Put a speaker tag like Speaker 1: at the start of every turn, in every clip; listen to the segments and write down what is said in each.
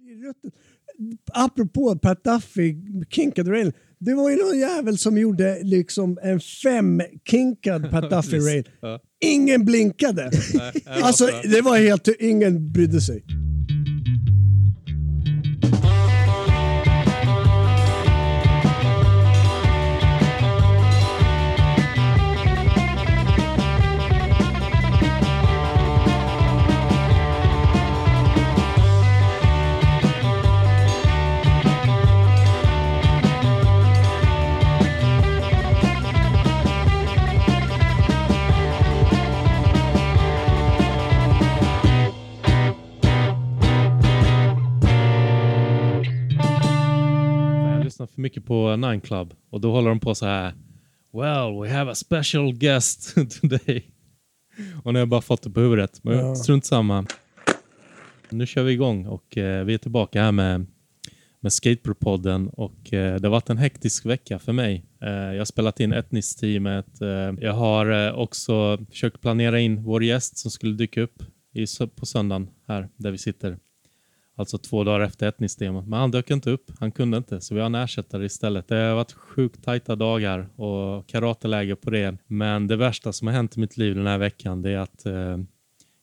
Speaker 1: rutten. Apropå Pat Duffy, kinkad rail. Det var ju någon jävel som gjorde liksom en fem-kinkad Pat Duffy rail.
Speaker 2: Ja.
Speaker 1: Ingen blinkade.
Speaker 2: Nej, nej,
Speaker 1: Alltså,
Speaker 2: alltså.
Speaker 1: det var helt... Ingen brydde sig.
Speaker 2: Jag lyssnar för mycket på Nine Club och då håller de på så här. Well, we have a special guest today. Och nu har jag bara fått det på huvudet, men
Speaker 1: Ja.
Speaker 2: strunt samma. Nu kör vi igång och eh, vi är tillbaka här med, med Skateboardpodden och eh, det har varit en hektisk vecka för mig. Eh, jag har spelat in Etnis-teamet. Eh, jag har eh, också försökt planera in vår gäst som skulle dyka upp i, sö- på söndagen här där vi sitter. Alltså två dagar efter etnisdemat. Men han dök inte upp. Han kunde inte. Så vi har en ersättare istället. Det har varit sjukt tajta dagar och karateläger på det. Men det värsta som har hänt i mitt liv den här veckan det är att eh,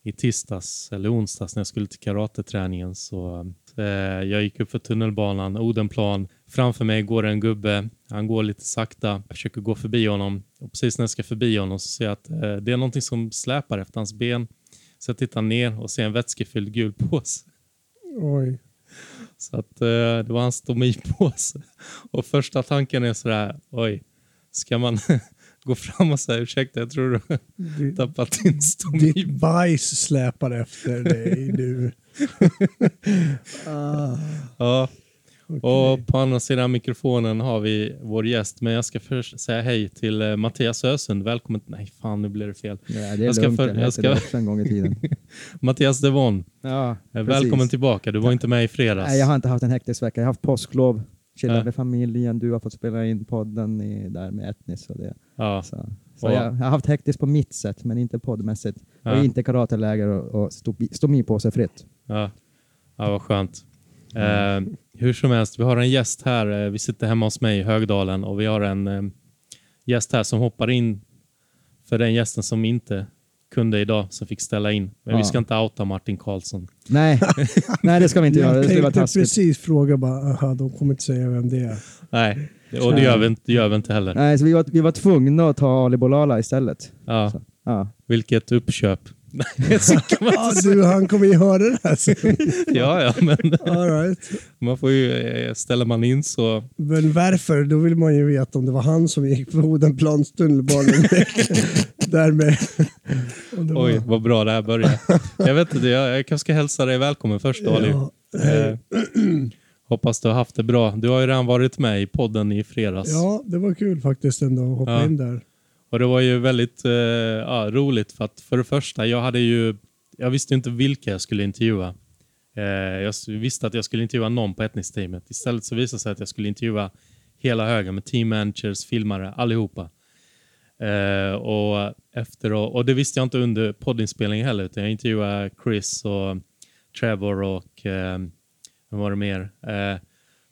Speaker 2: i tisdags eller onsdags när jag skulle till karateträningen så eh, jag gick upp för tunnelbanan, Odenplan. Framför mig går en gubbe. Han går lite sakta. Jag försöker gå förbi honom. Och precis när jag ska förbi honom så ser jag att eh, det är någonting som släpar efter hans ben. Så jag tittar ner och ser en vätskefylld gul påse.
Speaker 1: Oj.
Speaker 2: Så att eh, det var hans stomipåse. Och första tanken är sådär, oj, ska man gå fram och säga ursäkta, jag tror du har
Speaker 1: Ditt,
Speaker 2: tappat din stomi.
Speaker 1: ditt bajs släpar efter dig nu. ah,
Speaker 2: Ja,
Speaker 1: okej.
Speaker 2: och på andra sidan mikrofonen har vi vår gäst, men jag ska först säga hej till eh, Mattias Ösund. Välkommen. Nej, fan, nu blev det fel.
Speaker 3: Nej, det är
Speaker 2: Jag ska
Speaker 3: lugnt.
Speaker 2: för-
Speaker 3: jag
Speaker 2: jag
Speaker 3: hette
Speaker 2: ska-
Speaker 3: det också en gång i tiden.
Speaker 2: Mattias Devon,
Speaker 3: Ja,
Speaker 2: eh,
Speaker 3: precis.
Speaker 2: välkommen tillbaka. Du var inte med i fredags.
Speaker 3: Nej, jag har inte haft en hektisk vecka. Jag har haft påsklov, chillat
Speaker 2: Ja.
Speaker 3: med familjen, du har fått spela in podden i, där med Etnis och det.
Speaker 2: ja.
Speaker 3: Så, så
Speaker 2: Och-
Speaker 3: jag, jag har haft hektiskt på mitt sätt, men inte poddmässigt.
Speaker 2: Ja.
Speaker 3: Och inte karateläger och, och stomi, på sig fritt.
Speaker 2: Ja, ja vad skönt. Eh, hur som helst, vi har en gäst här. Eh, Vi sitter hemma hos mig i Högdalen och vi har en eh, gäst här som hoppar in för den gästen som inte kunde idag, som fick ställa in. Men vi
Speaker 3: Ja.
Speaker 2: ska inte outa Martin Karlsson.
Speaker 3: Nej, nej det ska vi inte göra.
Speaker 1: Jag
Speaker 3: Det skulle vara
Speaker 1: tänkte
Speaker 3: taskigt.
Speaker 1: precis fråga bara, aha, de kommer inte säga vem det är.
Speaker 2: Nej, och det gör vi inte, det gör vi inte heller.
Speaker 3: Nej, så vi var, vi var tvungna att ta Ali Bolala istället.
Speaker 2: Ja,
Speaker 3: Så, ja.
Speaker 2: vilket uppköp. Nej, så kan man
Speaker 1: Ah,
Speaker 2: inte säga.
Speaker 1: du, han kommer ju höra det här sen.
Speaker 2: ja, ja, men
Speaker 1: All right.
Speaker 2: man får ju, eh, ställer man in så
Speaker 1: Men varför? Då vill man ju veta om det var han som gick på Odenplans tunnelbana Därmed. Om det var-
Speaker 2: Oj, vad bra det här börjar. jag vet inte, jag, jag kanske ska hälsa dig välkommen först Ali.
Speaker 1: Ja,
Speaker 2: Eh, hoppas du har haft det bra. Du har ju redan varit med i podden i fredags.
Speaker 1: ja, det var kul faktiskt ändå att hoppa
Speaker 2: Ja.
Speaker 1: in där.
Speaker 2: Och det var ju väldigt eh, ja, roligt för att för det första, jag hade ju, jag visste ju inte vilka jag skulle intervjua. Eh, jag s- visste att jag skulle intervjua någon på etnisteamet. Istället så visade det sig att jag skulle intervjua hela högen med team managers, filmare, allihopa. Eh, och, efter, och, och det visste jag inte under poddinspelningen heller, utan jag intervjuade Chris och Trevor och eh, vad var det mer? Eh,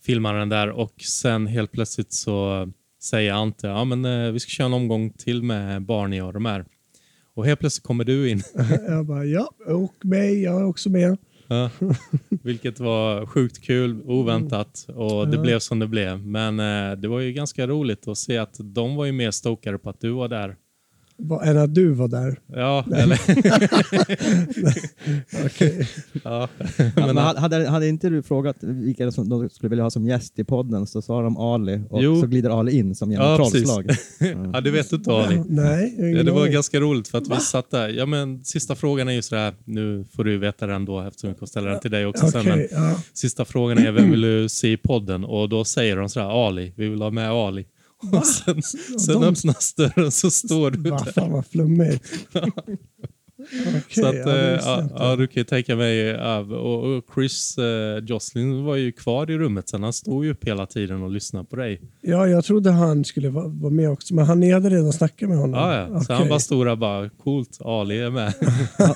Speaker 2: filmaren där och sen helt plötsligt så säger Ante, ja men eh, vi ska köra en omgång till med Barney och de här. Och helt plötsligt kommer du in.
Speaker 1: Jag bara, ja, och mig, jag är också med.
Speaker 2: Ja. Vilket var sjukt kul, oväntat och det
Speaker 1: Ja.
Speaker 2: blev som det blev. Men eh, det var ju ganska roligt att se att de var ju mer stokade på att du var där.
Speaker 1: Vad- Än att du var där.
Speaker 2: Ja, eller?
Speaker 1: Okej.
Speaker 2: Ja.
Speaker 3: Ja,
Speaker 1: eh,
Speaker 3: men hade, hade inte du frågat vilka som de skulle vilja ha som gäst i podden så sa de Ali och
Speaker 2: Jo.
Speaker 3: så glider Ali in som genom
Speaker 2: Ja, precis.
Speaker 3: trollslag.
Speaker 2: ja, det vet du inte Ali.
Speaker 1: Nej, jag har
Speaker 2: Ja,
Speaker 1: ingen
Speaker 2: det var
Speaker 1: aning.
Speaker 2: ganska roligt för att vi satt där. Ja, men sista frågan är ju sådär, nu får du ju veta den då eftersom vi kommer ställa den till dig också sen. Men
Speaker 1: Okej, ja.
Speaker 2: Sista frågan är vem vill du se i podden? Och då säger de sådär Ali, vi vill ha med Ali. Och sen sen
Speaker 1: De-
Speaker 2: öppnas dörren så står du
Speaker 1: Va,
Speaker 2: där.
Speaker 1: fan vad flummigt. Okej,
Speaker 2: Så att,
Speaker 1: ja,
Speaker 2: eh,
Speaker 1: det visste jag
Speaker 2: ja,
Speaker 1: inte.
Speaker 2: ja, du kan ju tänka mig, ja, och och Chris eh, Jocelyn var ju kvar i rummet sen. Han stod ju upp hela tiden och lyssnade på dig.
Speaker 1: ja, jag trodde han skulle vara vara med också, men han ni hade redan snackat med honom.
Speaker 2: Ja, ja. Så
Speaker 1: Okej.
Speaker 2: han bara stod där bara, coolt, Ali är med.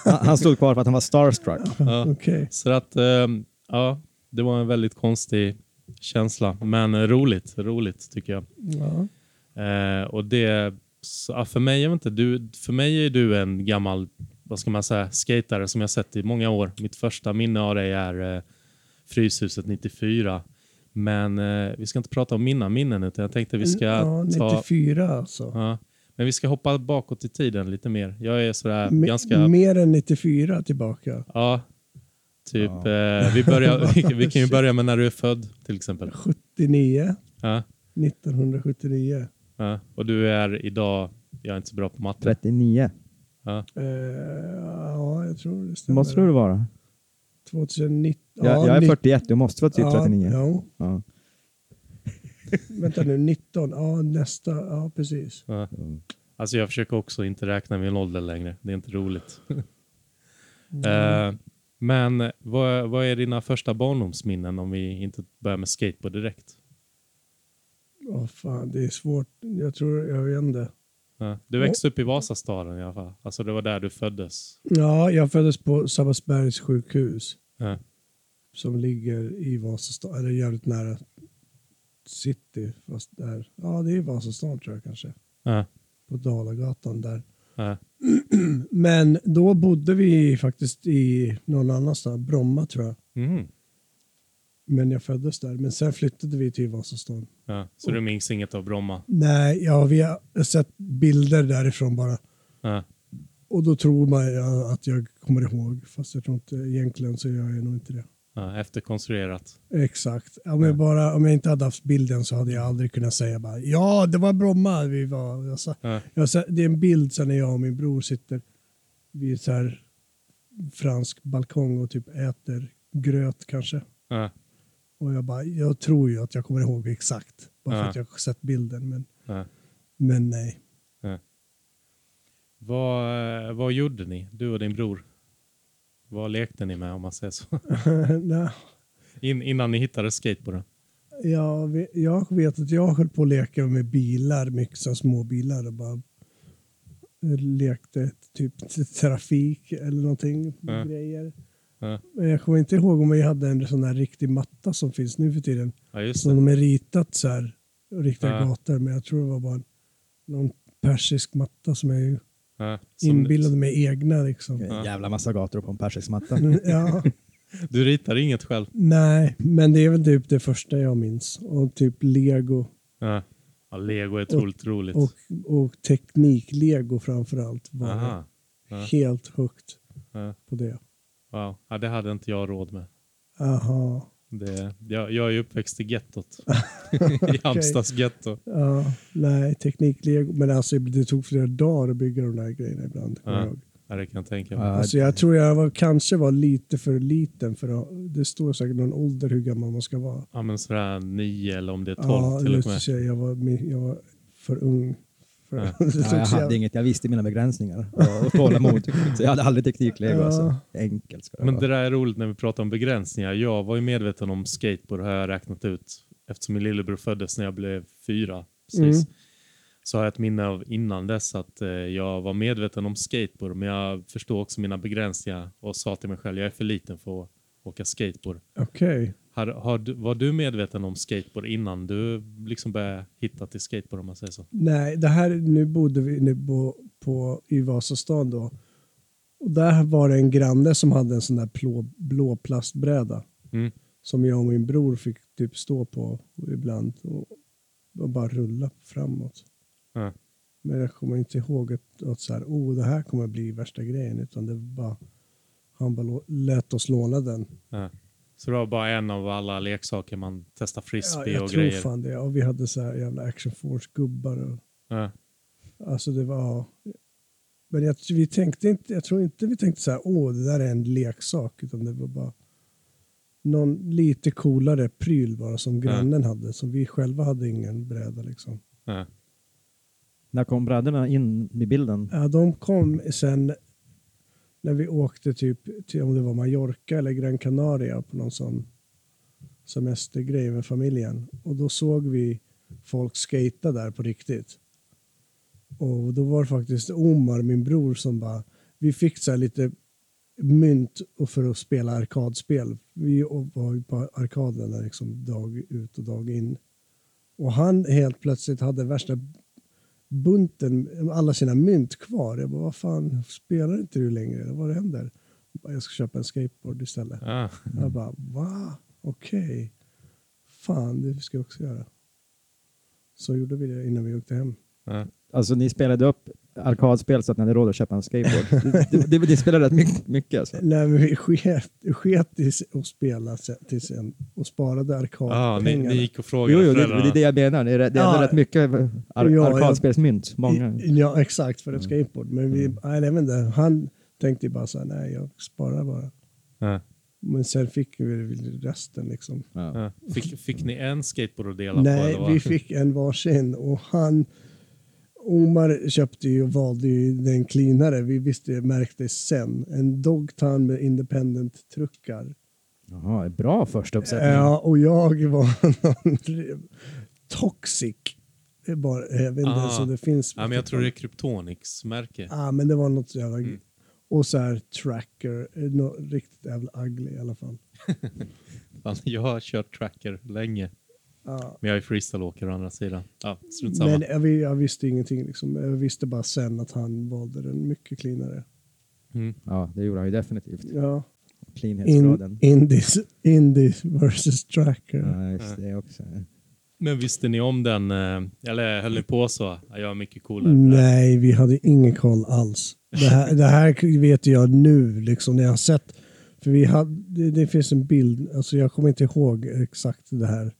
Speaker 3: Han, han stod kvar för att han var starstruck.
Speaker 2: Ja.
Speaker 1: Okej.
Speaker 2: Så att, ehm, ja. det var en väldigt konstig känsla, men roligt, roligt tycker jag.
Speaker 1: Ja.
Speaker 2: Eh, och det, så, ja, för mig, jag vet inte, du, för mig är du en gammal, vad ska man säga, skatare som jag sett i många år. Mitt första minne av dig är eh, Fryshuset 94. Men eh, vi ska inte prata om mina minnen, utan jag tänkte vi ska
Speaker 1: Mm, ja,
Speaker 2: ta...
Speaker 1: 94 alltså.
Speaker 2: Ja, men vi ska hoppa bakåt i tiden lite mer. Jag är sådär
Speaker 1: Me-
Speaker 2: ganska...
Speaker 1: Mer än 94 tillbaka.
Speaker 2: Ja, typ.
Speaker 3: Ja.
Speaker 2: Eh, vi, börjar, vi, vi kan ju börja med när du är född, till exempel.
Speaker 1: 79,
Speaker 2: Ja,
Speaker 1: 1979.
Speaker 2: ja. Och du är idag... Jag är inte så bra på matte.
Speaker 3: 39
Speaker 2: Ja.
Speaker 1: Eh, ja, jag tror det stämmer.
Speaker 3: måste du vara.
Speaker 1: 2019.
Speaker 3: jag, jag är
Speaker 1: ni-
Speaker 3: 41, du måste vara typ 39.
Speaker 1: Ja, jo.
Speaker 3: Ja.
Speaker 1: Vänta nu, 19. Ja, nästa. Ja, precis.
Speaker 2: Ja.
Speaker 3: Mm.
Speaker 2: Alltså jag försöker också inte räkna min ålder längre. Det är inte roligt.
Speaker 1: Mm.
Speaker 2: Eh, men vad, vad är dina första barndomsminnen om vi inte börjar med skateboard direkt?
Speaker 1: Åh fan, det är svårt. Jag tror, jag vet inte.
Speaker 2: Ja. Du växte upp i Vasastaden i alla fall. Alltså det var där du föddes.
Speaker 1: Ja, jag föddes på Sabbatsbergs sjukhus
Speaker 2: Ja.
Speaker 1: som ligger i Vasastan, eller jävligt nära city. Fast där. Ja, det är Vasastan tror jag kanske.
Speaker 2: Ja.
Speaker 1: På Dalagatan där.
Speaker 2: Ja.
Speaker 1: Men då bodde vi faktiskt i någon annanstans, Bromma tror jag.
Speaker 2: Mhm.
Speaker 1: Men jag föddes där. Men sen flyttade vi till Vasastan.
Speaker 2: Ja. Så du minns inget av Bromma?
Speaker 1: Nej, ja, vi har sett bilder därifrån bara.
Speaker 2: Ja.
Speaker 1: Och då tror man ja, att jag kommer ihåg, fast jag tror inte egentligen så gör jag nog inte det.
Speaker 2: Ja. Efterkonstruerat.
Speaker 1: Exakt. Om jag, bara, om jag inte hade haft bilden så hade jag aldrig kunnat säga bara, ja, det var Bromma vi var. Jag sa,
Speaker 2: Ja.
Speaker 1: jag sa, det är en bild sen när jag och min bror sitter vid så här fransk balkong och typ äter gröt kanske.
Speaker 2: Ja.
Speaker 1: Och jag bara, jag tror ju att jag kommer ihåg exakt. Bara för
Speaker 2: Ja.
Speaker 1: att jag har sett bilden. Men,
Speaker 2: Ja.
Speaker 1: men nej.
Speaker 2: Vad, eh, vad gjorde ni, du och din bror? Vad lekte ni med om man säger så?
Speaker 1: nej.
Speaker 2: In, innan ni hittade skateboarden?
Speaker 1: Jag vet, jag vet att jag höll på att leka med bilar, mycket så här små bilar och bara lekte typ t- trafik eller någonting. med
Speaker 2: Ja.
Speaker 1: Grejer.
Speaker 2: Ja.
Speaker 1: Men jag kommer inte ihåg om jag hade en sån där riktig matta som finns nu för tiden.
Speaker 2: Ja, just
Speaker 1: Som
Speaker 2: det.
Speaker 1: de är ritat så här, och riktiga
Speaker 2: Ja.
Speaker 1: gator. Men jag tror det var bara en, någon persisk matta som jag ju
Speaker 2: Ja. Som-
Speaker 1: inbillade mig egna liksom.
Speaker 3: En jävla massa gator på en persisk matta.
Speaker 1: Ja.
Speaker 2: Du ritar inget själv?
Speaker 1: Nej, men det är väl typ det första jag minns. Och typ lego.
Speaker 2: Ja. ja Lego är otroligt roligt.
Speaker 1: Och, och teknik-lego framförallt var
Speaker 2: Aha. Ja.
Speaker 1: helt högt
Speaker 2: Ja.
Speaker 1: på det.
Speaker 2: Wow. Ja, det hade inte jag råd med.
Speaker 1: Aha.
Speaker 2: Det, jag, jag är ju uppväxt i gettot. I Halmstads getto.
Speaker 1: Ja, nej, teknik-lego. Men alltså det tog flera dagar att bygga de där grejerna ibland. kommer
Speaker 2: Ja.
Speaker 1: jag ihåg.
Speaker 2: Ja, det kan jag tänka mig.
Speaker 3: Ja,
Speaker 1: Alltså jag tror jag var, kanske var lite för liten för att, det står säkert någon ålder hur gammal man ska vara.
Speaker 2: Ja, men sådär nio eller om det är tolv
Speaker 1: Ja,
Speaker 2: till och
Speaker 1: just
Speaker 2: med.
Speaker 1: att säga, jag var, min- jag var för ung. För,
Speaker 2: Ja.
Speaker 1: det tog
Speaker 3: Ja,
Speaker 1: så
Speaker 3: jag hade
Speaker 1: jävla-
Speaker 3: inget, jag visste mina begränsningar och- och tålamod. Så jag hade aldrig tekniklego.
Speaker 1: Ja.
Speaker 3: Alltså. Enkelt ska det
Speaker 2: Men
Speaker 3: vara.
Speaker 2: det där är roligt när vi pratar om begränsningar. Jag var ju medveten om skateboard har jag räknat ut. Eftersom min lillebror föddes när jag blev fyra. Precis.
Speaker 1: Mm.
Speaker 2: Så har jag ett minne av innan dess att eh, jag var medveten om skateboard. Men jag förstod också mina begränsningar och sa till mig själv jag är för liten för att åka skateboard.
Speaker 1: Okej.
Speaker 2: Har, har, du- var du medveten om skateboard innan du liksom började hitta till skateboard om man säger så?
Speaker 1: Nej, det här, nu bodde vi nu på, på, i Vasastan då. Och där var det en granne som hade en sån där plå, blå plastbräda
Speaker 2: Mm.
Speaker 1: som jag och min bror fick typ stå på ibland och, och bara rulla framåt.
Speaker 2: Ja.
Speaker 1: Men jag kommer inte ihåg att, att så här, oh, det här kommer bli värsta grejen, utan det var bara, han bara lå- lät oss låna den.
Speaker 2: Ja. Så det var bara en av alla leksaker man testar
Speaker 1: Ja,
Speaker 2: frisbee
Speaker 1: jag
Speaker 2: och
Speaker 1: tror
Speaker 2: grejer.
Speaker 1: fan det. Och vi hade så här jävla action force-gubbar och
Speaker 2: Ja.
Speaker 1: Alltså det var... Men jag, vi tänkte inte, jag tror inte vi tänkte så här, åh det där är en leksak, utan det var bara någon lite coolare pryl bara som grannen hade, som vi själva hade ingen bräda liksom.
Speaker 2: Ja.
Speaker 3: När kom brädorna in i bilden?
Speaker 1: Ja, de kom sen när vi åkte typ till, om det var Mallorca eller Gran Canaria på någon sån semestergrej med familjen. Och då såg vi folk skata där på riktigt. Och då var det faktiskt Omar, min bror, som bara, vi fick så här lite mynt och för att spela arkadspel. Vi var ju på arkaderna liksom dag ut och dag in. Och han helt plötsligt hade värsta bunten, alla sina mynt kvar. Jag bara, vad fan, spelar inte du längre? Eller Vad händer? Han bara, Jag ska köpa en skateboard istället.
Speaker 2: Ah,
Speaker 1: Jag bara, va? Okej. Fan, det ska jag också göra. Så gjorde vi det innan vi åkte hem.
Speaker 2: ah.
Speaker 3: Alltså ni spelade upp arkadspel så att ni hade råd att köpa en skateboard. det, det, det spelade rätt mycket. mycket alltså.
Speaker 1: Nej, men vi sket, sket i s- att spela se- till sen och sparade
Speaker 2: Ah, ni,
Speaker 1: arkadpengarna.
Speaker 2: ni gick och
Speaker 3: Jo,
Speaker 2: frågade
Speaker 3: jo, det,
Speaker 2: föräldrarna.
Speaker 3: det är det jag menar. Det är, det är ändå
Speaker 1: Ja.
Speaker 3: rätt mycket ar-
Speaker 1: Ja, jag-
Speaker 3: arkadspelsmynt. Många.
Speaker 1: I- Ja, exakt, för ett skateboard. Men vi,
Speaker 3: Mm.
Speaker 1: nej, jag vet inte, han tänkte ju bara så här, nej, jag sparar bara.
Speaker 2: Ah,
Speaker 1: Men sen fick vi väl resten liksom.
Speaker 3: Ja.
Speaker 2: ah. Fick, fick ni en skateboard att dela på?
Speaker 1: nej,
Speaker 2: eller vad?
Speaker 1: vi fick en varsin och han... Omar köpte ju och valde ju den cleanare. Vi visste, märkte sen. En Dogtown med independent-truckar.
Speaker 3: Jaha, bra första uppsättning.
Speaker 1: Ja, och jag var någon toxic. Det är bara, jag vet inte
Speaker 2: Ah.
Speaker 1: ens om det finns.
Speaker 2: Ja, men jag tror det är Kryptonix-märke.
Speaker 1: Ja, men det var något jävla...
Speaker 2: typ. Mm.
Speaker 1: Och så här tracker, eh, nå- riktigt jävla ugly i alla fall.
Speaker 2: Fan, Jag har kört tracker länge,
Speaker 1: Ja.
Speaker 2: men jag är freestyleåkare å andra sidan. Ja, strunt samma.
Speaker 1: Men jag, vi- jag visste ingenting liksom. Jag visste bara sen att han valde den mycket cleanare.
Speaker 2: Mm.
Speaker 3: Ja, det gjorde han ju definitivt.
Speaker 1: Ja. In,
Speaker 3: Cleanhetsgraden.
Speaker 1: indies, indies versus tracker.
Speaker 3: Ja, just det också.
Speaker 2: Men visste ni om den, eh, eller höll ni på så? Ja, Jag är mycket coolare.
Speaker 1: Nej, vi hade ingen koll alls. Det här, det här vet jag nu, liksom, när jag har sett. För vi hade, det, det finns en bild, alltså jag kommer inte ihåg exakt det här.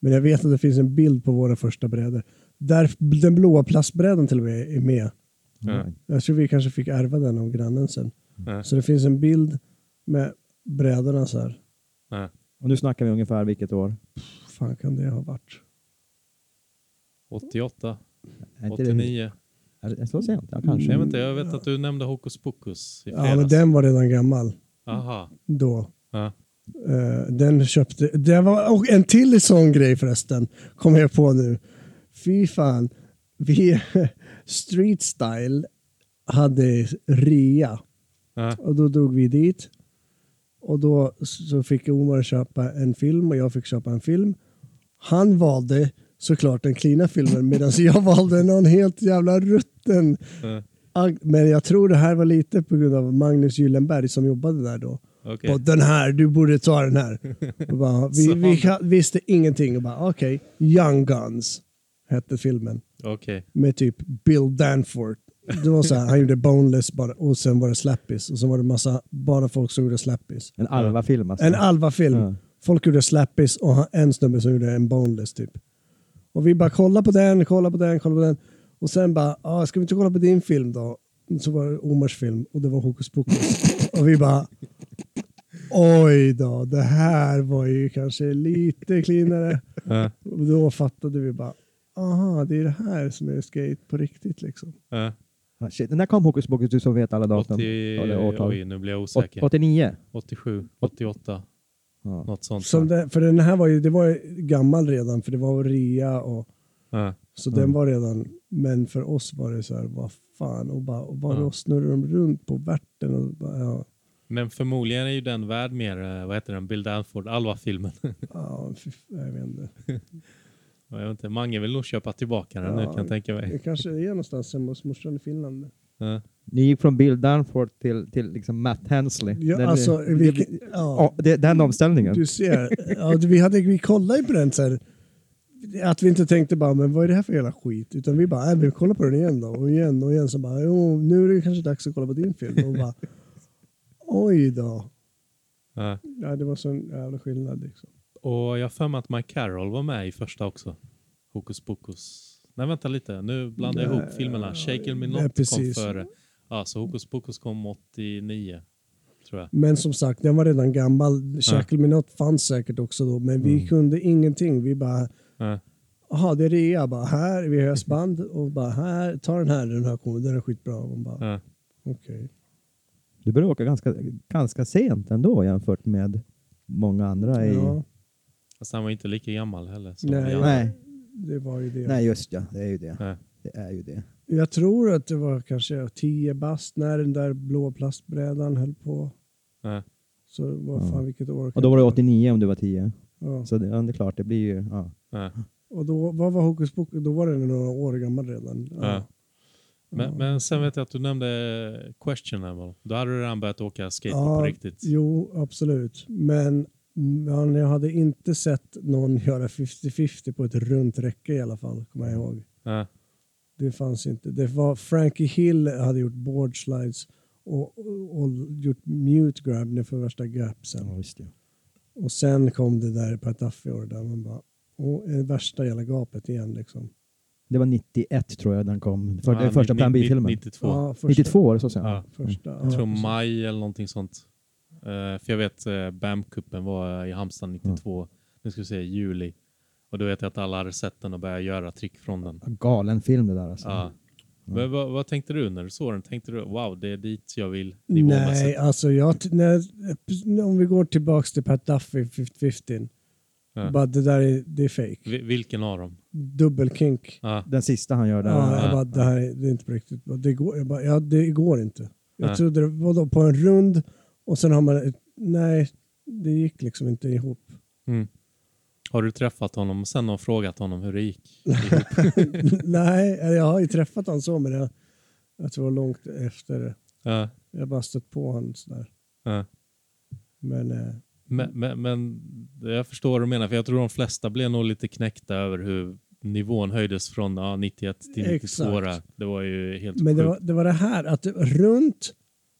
Speaker 1: Men jag vet att det finns en bild på våra första brädor. Där, den blåa plastbrädan till och med är med.
Speaker 2: Ja.
Speaker 1: Jag tror vi kanske fick ärva den av grannen sen.
Speaker 2: Ja,
Speaker 1: Så det finns en bild med brädorna så här.
Speaker 2: ja.
Speaker 3: Och nu snackar vi ungefär vilket år?
Speaker 1: Vad fan kan det ha varit?
Speaker 2: 88,
Speaker 3: Är inte det-
Speaker 2: 89.
Speaker 3: Är det så sent? Ja, kanske.
Speaker 2: Jag vet, inte, jag vet att du nämnde Hokus Pokus i
Speaker 1: Ja, men
Speaker 2: fredags.
Speaker 1: den var redan gammal
Speaker 2: Aha.
Speaker 1: då.
Speaker 2: Ja.
Speaker 1: Eh, den köpte... Det var och en till sån grej förresten, kommer jag på nu. Fy fan. Vi, Street Style hade rea
Speaker 2: Ja.
Speaker 1: och då drog vi dit. Och då så fick Omar köpa en film och jag fick köpa en film. Han valde såklart den klina filmen medan jag valde någon helt jävla rutten
Speaker 2: Ja.
Speaker 1: Ag- Men jag tror det här var lite på grund av Magnus Gyllenberg som jobbade där då.
Speaker 2: Okej.
Speaker 1: Och den här, du borde ta den här. Och bara, vi,
Speaker 2: Så
Speaker 1: vi
Speaker 2: han-
Speaker 1: kan- visste ingenting. Och bara, okej, Young Guns hette filmen.
Speaker 2: Okej.
Speaker 1: Med typ Bill Danforth. Det var så här, han gjorde Boneless bara, och sen var det Slappies. Och sen var det massa, bara folk som gjorde Slappies.
Speaker 3: En Alva-film alltså.
Speaker 1: En Alva-film.
Speaker 3: Ja.
Speaker 1: Folk gjorde Slappies och han- en snubbe som gjorde en Boneless typ. Och vi bara kolla på den, kolla på den, kolla på den. Och sen bara, ah, ska vi inte kolla på din film då? Så var det Omars film och det var Hokus Pokus. och vi bara, oj då, det här var ju kanske lite cleanare.
Speaker 2: Ja,
Speaker 1: och då fattade vi bara, aha, det är det här som är skate på riktigt liksom.
Speaker 2: ja.
Speaker 3: Ah, Shit, när kom Hokus Pokus? Du som vet alla datum.
Speaker 2: 80...
Speaker 3: Eller årtal.
Speaker 2: Oj, nu blir jag
Speaker 3: Åt-
Speaker 2: osäker.
Speaker 3: 89?
Speaker 2: 87, 88,
Speaker 3: Ja.
Speaker 2: något sånt.
Speaker 1: Som det, för den här var ju, det var ju gammal redan, för det var rea och
Speaker 2: Ja.
Speaker 1: Så
Speaker 3: Mm.
Speaker 1: den var redan, men för oss var det så här, vad fan, och bara, och bara
Speaker 2: Ja.
Speaker 1: då snurrar de runt på värten och bara, ja,
Speaker 2: Men förmodligen är ju den värd mer, eh, vad heter den, Bill Danford, Alva-filmen.
Speaker 1: ja fy, f- jag vet inte.
Speaker 2: Jag vet inte, Mange vill nog köpa tillbaka den nu
Speaker 1: Ja.
Speaker 2: kan jag tänka
Speaker 1: Det
Speaker 2: mig.
Speaker 1: kanske är någonstans hemma hos morsan i Finland.
Speaker 2: Ja.
Speaker 3: Ni gick från Bill Danforth till, till liksom Matt Hensley.
Speaker 1: Ja,
Speaker 3: Den-
Speaker 1: alltså,
Speaker 3: det-
Speaker 1: vilken- ja,
Speaker 3: Ja, det, den omställningen.
Speaker 1: du ser, ja, vi, hade, vi kollade ju på den så här, att vi inte tänkte bara, men vad är det här för jävla skit? Utan vi bara, nej, vi kollar på den igen då, och igen och igen. Så bara, jo, nu är det kanske dags att kolla på din film. Och bara, oj då.
Speaker 2: Ja.
Speaker 1: Ja, det var sån jävla skillnad liksom.
Speaker 2: Och jag har för mig att Mike Carroll var med i första också. Hokus pokus. Nej, vänta lite. Nu blandar jag
Speaker 1: Nej,
Speaker 2: ihop filmerna. Shakel Me
Speaker 1: nej,
Speaker 2: Not kom
Speaker 1: precis.
Speaker 2: före. Ja, så Hokus pokus kom 89, tror jag.
Speaker 1: Men som sagt, den var redan gammal. Shackle Me Not fanns säkert också då, men
Speaker 3: Mm.
Speaker 1: vi kunde ingenting. Vi bara,
Speaker 2: Ja.
Speaker 1: jaha, det är rea. Bara, här, vi hörs band och bara, här, ta den här, den här kommer, den är skitbra. Och hon bara,
Speaker 2: Ja.
Speaker 1: okej.
Speaker 3: Du började åka ganska, ganska sent ändå jämfört med många andra. I...
Speaker 1: Ja,
Speaker 2: Fast han var inte lika gammal heller. som
Speaker 1: Nej.
Speaker 2: vi andra.
Speaker 3: Nej.
Speaker 1: det var ju det.
Speaker 3: Nej, just ja. Det är ju det.
Speaker 2: Nej.
Speaker 3: Det är ju det.
Speaker 1: Jag tror att det var kanske 10 bast när den där blå plastbrädan höll på.
Speaker 2: Nej.
Speaker 1: Så vad
Speaker 3: Ja.
Speaker 1: fan vilket år.
Speaker 3: Och då var du 89 om du var 10.
Speaker 1: Ja.
Speaker 3: Så det, ja, det är klart, det blir ju... Ja.
Speaker 2: Nej.
Speaker 1: Och då, vad var Hokus Pokus? Då var den några år gammal redan.
Speaker 2: Ja. Men,
Speaker 1: Ja.
Speaker 2: men sen vet jag att du nämnde questionable. Då hade du redan börjat åka skateboard
Speaker 1: Ja,
Speaker 2: på riktigt.
Speaker 1: Jo, absolut. Men men jag hade inte sett någon göra 50-50 på ett runt räcke i alla fall, kommer jag ihåg.
Speaker 2: Nej.
Speaker 1: Det fanns inte. Det var Frankie Hill hade gjort board slides och, och, och gjort mute grab nu för värsta gapsen.
Speaker 3: Ja, visst ja.
Speaker 1: Och sen kom det där på ett affior där man bara, åh, är det värsta jävla gapet igen liksom.
Speaker 3: Det var 91 tror jag den kom. För, det är
Speaker 2: Ja,
Speaker 3: första
Speaker 2: ni-
Speaker 3: Plan
Speaker 2: ni-
Speaker 3: B-filmen.
Speaker 2: 92.
Speaker 1: Ja, första,
Speaker 3: 92 var det så sen?
Speaker 2: Ja.
Speaker 1: Första,
Speaker 2: Jag tror
Speaker 1: ja, precis.
Speaker 2: maj eller någonting sånt. Eh, för jag vet uh, BAM-cupen var eh, i Halmstad 92. Nu ska vi se, juli. Och då vet jag att alla hade sett den och började göra trick från den.
Speaker 3: Galen film det där alltså.
Speaker 2: Ja. Men vad, vad tänkte du när du såg den? Tänkte du wow, det är dit jag vill
Speaker 1: Nej,
Speaker 2: nivåmässigt?
Speaker 1: alltså jag, t- när, om vi går tillbaks till Pat Duffy 50-50.
Speaker 2: Ja.
Speaker 1: Bara det där är, det är fake.
Speaker 2: Vi- Vilken av dem?
Speaker 1: Dubbelkink.
Speaker 2: Ja,
Speaker 3: Den sista han gör där.
Speaker 1: Ja, jag
Speaker 2: ja,
Speaker 1: bara, det här är, det är inte på riktigt. Det går, jag bara, ja, det går inte. Jag
Speaker 2: Nej.
Speaker 1: trodde det var då på en rund och sen har man ett, nej, det gick liksom inte ihop.
Speaker 2: Mm. Har du träffat honom och sen har frågat honom hur det gick?
Speaker 1: nej, jag har ju träffat honom så, men jag, jag tror långt efter det.
Speaker 2: Ja,
Speaker 1: Jag har bara stött på honom sådär.
Speaker 2: ja.
Speaker 1: Men eh,
Speaker 2: Men, men, men jag förstår vad du menar, för jag tror de flesta blev nog lite knäckta över hur nivån höjdes från ja, 91 till 92.
Speaker 1: Exakt.
Speaker 2: Det var ju helt
Speaker 1: Men det
Speaker 2: sjukt.
Speaker 1: var, det var det här att det var runt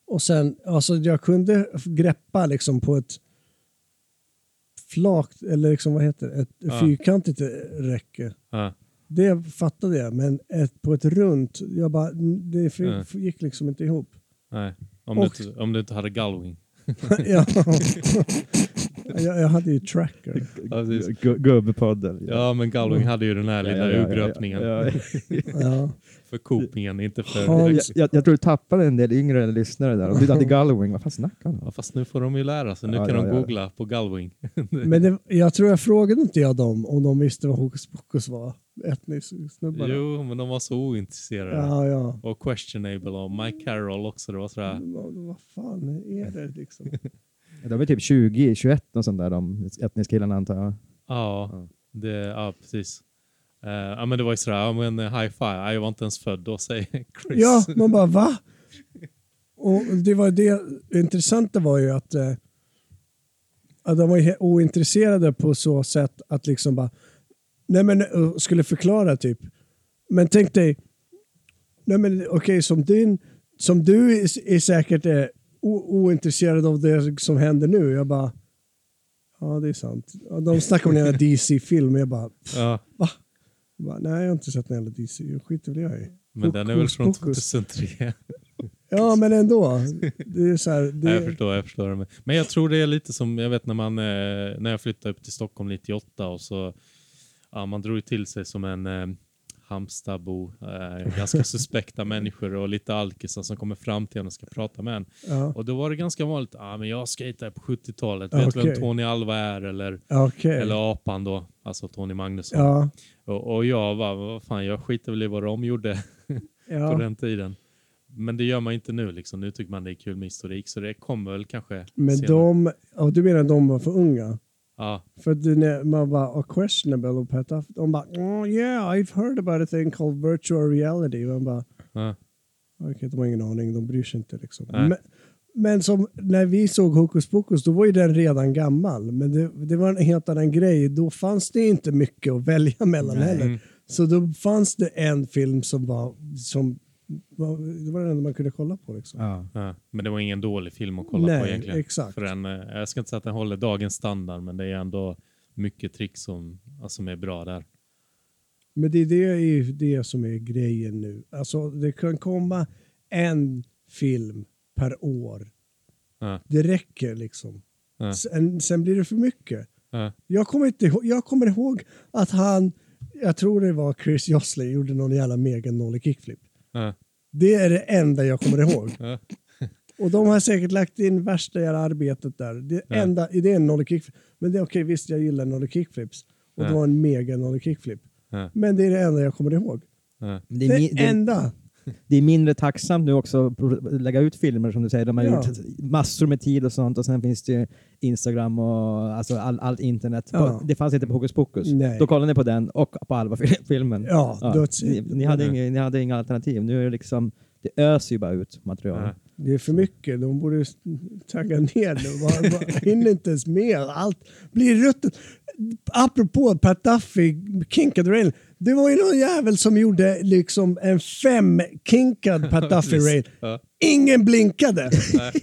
Speaker 1: och sen, alltså jag kunde f- greppa liksom på ett flakt, eller liksom vad heter det, ett
Speaker 2: Ja.
Speaker 1: fyrkantigt eh, räcke.
Speaker 2: Ja,
Speaker 1: Det fattade jag, men ett, på ett runt, jag bara, n- det f-
Speaker 2: Ja.
Speaker 1: f- gick liksom inte ihop.
Speaker 2: nej. Om,
Speaker 1: Och-
Speaker 2: du inte, om du inte hade galwing.
Speaker 1: ja. jag, jag hade ju tracker.
Speaker 2: Precis.
Speaker 3: Gu- Gubbpuddel.
Speaker 2: Ja, men galwing hade ju den här lilla urgröpningen
Speaker 3: Ja, ja, ja.
Speaker 1: Ja.
Speaker 2: för kopingen, inte för...
Speaker 1: Ja,
Speaker 3: Jag, jag, jag tror du tappade en del yngre lyssnare där. Och du hade Gullwing. Vad fan snackar han om?
Speaker 2: Ja, fast nu får de ju lära sig. Nu
Speaker 3: Ja,
Speaker 2: kan
Speaker 3: ja,
Speaker 2: de
Speaker 3: ja.
Speaker 2: googla på galwing.
Speaker 1: Men det, jag tror jag frågade inte jag dem om de visste vad hokus pokus var, etnisnubbarna.
Speaker 2: Jo, men de var så ointresserade.
Speaker 1: Ja, ja.
Speaker 2: Och questionable och Mike Carroll också. Det var sådär,
Speaker 1: Vad, vad fan är det liksom?
Speaker 3: De är typ 20, 21 och sånt där de etniskillarna antar jag.
Speaker 2: ja, det, ja precis. Eh, ja, men det var ju sådär, ja, men eh, high five. Ja, jag var inte ens född då, säger Chris.
Speaker 1: Ja, man bara va? Och det var det det intressanta var ju att, eh, att de var ju he- ointresserade på så sätt att liksom bara, nej men eh, skulle förklara typ. Men tänk dig, nej men okej som din, som du är, är säkert eh, o, ointresserad av det som händer nu. Jag bara, ja det är sant. Ja, De snackar om en jävla DC-film och jag bara,
Speaker 2: Ja,
Speaker 1: jag bara, nej jag har inte sett en jävla DC, jag skiter väl jag i.
Speaker 2: men den är väl
Speaker 1: Hokus
Speaker 2: från
Speaker 1: pokus.
Speaker 2: 2003.
Speaker 1: Ja, men ändå. Det är så här,
Speaker 2: Nej, jag
Speaker 1: det,
Speaker 2: förstår, jag förstår. Men- Men jag tror det är lite som, jag vet när man, eh, när jag flyttade upp till Stockholm 98 och så, ja man drog ju till sig som en eh, Halmstadbo, eh, ganska suspekta människor och lite alkisar som kommer fram till en och ska prata med en.
Speaker 1: ja.
Speaker 2: Och då var det ganska vanligt, ah, men jag skejtade på 70-talet,
Speaker 1: Ja,
Speaker 2: vet du vem
Speaker 1: okej.
Speaker 2: Tony Alva är? Eller,
Speaker 1: Okej.
Speaker 2: eller apan då, alltså Tony Magnusson.
Speaker 1: Mm. Ja.
Speaker 2: Och, och jag var, vad fan, jag skiter väl i vad de gjorde på
Speaker 1: ja.
Speaker 2: den tiden. Men det gör man inte nu liksom. Nu tycker man det är kul med historik, så det kommer väl kanske
Speaker 1: Men
Speaker 2: senare.
Speaker 1: de, ja, du menar de var för unga?
Speaker 2: Ja,
Speaker 1: För att det- när man bara, oh, questionable och pet off. De bara, oh yeah, I've heard about a thing called virtual reality. Man bara,
Speaker 2: ja,
Speaker 1: okej, de har ingen aning, de bryr sig inte liksom.
Speaker 2: Nej.
Speaker 1: Men, men som när vi såg Hokus Pokus, då var ju den redan gammal. Men det, det var en helt annan grej. Då fanns det inte mycket att välja mellan heller.
Speaker 2: Mm.
Speaker 1: Så då fanns det en film som var, som, var- det var den enda man kunde kolla på liksom.
Speaker 3: Ja.
Speaker 2: ja. Men det var ingen dålig film att kolla på
Speaker 1: Nej,
Speaker 2: egentligen.
Speaker 1: exakt.
Speaker 2: För den, eh, jag ska inte säga att den håller dagens standard, men det är ändå mycket trick som, alltså, som är bra där.
Speaker 1: Men det är det, är ju det som är grejen nu. Alltså det kan komma en film per år.
Speaker 2: Ja,
Speaker 1: Det räcker liksom.
Speaker 2: ja,
Speaker 1: Sen, sen blir det för mycket.
Speaker 2: ja.
Speaker 1: Jag kommer, inte, ihå- jag kommer ihåg att han, jag tror det var Chris Joslin, gjorde någon jävla mega nollie kickflip.
Speaker 2: ja,
Speaker 1: Det är det enda jag kommer ihåg.
Speaker 2: ja.
Speaker 1: Och de har säkert lagt in värsta jävla arbetet där. Det
Speaker 2: Ja.
Speaker 1: enda, det är en nollie kickflip. Men det är okej, visst jag gillar nollie kickflips. Och
Speaker 2: Ja.
Speaker 1: det var en mega nollie kickflip.
Speaker 2: Ja.
Speaker 1: Men det är det enda jag kommer ihåg.
Speaker 2: ja.
Speaker 3: Men
Speaker 1: Det,
Speaker 3: är mi- det,
Speaker 1: enda.
Speaker 3: det är mindre tacksamt nu också att pro- lägga ut filmer som du säger. De har
Speaker 1: Ja.
Speaker 3: gjort massor med tid och sånt och sen finns det ju Instagram och alltså all, allt internet.
Speaker 1: Ja.
Speaker 3: Det fanns inte på Hokus Pokus.
Speaker 1: Nej.
Speaker 3: Då kollade ni på den och på Alva-filmen.
Speaker 1: Ja, då-
Speaker 3: Ni, ni, hade
Speaker 2: Nej.
Speaker 3: inga, ni hade inga alternativ. Nu är det liksom, det öser ju bara ut material.
Speaker 2: Nej.
Speaker 1: Det är för mycket. De borde s- tagga ner det. Man, man hinner inte ens med. Allt blir ruttet. Apropå Pat Duffy, Kinkad Rail. Det var ju någon jävel som gjorde liksom en fem-kinkad Pat Duffy Rail.
Speaker 2: Ja.
Speaker 1: Ingen blinkade.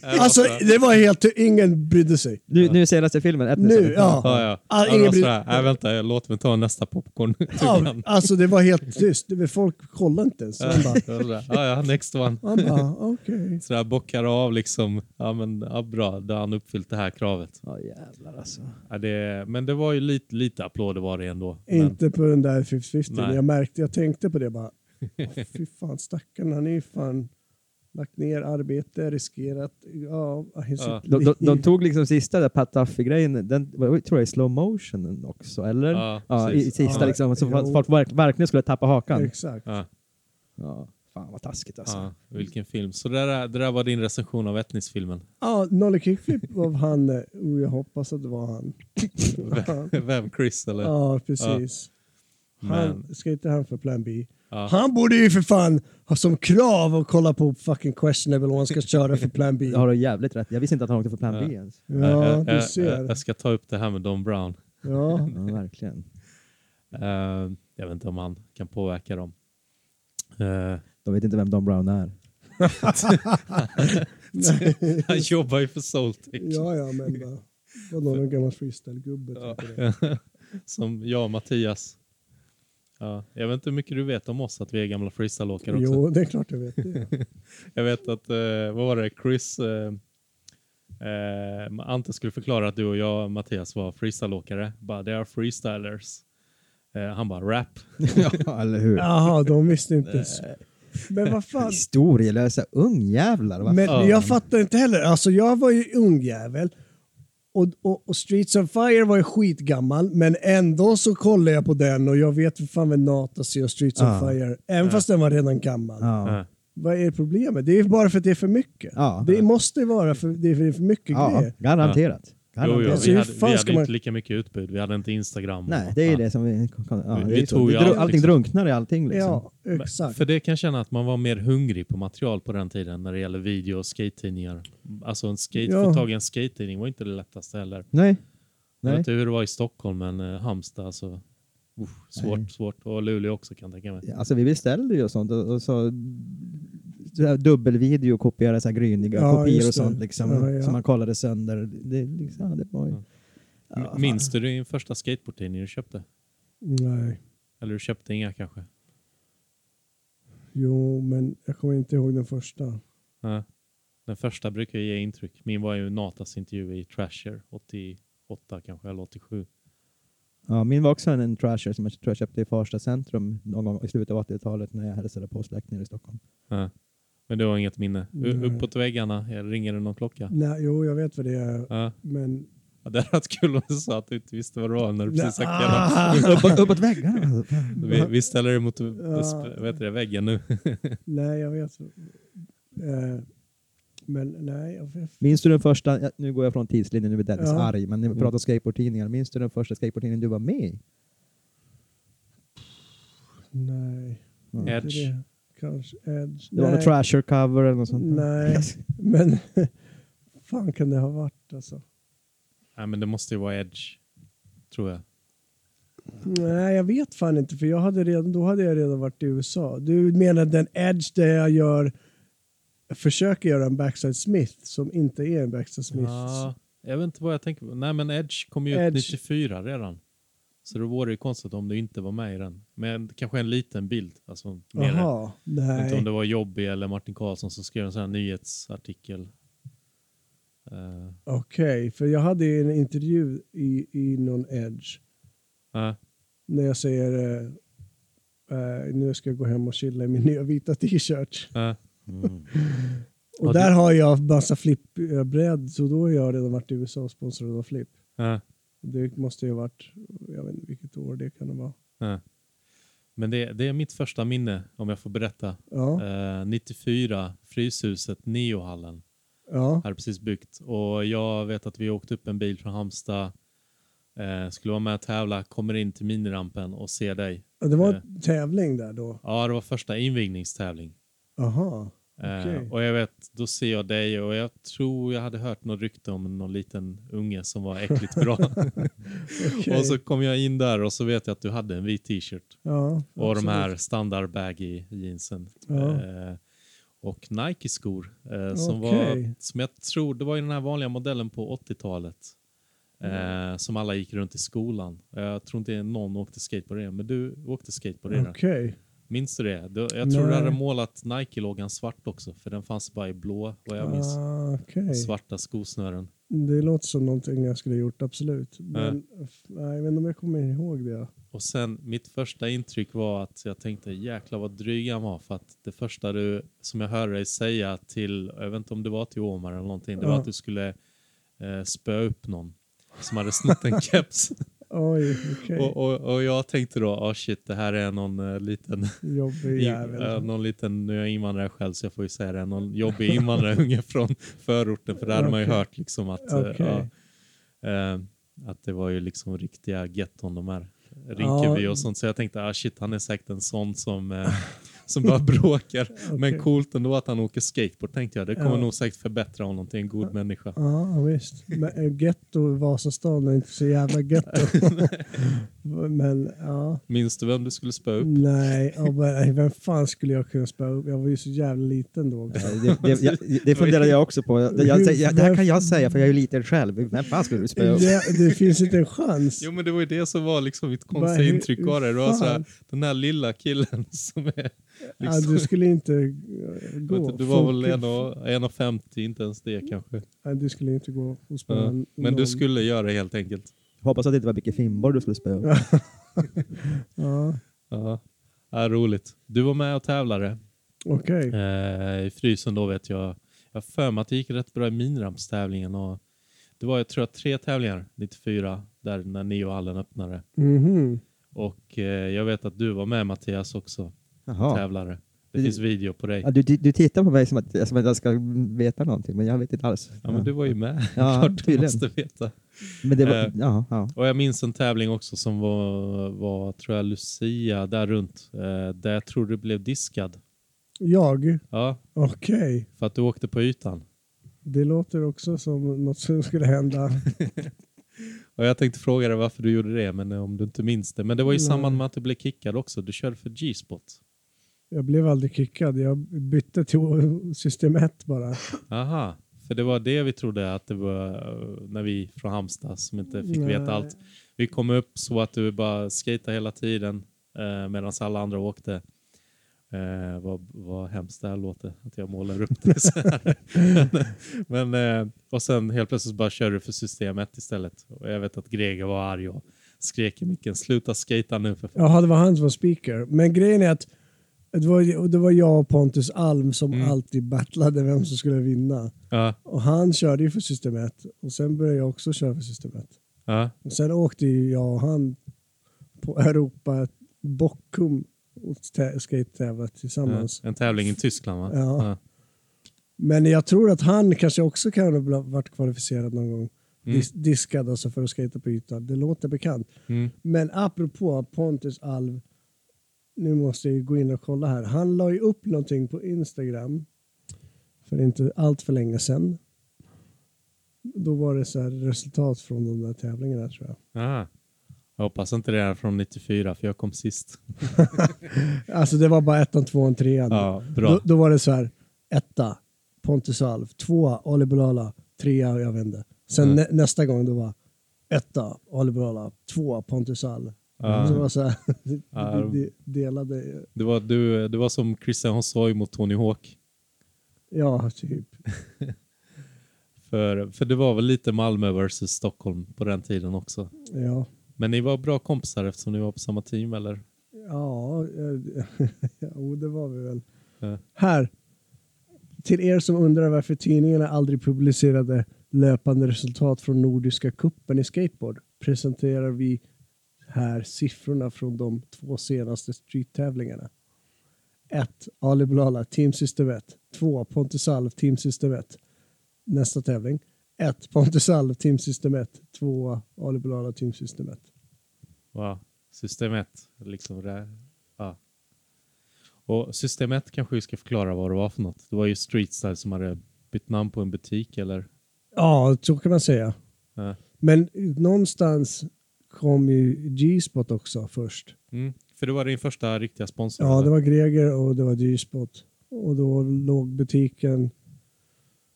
Speaker 1: alltså, det var helt... Ingen brydde sig.
Speaker 3: Nu, nu senaste filmen, ett
Speaker 1: Nu, ja.
Speaker 2: Ja, ja.
Speaker 1: Ah,
Speaker 2: ja, det
Speaker 1: ingen
Speaker 2: var
Speaker 1: bry-
Speaker 2: sådär, Nej, vänta, jag låter mig ta nästa popcorn.
Speaker 1: Ja, alltså, det var helt tyst. Det var- Folk kollade inte ens.
Speaker 2: Ja,
Speaker 1: Man bara,
Speaker 2: ja, ja, next one.
Speaker 1: man bara okej.
Speaker 2: Sådär bockar av liksom. Ja, men ja, bra, då har han uppfyllt det här kravet.
Speaker 3: Ja, jävlar alltså.
Speaker 2: Ja, det, men det var ju lite, lite applåder var det ändå. Men,
Speaker 1: Inte på den där 50-50.
Speaker 2: Nej.
Speaker 1: Jag märkte, jag tänkte på det bara. Åh, Fy fan, stackarn. Han är ju fan lagt ner arbete, riskerat. Ja,
Speaker 2: Ja.
Speaker 3: De, de, de tog liksom sista där Pat Duffy-grejen, den var- jag tror jag i slow motion också, eller?
Speaker 2: Ja,
Speaker 3: i,
Speaker 2: precis.
Speaker 3: i sista
Speaker 1: Ja,
Speaker 3: liksom, så
Speaker 1: jo.
Speaker 3: folk verk, verkligen skulle tappa hakan.
Speaker 1: Exakt.
Speaker 2: ja,
Speaker 3: Ja, fan vad taskigt alltså.
Speaker 2: ja, vilken film. Så det där, det där var din recension av Etnis-filmen.
Speaker 1: Ja, Nolly Kickflip av han. eh, Oh, jag hoppas att det var han.
Speaker 2: Vem? Chris eller?
Speaker 1: Ja, precis. Han,
Speaker 2: Men-
Speaker 1: ska inte han för plan B?
Speaker 2: Ja.
Speaker 1: Han borde ju för fan ha som krav att kolla på fucking questionable om han ska köra för plan B.
Speaker 3: Jag har du jävligt rätt. Jag visste inte att han åkte för plan B ens.
Speaker 1: Ja,
Speaker 2: jag,
Speaker 1: du ser.
Speaker 2: jag ska ta upp det här med Don Brown.
Speaker 1: Ja,
Speaker 3: Ja, verkligen.
Speaker 2: Eh, jag vet inte om han kan påverka dem. Eh,
Speaker 3: De vet inte vem Don Brown är.
Speaker 2: han jobbar ju för Soltech.
Speaker 1: ja, ja men va. Var någon gammal freestyle-gubbe.
Speaker 2: Ja.
Speaker 1: typ.
Speaker 2: Som jag och Mattias. Ja, jag vet inte hur mycket du vet om oss, att vi är gamla freestyleåkare också.
Speaker 1: Jo, det är klart jag vet det.
Speaker 2: Jag vet att, eh, vad var det, Chris... Eh, eh, Ante skulle förklara att du och jag, Mattias, var freestyleåkare. Bara, they are freestylers. Eh, han bara, rap.
Speaker 3: ja, eller hur?
Speaker 1: Jaha, de visste inte. ens. Men vad fan.
Speaker 3: Historielösa ungjävlar. va?
Speaker 1: Men
Speaker 2: fan?
Speaker 1: jag fattar inte heller. Alltså jag var ju ung jävel. Och, och, och Streets of Fire var ju skitgammal, men ändå så kollade jag på den och jag vet för fan vem Natas är och Streets
Speaker 2: Ah.
Speaker 3: Ja.
Speaker 1: of Fire, även fast den var redan gammal.
Speaker 3: Ja.
Speaker 2: Eh,
Speaker 1: Vad är problemet? Det är ju bara för att det är för mycket.
Speaker 3: Ja.
Speaker 1: Det måste ju vara för, det är för det är för mycket
Speaker 3: ja,
Speaker 1: grejer.
Speaker 3: garanterat.
Speaker 2: jo, jo,
Speaker 3: garanterat.
Speaker 1: Alltså,
Speaker 2: vi
Speaker 1: hur
Speaker 2: hade, vi
Speaker 1: fan
Speaker 2: hade
Speaker 1: ska man-
Speaker 2: inte lika mycket utbud. Vi hade inte Instagram. och-
Speaker 3: Nej, det är ju
Speaker 2: Ja.
Speaker 3: det som vi... Ja,
Speaker 2: Vi-
Speaker 3: det är
Speaker 2: vi
Speaker 3: ju så.
Speaker 2: tog ju
Speaker 3: Det dru-
Speaker 2: allt,
Speaker 3: Allting
Speaker 2: liksom.
Speaker 3: drunknar i allting liksom.
Speaker 1: Ja, exakt.
Speaker 2: För det kan jag känna att man var mer hungrig på material på den tiden när det gäller video och skate-tidningar. Alltså en skate,
Speaker 1: Ja.
Speaker 2: få tag i en skate-tidning var inte det lättaste heller.
Speaker 3: Nej.
Speaker 2: Jag vet
Speaker 3: Nej.
Speaker 2: inte hur det var i Stockholm, men eh, Halmstad alltså. Uff, svårt,
Speaker 3: Nej.
Speaker 2: svårt. Och Luleå också kan jag tänka mig.
Speaker 3: Alltså vi beställde ju och sånt och, och så så här dubbelvideo och kopierade så här gryniga
Speaker 1: Ja,
Speaker 3: kopior
Speaker 1: just
Speaker 3: och sånt
Speaker 1: det.
Speaker 3: liksom,
Speaker 1: Ja, ja.
Speaker 3: som man kollade sönder. Det, liksom, ja, det var ju...
Speaker 2: Ja. Mm.
Speaker 3: Ja, fan.
Speaker 2: Minns du din första skateboardtidning du köpte?
Speaker 1: Nej.
Speaker 2: Eller du köpte inga kanske?
Speaker 1: Jo, men jag kommer inte ihåg den första.
Speaker 2: Nej. Den första brukar ju ge intryck. Min var ju Natas intervju i Trasher 88 kanske, eller 87.
Speaker 3: Ja, min var också en, en trasher som jag tror jag köpte i Farsta centrum någon gång i slutet av 80-talet när jag hälsade på släkt nere i Stockholm.
Speaker 2: Nej. Men du har inget minne? U-
Speaker 1: Nej.
Speaker 2: Uppåt väggarna, eller ringer det någon klocka?
Speaker 1: Nej, jo, jag vet vad det är,
Speaker 2: Ja.
Speaker 1: men
Speaker 2: Ja, det hade varit kul om du sa att du inte visste vad det var när du precis sagt det.
Speaker 1: Ah,
Speaker 3: Uppåt, uppåt väggarna! alltså.
Speaker 2: Vi, vi ställer dig mot
Speaker 1: Ja.
Speaker 2: vet det, väggen nu.
Speaker 1: Nej, jag vet. Eh, men nej, jag vet.
Speaker 3: Minns du den första, ja, nu går jag från tidslinjen, nu är Dennis
Speaker 1: Ja.
Speaker 3: arg, men när vi pratar skateboardtidningar, minns du den första skateboardtidningen du var med i?
Speaker 1: Nej. inte
Speaker 2: Edge.
Speaker 1: det. Kanske Edge.
Speaker 3: Det var
Speaker 1: nej,
Speaker 3: någon trasher cover eller något sånt?
Speaker 1: Nej, men fan kan det ha varit alltså?
Speaker 2: Nej, men det måste ju vara Edge, tror jag.
Speaker 1: Nej, jag vet fan inte för jag hade redan, då hade jag redan varit i USA. Du menar den Edge där jag gör jag försöker göra en backside Smith som inte är en backside Smith.
Speaker 2: Ja, jag vet inte vad jag tänker på. Nej, men Edge kom ju ut
Speaker 1: Edge.
Speaker 2: 94 redan. Så då vore det ju konstigt om du inte var med i den. Men kanske en liten bild. Alltså, mer
Speaker 1: Jaha,
Speaker 2: Jag vet inte om
Speaker 1: nej.
Speaker 2: det var Jobby eller Martin Karlsson som skrev en sån här nyhetsartikel. Eh,
Speaker 1: Okej, för jag hade ju en intervju i, i någon Edge.
Speaker 2: nej.
Speaker 1: när jag säger eh, eh, nu ska jag gå hem och chilla i min nya vita t-shirt.
Speaker 2: nej.
Speaker 1: Och
Speaker 2: Ja,
Speaker 1: där
Speaker 2: det-
Speaker 1: har jag massa flippbräd så då har jag redan varit i USA och sponsrad av Flipp.
Speaker 2: nej,
Speaker 1: Det måste ju ha varit, jag vet inte vilket år det kan vara.
Speaker 2: nej. Men det, det är mitt första minne, om jag får berätta.
Speaker 1: Ja,
Speaker 2: Eh, 94, Fryshuset, Neohallen,
Speaker 1: ja,
Speaker 2: hade precis byggt. Och jag vet att vi åkte upp en bil från Halmstad, eh, skulle vara med och tävla, kommer in till minirampen och ser dig.
Speaker 1: ja. Det var en tävling där då.
Speaker 2: Ja, det var första invigningstävling.
Speaker 1: Aha. Okej.
Speaker 2: Eh, och jag vet, då ser jag dig och jag tror jag hade hört något rykte om någon liten unge som var äckligt bra.
Speaker 1: okej.
Speaker 2: och så kom jag in där och så vet jag att du hade en vit t-shirt
Speaker 1: ja,
Speaker 2: och de
Speaker 1: absolut.
Speaker 2: här standard baggy jeansen.
Speaker 1: Ja.
Speaker 2: Eh, och Nike-skor eh, som, var,
Speaker 1: Okej.
Speaker 2: som jag tror, det var ju den här vanliga modellen på 80-talet. Eh,
Speaker 1: Mm.
Speaker 2: som alla gick runt i skolan. Jag tror inte någon åkte skate på det, men du åkte skate på det. där.
Speaker 1: Okej.
Speaker 2: Minns du det? Du, jag tror du
Speaker 1: Nej.
Speaker 2: hade målat Nike-loggan svart också, för den fanns bara i blå, vad jag minns.
Speaker 1: Ah, okej.
Speaker 2: Svarta skosnören.
Speaker 1: Det låter som någonting jag skulle ha gjort,
Speaker 2: Eh.
Speaker 1: absolut. Men f- nej, jag vet inte om jag kommer ihåg det.
Speaker 2: Och sen, mitt första intryck var att jag tänkte jäklar vad dryg han var, för att det första du, som jag hörde dig säga till, jag vet inte om det var till Omar eller någonting, det var
Speaker 1: Ja.
Speaker 2: att du skulle eh, spöa upp någon som hade snott en keps.
Speaker 1: Oj, okej.
Speaker 2: och, och, och jag tänkte då, ah shit, det här är någon eh, liten
Speaker 1: Jobbig
Speaker 2: I-
Speaker 1: jävel.
Speaker 2: eh, någon liten, nu är jag invandrare själv så jag får ju säga det, någon jobbig invandrarunge från förorten för där hade man ju
Speaker 1: Okej.
Speaker 2: hört liksom att, eh,
Speaker 1: Okej.
Speaker 2: ja, eh, att det var ju liksom riktiga getton de här, Rinkeby
Speaker 1: Ja.
Speaker 2: och sånt. Så jag tänkte, ah shit han är säkert en sån som, eh, som bara bråkar. Men
Speaker 1: Okej.
Speaker 2: coolt ändå att han åker skateboard tänkte jag, det kommer
Speaker 1: Ja.
Speaker 2: nog säkert förbättra honom till en god människa.
Speaker 1: Ja, Ah, visst. Men eh, getto i Vasastan är inte så jävla getto. Men ja,
Speaker 2: Minns du vem du skulle spöa
Speaker 1: Mm.
Speaker 2: upp?
Speaker 1: nej. ja, men, nej, Vem fan skulle jag kunna spöa upp? Jag var ju så jävla liten då. också.
Speaker 3: Eh, Det, det, jag, det funderar jag också på. Jag, jag, jag, det här kan jag säga för jag är ju liten själv. Vem fan skulle du spöa upp?
Speaker 1: Ja, det finns inte en chans.
Speaker 2: Jo men det var ju det som var liksom mitt
Speaker 1: Vad-
Speaker 2: konstiga
Speaker 1: hur-
Speaker 2: intryck av det. Det var
Speaker 1: fan?
Speaker 2: såhär, den här lilla killen som är
Speaker 1: Ja,
Speaker 2: liksom-
Speaker 1: du skulle inte eh,
Speaker 2: Jag vet
Speaker 1: gå.
Speaker 2: inte, du var väl
Speaker 1: Folk-
Speaker 2: 1,50, inte ens det kanske.
Speaker 1: Nej, du skulle inte gå och spöa
Speaker 2: Ja.
Speaker 1: någon.
Speaker 2: Men du skulle göra det helt enkelt.
Speaker 3: Hoppas att det inte var Micke Finnborg du skulle spöa upp.
Speaker 1: Ja,
Speaker 2: Ja. Ja, roligt. Du var med och tävlade
Speaker 1: okej.
Speaker 2: eh, i frysen då vet jag. Jag har för mig att det gick rätt bra i minrampstävlingen. Och det var jag tror jag tre tävlingar 94 där när neohallen öppnade.
Speaker 1: Mhm.
Speaker 2: Och eh, jag vet att du var med Mattias också,
Speaker 3: Jaha.
Speaker 2: tävlare. Det
Speaker 3: Vi-
Speaker 2: finns video på dig.
Speaker 3: Ja, du, du tittar på mig som att, som att jag ska veta någonting, men jag vet inte alls.
Speaker 2: Ja men du var ju med.
Speaker 3: Ja,
Speaker 2: Klart du
Speaker 3: tydligen.
Speaker 2: måste veta.
Speaker 3: Men det var,
Speaker 2: Eh.
Speaker 3: ja, ja.
Speaker 2: Och jag minns en tävling också som var, var tror jag, Lucia där runt. Eh, där jag tror du blev diskad.
Speaker 1: Jag?
Speaker 2: Ja,
Speaker 1: Okej.
Speaker 2: för att du åkte på ytan.
Speaker 1: Det låter också som något som skulle hända.
Speaker 2: Och jag tänkte fråga dig varför du gjorde det, men eh, om du inte minns det. Men det var i
Speaker 1: Nej.
Speaker 2: samband med att du blev kickad också. Du körde för G-spot.
Speaker 1: Jag blev aldrig kickad. Jag bytte till system 1 bara.
Speaker 2: Aha, för det var det vi trodde att det var eh, när vi från Halmstad som inte fick
Speaker 1: Nej.
Speaker 2: veta allt. Vi kom upp så att du bara skejtade hela tiden eh, medan alla andra åkte. Eh, vad, vad hemskt det här låter, att jag målar upp det så här. Men, eh, och sen helt plötsligt bara körde du för systemet istället. Och jag vet att Greger var arg och skrek i micken, sluta skejta nu för fan.
Speaker 1: Jaha, det var han som var speaker. Men grejen är att det var, det var jag och Pontus Alm som
Speaker 2: Mm.
Speaker 1: alltid battlade vem som skulle vinna.
Speaker 2: Ja,
Speaker 1: Och han körde ju för system 1 och sen började jag också köra för system 1.
Speaker 2: ja.
Speaker 1: Och sen åkte ju jag och han på Europa Bockum och tä- skate-tävla
Speaker 2: ja.
Speaker 1: tillsammans.
Speaker 2: En tävling i Tyskland va?
Speaker 1: Ja. Men jag tror att han kanske också kan ha bla- varit kvalificerad någon gång.
Speaker 2: Mm.
Speaker 1: Dis- diskad alltså för att skata på ytan. Det låter bekant.
Speaker 2: Mm.
Speaker 1: Men apropå Pontus Alv, nu måste jag ju gå in och kolla här. Han la ju upp någonting på Instagram för inte allt för länge sedan. Då var det så här resultat från de där tävlingarna tror jag.
Speaker 2: Ah. Jag hoppas inte det är från 94 för jag kom sist.
Speaker 1: Alltså det var bara ettan, tvåan, trean.
Speaker 2: Ja, bra.
Speaker 1: Då, då var det så här, etta, Pontus Alf, tvåa, Ali Bulala, trea, jag vände. Sen
Speaker 2: Mm.
Speaker 1: nä, nästa gång då var etta, Ali Bulala, tvåa, Pontus Alf.
Speaker 2: Ja.
Speaker 1: Så det var så här, de,
Speaker 2: Ja.
Speaker 1: de, delade,
Speaker 2: Det var, du, det var som Christian Hossoy mot Tony Hawk.
Speaker 1: ja typ.
Speaker 2: För, för det var väl lite Malmö versus Stockholm på den tiden också.
Speaker 1: Ja,
Speaker 2: Men ni var bra kompisar eftersom ni var på samma team eller?
Speaker 1: ja eh, jo, det var vi väl.
Speaker 2: Ja.
Speaker 1: Här, till er som undrar varför tidningarna aldrig publicerade löpande resultat från Nordiska kuppen i skateboard presenterar vi här siffrorna från de två senaste street-tävlingarna. 1. Ali Blala, Team Systervet. 2. Pontus Alv, Team Systervet. Nästa tävling. 1. Pontus Alv, Team Systervet. 2. Ali Blala, Team Systervet.
Speaker 2: Wow. System 1. Liksom där. Ja. Och System 1 kanske vi ska förklara vad det var för något. Det var ju Streetstyle som hade bytt namn på en butik eller?
Speaker 1: Ja, så kan man säga.
Speaker 2: Ja.
Speaker 1: Men någonstans kom ju G-spot också först.
Speaker 2: Mm. För det var din första riktiga sponsor?
Speaker 1: Ja,
Speaker 2: eller?
Speaker 1: det var Greger och det var G-spot. Och då låg butiken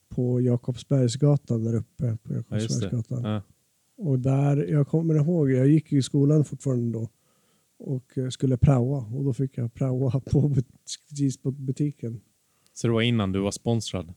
Speaker 1: på Jakobsbergsgatan där uppe. På
Speaker 2: Ja, just det.
Speaker 1: Jakobsbergsgatan.
Speaker 2: Ja.
Speaker 1: Och där, jag kommer ihåg, jag gick i skolan fortfarande då och eh, skulle praoa och då fick jag praoa på but- G-spot-butiken.
Speaker 2: Så det var innan du var sponsrad?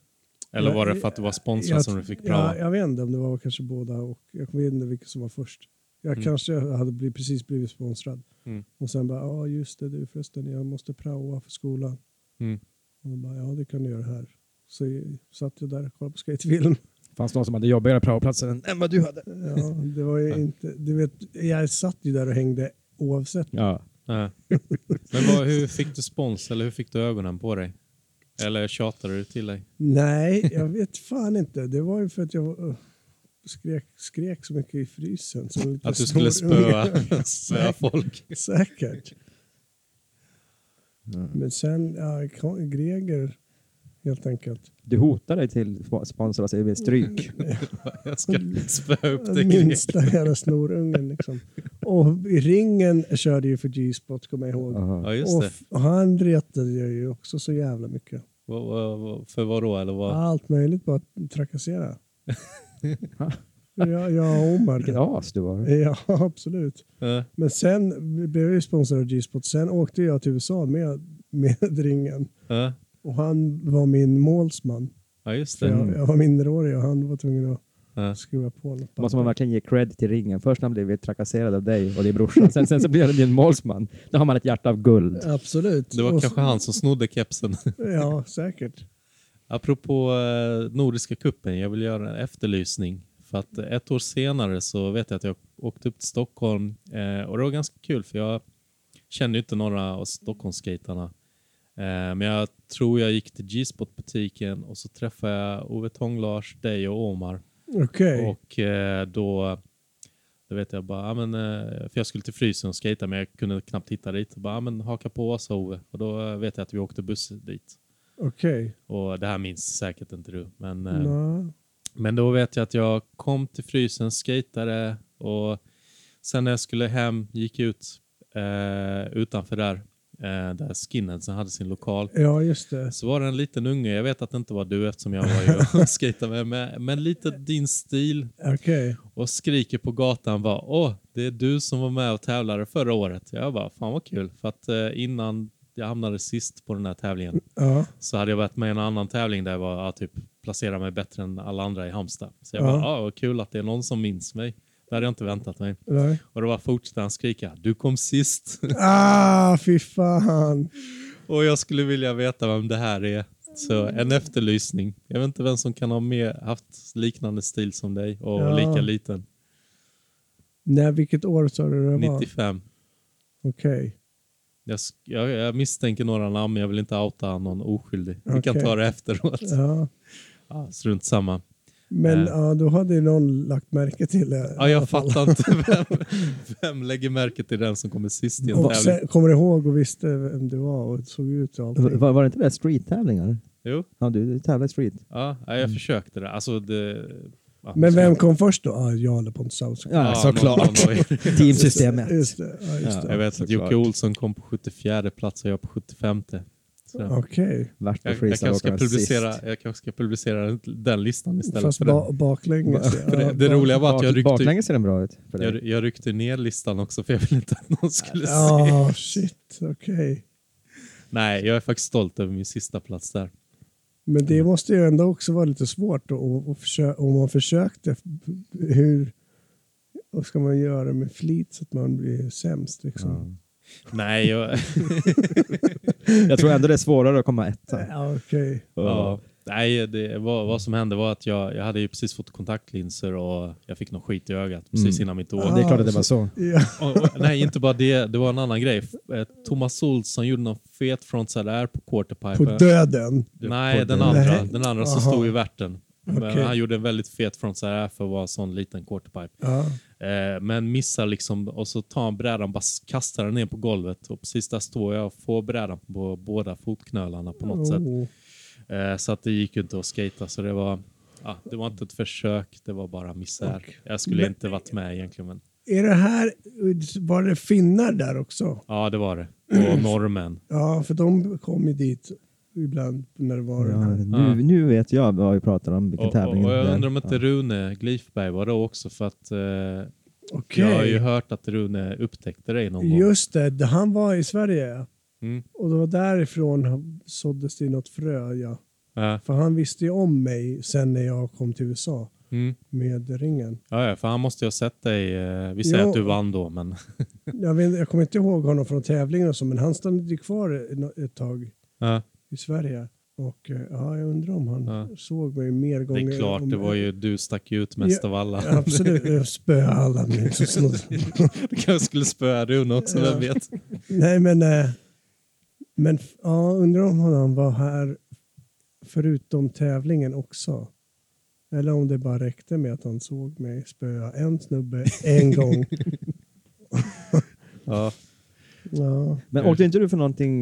Speaker 2: Eller var
Speaker 1: Jag-
Speaker 2: det för att du var sponsrad
Speaker 1: eh, Jag-
Speaker 2: som du fick
Speaker 1: Ja,
Speaker 2: prova?
Speaker 1: jag vet inte om det var kanske båda och jag kommer inte ihåg vilket som var först. Jag
Speaker 2: Mm.
Speaker 1: kanske hade blivit, precis blivit sponsrad.
Speaker 2: Mm.
Speaker 1: Och sen bara, ja just det du förresten, jag måste praoa för skolan.
Speaker 2: Mm.
Speaker 1: Och då bara, ja det kan du göra här. Så jag- satt jag där och kollade på skatefilm.
Speaker 4: Fanns det någon som hade jobbigare praoplatser än, än vad du hade?
Speaker 1: Ja, det var ju inte, du vet, jag satt ju där och hängde oavsett.
Speaker 4: Ja.
Speaker 2: Ja. Men vad, hur fick du spons eller hur fick du ögonen på dig? Eller tjatade du till dig?
Speaker 1: Nej, jag vet fan inte. Det var ju för att jag uh, skrek, skrek så mycket i frysen. Som en liten
Speaker 2: Att du
Speaker 1: stor
Speaker 2: skulle spöa,
Speaker 1: unge.
Speaker 2: spöa folk?
Speaker 1: Säkert.
Speaker 4: Mm.
Speaker 1: Men sen, ja, Ka- Greger helt enkelt.
Speaker 4: Du hotar dig till sp- sponsor och säger vi stryk.
Speaker 2: Jag ska spöa upp dig.
Speaker 1: Minsta jävla snorungen liksom. Och i ringen körde ju för G-spot, kommer jag ihåg.
Speaker 4: Aha.
Speaker 2: Ja, just
Speaker 1: och,
Speaker 2: det.
Speaker 1: f- och han retade jag ju också så jävla mycket.
Speaker 2: Vad- vad- vad- För vad då? Eller vad?
Speaker 1: Allt möjligt bara att trakassera. jag, jag och
Speaker 4: Vilket
Speaker 1: Omar.
Speaker 4: as du var.
Speaker 1: Ja, absolut.
Speaker 2: Ja.
Speaker 1: Men sen blev jag ju sponsrad av G-spot. Sen åkte jag till USA med, med ringen.
Speaker 2: Ja.
Speaker 1: Och han var min målsman.
Speaker 2: Ja, just
Speaker 1: För
Speaker 2: det.
Speaker 1: jag, jag var minderårig och han var tvungen att
Speaker 2: Mm. Ja.
Speaker 1: skruva på något.
Speaker 4: Måste man verkligen ge cred till ringen. Först när han blivit trakasserad av dig och din brorsa. Sen, sen så blir han din målsman. Då har man ett hjärta av guld.
Speaker 1: Absolut.
Speaker 2: Det var
Speaker 1: Och-
Speaker 2: kanske han som snodde kepsen.
Speaker 1: Ja, säkert.
Speaker 2: Apropå eh, Nordiska kuppen, jag vill göra en efterlysning. För att eh, ett år senare så vet jag att jag åkte upp till Stockholm eh, och det var ganska kul för jag kände ju inte några av Stockholmsskaterna. Eh, men jag tror jag gick till G-spot-butiken och så träffade jag Ove Tång-Lars, dig och Omar.
Speaker 1: Okej.
Speaker 2: Och eh, då, då vet jag bara, ah, men, eh, för jag skulle till frysen och skata men jag kunde knappt hitta dit. Och bara, ah, men haka på sa Ove. Och då eh, vet jag att vi åkte buss dit.
Speaker 1: Okej.
Speaker 2: Och det här minns säkert inte du. Men, eh,
Speaker 1: Nå.
Speaker 2: men då vet jag att jag kom till frysen, skatade och sen när jag skulle hem gick jag ut eh, utanför där, eh, där skinheadsen hade sin lokal.
Speaker 1: Ja, just det.
Speaker 2: Så var det en liten unge, jag vet att det inte var du eftersom jag var ju och skejtade med, men- men lite din stil
Speaker 1: Okej.
Speaker 2: och skriker på gatan bara Åh, det är du som var med och tävlade förra året. Jag bara, fan vad kul. För att eh, innan jag hamnade sist på den här tävlingen
Speaker 1: Ja.
Speaker 2: så hade jag varit med i en annan tävling där jag var, ja, typ, placerade mig bättre än alla andra i Halmstad. Så jag
Speaker 1: Ja.
Speaker 2: bara, ja, vad kul att det är någon som minns mig. Det hade jag inte väntat mig.
Speaker 1: Nej.
Speaker 2: Och då bara fortsatte han skrika, du kom sist.
Speaker 1: Ah, fy fan.
Speaker 2: och jag skulle vilja veta vem det här är. Så en efterlysning. Jag vet inte vem som kan ha med, haft liknande stil som dig och
Speaker 1: Ja.
Speaker 2: lika liten.
Speaker 1: Nej, vilket år sa du det var?
Speaker 2: 95.
Speaker 1: Okej.
Speaker 2: Jag, sk- jag, jag misstänker några namn, men jag vill inte outa någon oskyldig. Vi kan
Speaker 1: Okej.
Speaker 2: ta det efteråt.
Speaker 1: Ja.
Speaker 2: Ja, strunt samma.
Speaker 1: Men
Speaker 2: Eh.
Speaker 1: ja, då hade ju någon lagt märke till det. i
Speaker 2: Ja,
Speaker 1: alla
Speaker 2: jag
Speaker 1: fall.
Speaker 2: fattar inte vem, vem lägger märke till den som kommer sist i en
Speaker 1: Och
Speaker 2: tävling.
Speaker 1: sen kommer du ihåg och visste vem du var och såg ut och allting.
Speaker 4: Var, var det inte det där street-tävlingar?
Speaker 2: Jo,
Speaker 4: Ja, du tävlar i street.
Speaker 2: ja, ja,
Speaker 4: Mm.
Speaker 2: jag försökte det. Alltså, det ja,
Speaker 1: Men vem kom först då? Ah, jag eller Pontus Hansson.
Speaker 4: Ja, såklart.
Speaker 2: någon- någon var ju-
Speaker 4: Teamsystemet.
Speaker 1: Just det. Ja, just
Speaker 4: Ja,
Speaker 2: jag
Speaker 1: det.
Speaker 2: vet att
Speaker 4: såklart.
Speaker 2: Jocke Olsson kom på 74 plats och jag på 75. Så jag,
Speaker 1: Okej.
Speaker 4: Värsta
Speaker 2: jag, jag, kanske ska
Speaker 4: freestyleåkaren
Speaker 2: publicera,
Speaker 4: sist.
Speaker 2: jag kanske ska publicera den- den listan istället
Speaker 1: Fast
Speaker 2: för den.
Speaker 1: ba- baklänges.
Speaker 2: För det,
Speaker 1: Ja,
Speaker 2: det roliga var att jag
Speaker 4: Bak,
Speaker 2: ryckte,
Speaker 4: baklänges ser den bra ut. För dig.
Speaker 2: jag, jag ryckte ner listan också för jag ville inte att någon skulle se.
Speaker 1: Ja, shit. Okej.
Speaker 2: Nej, jag är faktiskt stolt över min sista plats där.
Speaker 1: Men
Speaker 2: Mm.
Speaker 1: det måste ju ändå också vara lite svårt då, att- att försö- om man försökte. f- Hur vad ska man göra med flit så att man blir sämst? Liksom?
Speaker 2: Nej, jag,
Speaker 4: Jag tror ändå det är svårare att komma etta.
Speaker 1: Ja. okej.
Speaker 2: Ja. Nej, det, vad, vad som hände var att jag, jag hade ju precis fått kontaktlinser och jag fick någon skit i ögat precis
Speaker 4: Mm.
Speaker 2: innan mitt år.
Speaker 1: Ja,
Speaker 4: det är klart att det var så.
Speaker 1: Ja,
Speaker 2: Och, och, nej, inte bara det. Det var en annan grej. F- eh, Thomas Olsson gjorde någon fet frontside air på
Speaker 1: på
Speaker 2: quarterpipe. Eh,
Speaker 1: döden.
Speaker 2: Nej,
Speaker 4: på
Speaker 2: den
Speaker 4: dö-
Speaker 2: andra.
Speaker 1: Nej.
Speaker 2: Den andra som
Speaker 1: Aha.
Speaker 2: stod i värten. Men
Speaker 1: Okej.
Speaker 2: Han gjorde en väldigt fet frontside air för att vara en sån liten quarterpipe.
Speaker 1: Ja.
Speaker 2: Eh, men missar liksom och så tar han brädan och bara s- kastar den ner på golvet. Och precis där står jag och får brädan på båda fotknölarna på något sätt.
Speaker 1: Oh.
Speaker 2: Eh, så att det gick ju inte att skata så det var, ja, det var inte ett försök, det var bara misär. Jag skulle
Speaker 1: Men-
Speaker 2: inte varit med egentligen. Men,
Speaker 1: Är det här, var det finnar där också?
Speaker 2: ja, det var det.
Speaker 1: Mm.
Speaker 2: Och normen.
Speaker 1: Ja, för de kom ju dit ibland när det var den
Speaker 3: Ja,
Speaker 1: här.
Speaker 3: nu, nu vet jag vad vi pratar om, vilken
Speaker 2: Och, och,
Speaker 3: tävling
Speaker 2: och
Speaker 3: det
Speaker 2: jag
Speaker 3: är.
Speaker 2: undrar om inte
Speaker 3: Ja.
Speaker 2: Rune Glifberg var det också för att eh,
Speaker 1: Okej,
Speaker 2: jag har ju hört att Rune upptäckte dig någon gång.
Speaker 1: just det. Han var i Sverige
Speaker 2: Mm.
Speaker 1: och det var därifrån han såddes det något frö. Ja.
Speaker 2: Ja,
Speaker 1: För han visste ju om mig sen när jag kom till USA
Speaker 2: mm.
Speaker 1: med ringen.
Speaker 2: ja, ja, för han måste ju ha sett dig. Eh, vi säger
Speaker 1: Jo.
Speaker 2: att du vann då, men
Speaker 1: Jag, vet, jag kommer inte ihåg honom från tävlingen och så, men han stannade ju kvar ett- ett tag
Speaker 2: ja,
Speaker 1: i Sverige. Och eh, ja, jag undrar om han
Speaker 2: Ja.
Speaker 1: såg mig mer
Speaker 2: det
Speaker 1: gånger.
Speaker 2: är klart,
Speaker 1: om,
Speaker 2: det var ju du stack ut mest
Speaker 1: Ja,
Speaker 2: av alla.
Speaker 1: Absolut, jag spöade alla. men så snodde-
Speaker 2: du kanske skulle spöa Rune också,
Speaker 1: Ja.
Speaker 2: vem vet?
Speaker 1: Nej, men... eh, Men f- ja, undrar om han var här förutom tävlingen också. Eller om det bara räckte med att han såg mig spöa en snubbe en gång.
Speaker 2: Ja.
Speaker 1: Ja,
Speaker 3: Men åkte inte du för någonting,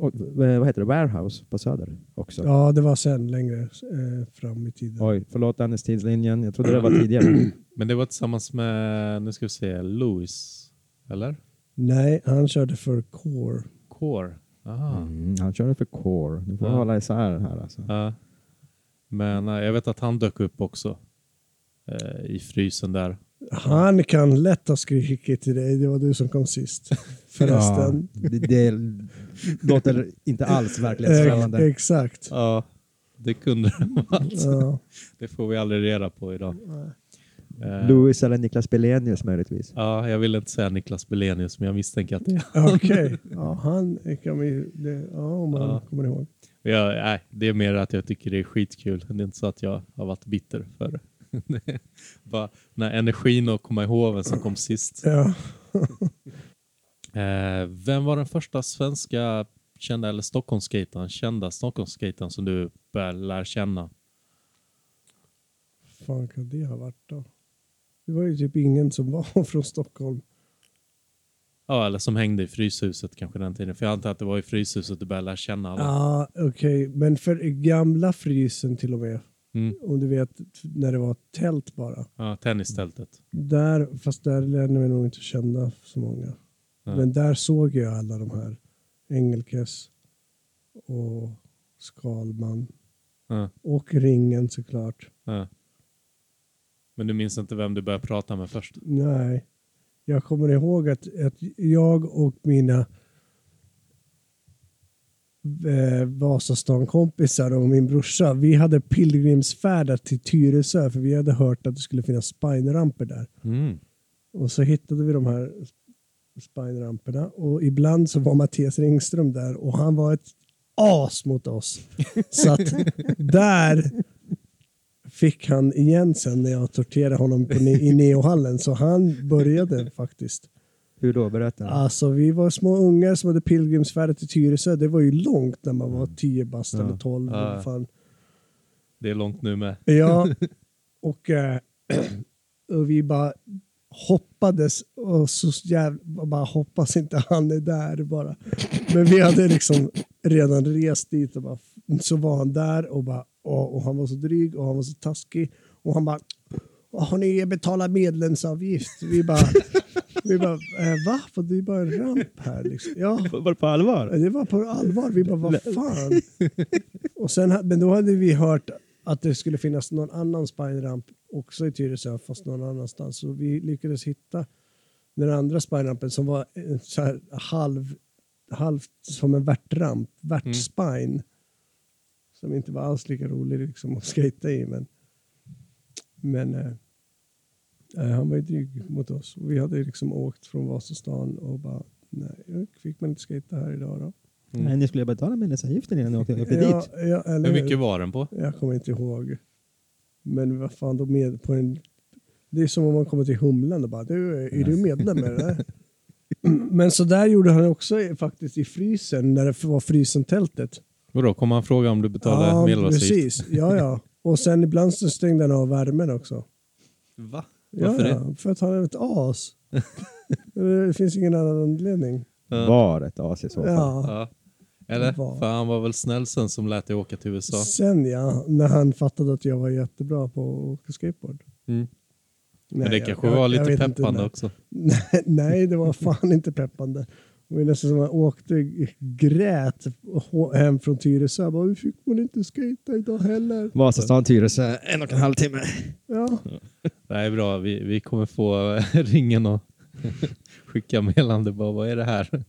Speaker 3: å- vad heter det, warehouse på Söder också?
Speaker 1: ja det var sen längre eh, fram i tiden.
Speaker 3: Oj, förlåt Dennis tidslinjen. Jag trodde det var tidigare.
Speaker 2: Men det var tillsammans med, nu ska vi se, Louis, eller?
Speaker 1: Nej, han körde för Core.
Speaker 2: Core. Aha.
Speaker 3: Mm, han körde för Core. Du får
Speaker 2: Ja.
Speaker 3: hålla isär här alltså.
Speaker 2: Ja. Men eh, jag vet att han dök upp också eh, i frysen där.
Speaker 1: Han kan lätt ha skrikit till dig. Det var du som kom sist. Förresten.
Speaker 3: Ja, det, det låter inte alls
Speaker 1: eh,
Speaker 3: verklighetsfrämmande.
Speaker 1: exakt.
Speaker 2: Ja, det kunde det vara.
Speaker 1: Ja.
Speaker 2: Det får vi aldrig reda på idag. Eh,
Speaker 3: Louis eller Niklas Belenius möjligtvis.
Speaker 2: Ja, jag vill inte säga Niklas Belenius, men jag misstänker att det är
Speaker 1: Okej. Ja, han kan vi... Det, ja, om man
Speaker 2: Ja.
Speaker 1: kommer ihåg.
Speaker 2: jag, nej, Det är mer att jag tycker det är skitkul. Det är inte så att jag har varit bitter för det. det. är Bara när energin att komma ihåg vem som kom sist.
Speaker 1: Ja.
Speaker 2: Eh, vem var den första svenska kända, eller Stockholmsskejtaren, kända Stockholmsskejtaren som du började lära känna?
Speaker 1: fan kan det ha varit då? Det var ju typ ingen som var från Stockholm.
Speaker 2: Ja, eller som hängde i Fryshuset kanske den tiden. För jag antar att det var i Fryshuset du började lära känna alla.
Speaker 1: Ja, okej. Men för i gamla frysen till och med,
Speaker 2: Mm.
Speaker 1: om du vet när det var tält bara.
Speaker 2: Ja, tennistältet.
Speaker 1: Där, fast där lärde jag mig nog inte känna så många.
Speaker 2: Ja.
Speaker 1: Men där såg jag alla de här. Engelkes och Skalman.
Speaker 2: Ja,
Speaker 1: Och ringen såklart.
Speaker 2: ja. Men du minns inte vem du började prata med först?
Speaker 1: Nej. Jag kommer ihåg att, att jag och mina eh, Vasastan-kompisar och min brorsa, vi hade pilgrimsfärdat till Tyresö för vi hade hört att det skulle finnas spineramper där.
Speaker 2: Mm.
Speaker 1: Och så hittade vi de här spineramperna och ibland så var Mattias Ringström där och han var ett as mot oss. Så att där fick han igen sen när jag torterade honom på ne- i neohallen så han började faktiskt.
Speaker 3: Hur då? Berätta.
Speaker 1: Alltså vi var små ungar som hade pilgrimsfärd till Tyresö. Det var ju långt när man var 10 bast eller 12.
Speaker 2: Ja.
Speaker 1: eller Fan.
Speaker 2: Det är långt nu med.
Speaker 1: Ja, och, eh, och vi bara hoppades och så jävla, bara hoppas inte han är där bara. Men vi hade liksom redan rest dit och bara, så var han där och bara, och, och han var så dryg och han var så taskig och han bara, "Ah, har ni betalat medlemsavgift? Vi bara, vi bara, eh, va? För det är bara en ramp här liksom. Ja,
Speaker 3: Var det på allvar?
Speaker 1: det var på allvar. Vi bara, vad fan? Och sen, ha- men då hade vi hört att det skulle finnas någon annan spineramp också i Tyresö, fast någon annanstans. Så vi lyckades hitta den andra spinerampen som var eh, så här halv, halvt som en värtramp, värtspine. Som inte var alls lika rolig liksom att skata i, men, men eh, eh, han var ju dryg mot oss. Och vi hade liksom åkt från Vasastan och bara, nej, fick man inte skata här idag då?
Speaker 2: Mm.
Speaker 3: Men ni skulle ju betala medlemsavgiften innan ni åkte, åkte
Speaker 1: ja,
Speaker 3: dit.
Speaker 1: ja, eller
Speaker 2: Hur
Speaker 1: hur?
Speaker 2: mycket var den på?
Speaker 1: Jag kommer inte ihåg. Men vad fan, de med på en... Det är som om man kommer till Humlan och bara du, är du medlem i det där? Men så där gjorde han också i- faktiskt i frysen, när det var frysentältet.
Speaker 2: Vadå, kommer han fråga om du betalar ja, medlemsavgift?
Speaker 1: precis. Ja, ja. Och sen ibland så stängde han av värmen också.
Speaker 2: Va?
Speaker 1: Ja,
Speaker 2: Varför det?
Speaker 1: ja, för att han är ett as. det finns ingen annan anledning.
Speaker 2: Ja.
Speaker 4: Var ett as i så fall.
Speaker 1: Ja.
Speaker 2: Ja. Eller?
Speaker 1: Va?
Speaker 2: För han var väl snäll sen som lät dig åka till USA?
Speaker 1: Sen ja, när han fattade att jag var jättebra på att åka skateboard.
Speaker 2: Mm. Men
Speaker 1: Nej,
Speaker 2: det
Speaker 1: jag-
Speaker 2: kanske
Speaker 1: jag-
Speaker 2: var
Speaker 1: jag
Speaker 2: lite
Speaker 1: vet inte
Speaker 2: peppande
Speaker 1: när.
Speaker 2: också.
Speaker 1: Nej, nej, det var fan inte peppande. Det var nästan som att jag åkte grät hem från Tyresö. Jag bara, Hur fick man inte skejta idag heller?
Speaker 4: Vasastan, Tyresö, en och en halv timme.
Speaker 1: Ja,
Speaker 2: Det här är bra, vi, vi kommer få ringen och skicka meddelande. Bara, vad är det här?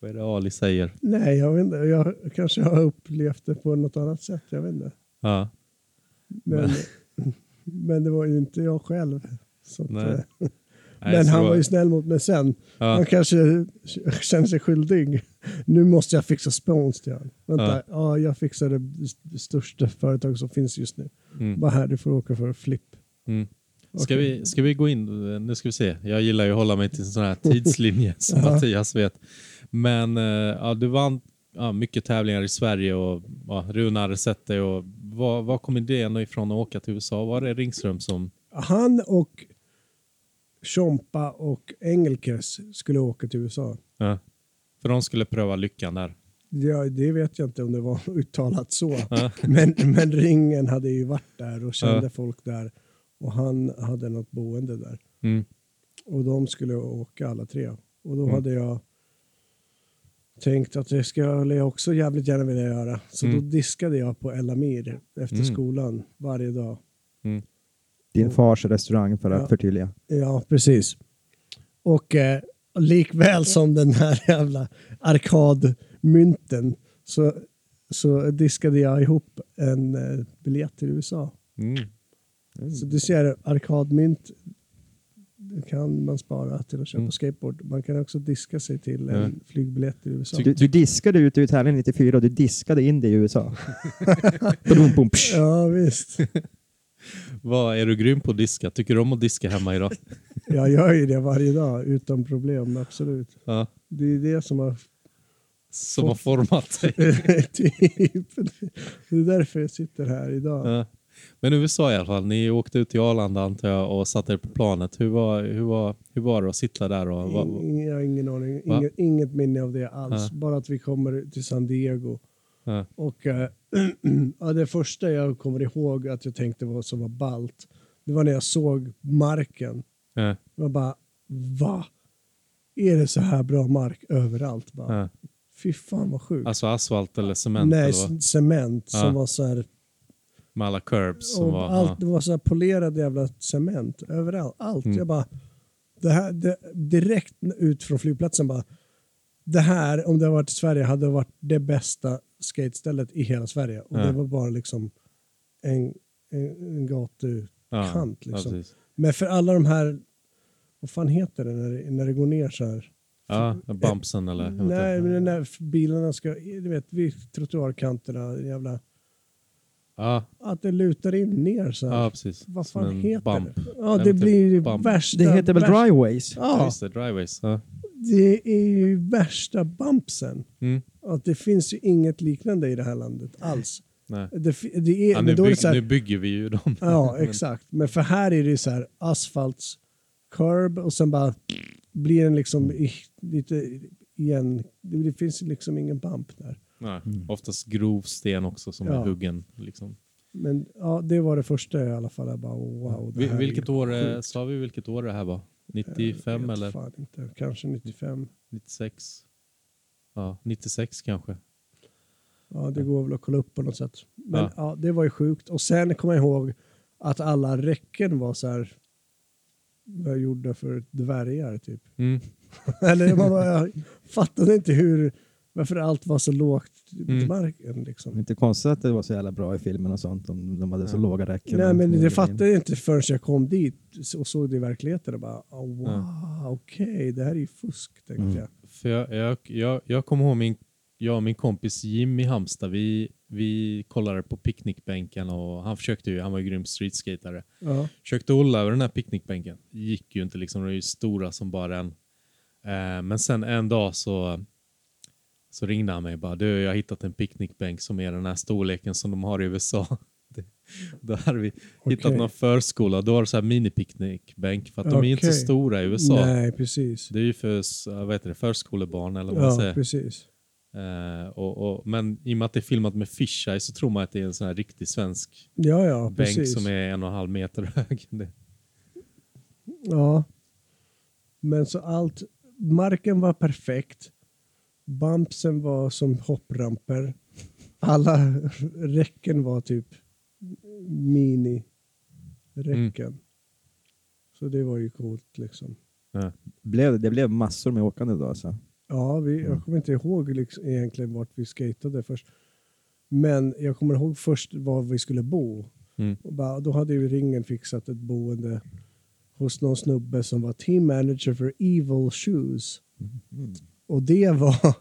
Speaker 2: Vad är det Ali säger?
Speaker 1: nej, jag vet inte. Jag kanske har upplevt det på något annat sätt. Jag vet inte.
Speaker 2: Ja.
Speaker 1: Men, men det var ju inte jag själv. Så att,
Speaker 2: Nej.
Speaker 1: eh,
Speaker 2: Nej,
Speaker 1: men
Speaker 2: så
Speaker 1: han
Speaker 2: det
Speaker 1: var ju snäll mot mig sen.
Speaker 2: ja.
Speaker 1: Han kanske känner sig skyldig. Nu måste jag fixa spons till honom. Vänta, ja. jag fixar det st- största företag som finns just nu.
Speaker 2: mm.
Speaker 1: Bara här, du får åka för flipp.
Speaker 2: Mm. Ska,
Speaker 1: Okej.
Speaker 2: vi, ska vi gå in? Nu ska vi se. Jag gillar ju att hålla mig till en sån här tidslinje som
Speaker 1: Ja.
Speaker 2: Mattias vet. Men eh, ja, du vann ja, mycket tävlingar i Sverige och ja, Runar hade sett dig. Och var, var kom idén ifrån att åka till USA? Var det Ringström som...
Speaker 1: Han och Chompa och Engelkes skulle åka till USA.
Speaker 2: Ja. För de skulle pröva lyckan där.
Speaker 1: Ja, det vet jag inte om det var uttalat så.
Speaker 2: Ja.
Speaker 1: Men, men ringen hade ju varit där och kände
Speaker 2: Ja.
Speaker 1: folk där. Och han hade något boende där.
Speaker 2: Mm.
Speaker 1: Och de skulle åka alla tre. Och då
Speaker 2: Mm.
Speaker 1: hade jag tänkt att det skulle jag också jävligt gärna vilja göra. Så
Speaker 2: Mm.
Speaker 1: då diskade jag på El Amir efter
Speaker 2: Mm.
Speaker 1: skolan varje dag.
Speaker 4: Din fars restaurang för att
Speaker 1: Ja.
Speaker 4: förtydliga.
Speaker 1: Ja, precis. Och eh, likväl som den här jävla arkadmynten så, så diskade jag ihop en eh, biljett till USA.
Speaker 2: Mm.
Speaker 1: Så du ser, arkadmynt det kan man spara till att köpa
Speaker 2: Mm.
Speaker 1: skateboard. Man kan också diska sig till en
Speaker 2: Ja.
Speaker 1: flygbiljett till USA.
Speaker 4: Du, du diskade ut ur tävlingen 94 och du diskade in det i USA. Badum, bum, psh.
Speaker 1: Ja, visst.
Speaker 2: Vad är du grym på att diska? Tycker du om att diska hemma idag?
Speaker 1: Jag gör ju det varje dag utan problem, absolut.
Speaker 2: Ja.
Speaker 1: Det är det som har...
Speaker 2: Som har format dig.
Speaker 1: typ, det är därför jag sitter här idag.
Speaker 2: Ja. Men USA i alla fall, ni åkte ut till Arlanda antar jag och satte er på planet. Hur var, hur var, hur var det att sitta där? Och, va- va-
Speaker 1: Ingen, jag har ingen aning.
Speaker 2: Va?
Speaker 1: Inget, inget minne av det alls.
Speaker 2: Ja.
Speaker 1: Bara att vi kommer till San Diego.
Speaker 2: ja.
Speaker 1: Och eh, ja, det första jag kommer ihåg att jag tänkte var som var balt. det var när jag såg marken.
Speaker 2: Ja.
Speaker 1: Jag bara, va? Är det så här bra mark överallt? Bara,
Speaker 2: Ja.
Speaker 1: Fy fan vad sjukt.
Speaker 2: Alltså asfalt eller cement
Speaker 1: Nej,
Speaker 2: eller vad?
Speaker 1: c- cement
Speaker 2: Ja.
Speaker 1: som var så här.
Speaker 2: med alla curbs som
Speaker 1: Och
Speaker 2: var...
Speaker 1: allt, det var så här polerad jävla cement överallt. Allt.
Speaker 2: Mm.
Speaker 1: Jag bara, det här, det, direkt ut från flygplatsen bara, det här, om det hade varit i Sverige, hade varit det bästa skatestället i hela Sverige. Och
Speaker 2: Ja.
Speaker 1: det var bara liksom en, en, en gatukant.
Speaker 2: ja. Ja,
Speaker 1: liksom.
Speaker 2: precis.
Speaker 1: Men för alla de här, vad fan heter det när det, när det går ner så här?
Speaker 2: ja, bumpsen eller... jag vet inte.
Speaker 1: Nej, men när bilarna ska, du vet, vid trottoarkanterna, jävla,
Speaker 2: ja,
Speaker 1: att det lutar in ner så här.
Speaker 2: ja, precis.
Speaker 1: Vad
Speaker 2: Som
Speaker 1: fan
Speaker 2: en
Speaker 1: heter
Speaker 2: bump.
Speaker 1: det? Ja,
Speaker 2: Nej,
Speaker 1: det
Speaker 2: men typ
Speaker 1: blir ju
Speaker 2: bump.
Speaker 1: värsta...
Speaker 4: Det heter väl
Speaker 1: värsta-
Speaker 4: dryways?
Speaker 2: Ja,
Speaker 1: Ja,
Speaker 2: just det. Driveways. Ja.
Speaker 1: det är ju värsta bumpsen.
Speaker 2: Mm.
Speaker 1: Att det finns ju inget liknande i det här landet alls.
Speaker 2: Nej.
Speaker 1: Det, fi- det är,
Speaker 2: Ja, nu,
Speaker 1: men då är det
Speaker 2: bygg,
Speaker 1: så
Speaker 2: nu
Speaker 1: här,
Speaker 2: bygger vi ju dem.
Speaker 1: Ja, exakt. Men för här är det ju så här asfalts curb och sen bara blir den liksom i, lite igen. Det, det finns ju liksom ingen bump där.
Speaker 2: Nej. Oftast grov sten också som
Speaker 1: Mm. Ja.
Speaker 2: är huggen. Liksom.
Speaker 1: Men ja, det var det första i alla fall. Jag bara wow. Det
Speaker 2: Vi-
Speaker 1: här är
Speaker 2: vilket
Speaker 1: ju
Speaker 2: år, eh,
Speaker 1: sjukt.
Speaker 2: sa vi vilket år det här var?
Speaker 1: Jag
Speaker 2: 95
Speaker 1: vet
Speaker 2: eller
Speaker 1: Fan inte. Kanske 95.
Speaker 2: 96? Ja, 96 kanske.
Speaker 1: Ja, det går väl att kolla upp på något sätt. Men
Speaker 2: Ja.
Speaker 1: ja. det var ju sjukt. Och sen kommer jag ihåg att alla räcken var så här var gjorda för dvärgar typ.
Speaker 2: Mm.
Speaker 1: Eller man bara, jag fattade inte hur, varför allt var så lågt i
Speaker 2: Mm.
Speaker 1: marken liksom.
Speaker 3: Inte konstigt att det var så jävla bra i filmen och sånt om de hade så
Speaker 2: Ja.
Speaker 3: låga räcken.
Speaker 1: Nej
Speaker 2: Mm.
Speaker 3: och-
Speaker 1: men det
Speaker 3: och-
Speaker 1: fattade jag inte förrän jag kom dit och såg det i verkligheten och bara oh, wow,
Speaker 2: Ja.
Speaker 1: okej, det här är ju fusk tänkte
Speaker 3: Mm.
Speaker 1: jag.
Speaker 2: För jag, jag, jag, jag kommer ihåg min jag och min kompis Jimmy Hamsta, vi, vi kollade på picknickbänken och han försökte ju, han var ju grym streetskatare.
Speaker 1: Ja.
Speaker 2: Försökte olla över den här picknickbänken. Gick ju inte liksom, de är ju stora som bara en. Eh, men sen en dag så, så ringde han mig och bara, du jag har hittat en picknickbänk som är den här storleken som de har i USA. Det- Då hade vi hittat
Speaker 1: Okej.
Speaker 2: någon förskola, då var det så här mini-picknickbänk för att de är inte
Speaker 1: Okej.
Speaker 2: så stora i USA.
Speaker 1: Nej, precis.
Speaker 2: Det är ju för s- vad heter det, förskolebarn eller vad man
Speaker 1: Ja,
Speaker 2: säger.
Speaker 1: precis.
Speaker 2: Eh, och, och, men i och med att det är filmat med fisheye så tror man att det är en sån här riktig svensk
Speaker 1: Ja, ja,
Speaker 2: bänk
Speaker 1: precis.
Speaker 2: som är en och en halv meter hög. Det-
Speaker 1: Ja. Men så allt, marken var perfekt. Bumpsen var som hoppramper. Alla räcken var typ mini-räcken. Så det var ju coolt liksom.
Speaker 3: Blev, det blev massor med åkande då alltså.
Speaker 1: Ja, vi, jag kommer inte ihåg liksom, egentligen vart vi skatade först. Men jag kommer ihåg först var vi skulle bo.
Speaker 2: Mm.
Speaker 1: Och bara, då hade ju ringen fixat ett boende hos någon snubbe som var team manager för Evil Shoes. Och det var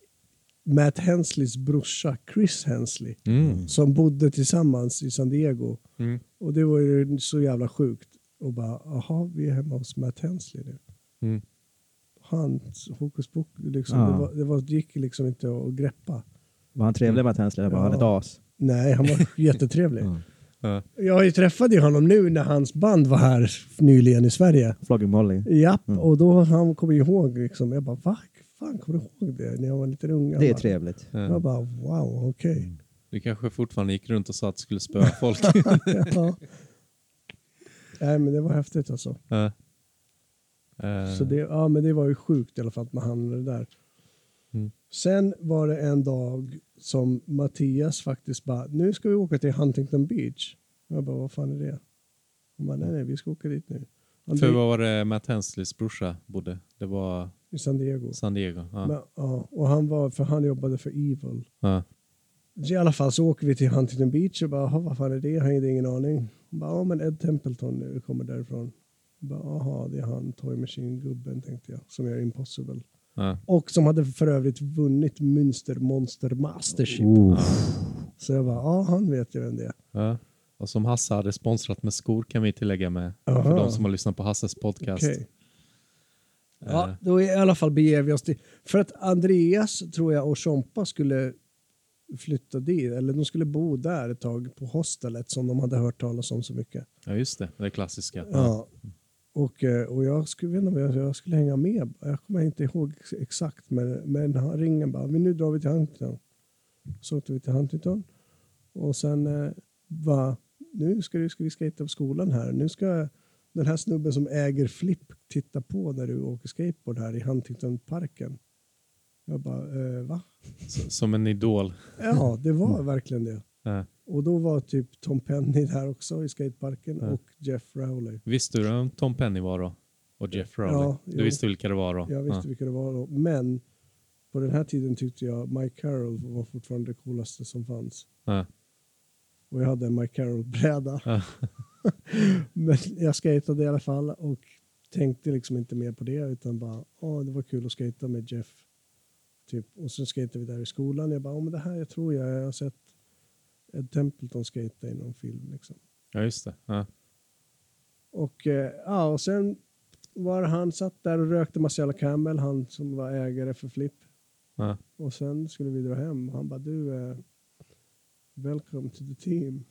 Speaker 1: Matt Hensleys brorsa Chris Hensley
Speaker 2: Mm.
Speaker 1: som bodde tillsammans i San Diego.
Speaker 2: Mm.
Speaker 1: Och det var ju så jävla sjukt. Och bara, aha, vi är hemma hos Matt Hensley nu.
Speaker 2: Mm.
Speaker 1: Hans hokus pokus, liksom,
Speaker 3: Ja.
Speaker 1: det, var, det, var, det gick liksom inte att greppa.
Speaker 3: Var han trevlig med att Hensley? Var han
Speaker 1: Ja.
Speaker 3: ett as?
Speaker 1: Nej, han var jättetrevlig.
Speaker 3: Ja.
Speaker 2: Ja.
Speaker 1: Jag träffade ju honom nu när hans band var här nyligen i Sverige.
Speaker 3: Flogging Molly.
Speaker 1: Japp,
Speaker 3: Mm.
Speaker 1: och då han kom ihåg liksom. Jag bara, va? Fan, kommer du ihåg det? När jag var lite ung. Jag
Speaker 3: Det är
Speaker 1: bara-
Speaker 3: trevligt.
Speaker 2: Eh,
Speaker 1: Jag bara, wow, okej.
Speaker 2: Du kanske fortfarande gick runt och sa att du skulle spöa folk.
Speaker 3: Mm.
Speaker 1: ja. Nej, men det var häftigt alltså.
Speaker 2: Eh. Eh,
Speaker 1: Så det, ja, men det var ju sjukt i alla fall att man hamnade där.
Speaker 2: Mm.
Speaker 1: Sen var det en dag som Mattias faktiskt bara, nu ska vi åka till Huntington Beach. Jag bara, vad fan är det? Han bara, nej, nej, vi ska åka dit nu. Han
Speaker 2: För
Speaker 1: dök
Speaker 2: vad var det Matt Hensleys brorsa bodde? Det var
Speaker 1: i San Diego.
Speaker 2: San Diego. Ja.
Speaker 1: Men, ja, och han var, för han jobbade för Evil.
Speaker 2: Ja.
Speaker 1: Så I alla fall så åker vi till Huntington Beach och bara, "Jaha, vad fan är det? Jag har ingen aning. Hon bara, ja men Ed Templeton nu kommer därifrån. Jag bara, Jaha, det är han, Toy Machine-gubben tänkte jag, som gör Impossible.
Speaker 2: Ja.
Speaker 1: Och som hade för övrigt vunnit Münster Monster Mastership.
Speaker 2: Oh.
Speaker 1: Så jag bara, ja han vet ju vem det är.
Speaker 2: Ja. Och som Hasse hade sponsrat med skor kan vi tillägga med. För
Speaker 1: Aha.
Speaker 2: de som har lyssnat på Hasses podcast.
Speaker 1: Okej.
Speaker 2: Eh,
Speaker 1: Ja, då i alla fall beger vi oss till... För att Andreas, tror jag, och Chompa skulle flytta dit, eller de skulle bo där ett tag på hostelet som de hade hört talas om så mycket.
Speaker 2: ja, just det. Det klassiska.
Speaker 1: Ja. Och, eh, och jag skulle, vet inte om jag, jag skulle hänga med, jag kommer inte ihåg ex- exakt, men, men han ringen bara, men nu drar vi till Huntington. Så åkte vi till Huntington och sen eh, va, nu ska, du, ska vi skata på skolan här, nu ska den här snubben som äger Flipp titta på när du åker skateboard här i Huntingtonparken. Jag bara, eh, va?
Speaker 2: S- Som en idol.
Speaker 1: Ja, det var verkligen det.
Speaker 2: Ja.
Speaker 1: Och då var typ Tom Penny där också i skateparken
Speaker 2: Ja.
Speaker 1: och Jeff Rowley.
Speaker 2: Visste du vem Tom Penny var då? Och Jeff Rowley?
Speaker 1: Ja,
Speaker 2: du
Speaker 1: jo.
Speaker 2: visste vilka det var då?
Speaker 1: Jag visste
Speaker 2: ja.
Speaker 1: vilka det var då. Men på den här tiden tyckte jag Mike Carroll var fortfarande det coolaste som fanns.
Speaker 2: Ja.
Speaker 1: Och jag hade en Mike Carroll-bräda.
Speaker 2: Ja.
Speaker 1: Men jag skatade i alla fall och tänkte liksom inte mer på det utan bara, åh det var kul att skata med Jeff. Typ. Och så skatade vi där i skolan. Jag bara, åh men det här jag tror jag, jag har sett Ed Templeton skata i någon film liksom.
Speaker 2: ja, just det. Ja.
Speaker 1: Och, eh, ja, och sen var han satt där och rökte Marcella Camel, han som var ägare för Flipp.
Speaker 2: Ja.
Speaker 1: Och sen skulle vi dra hem. Han bara, du, eh, welcome to the team.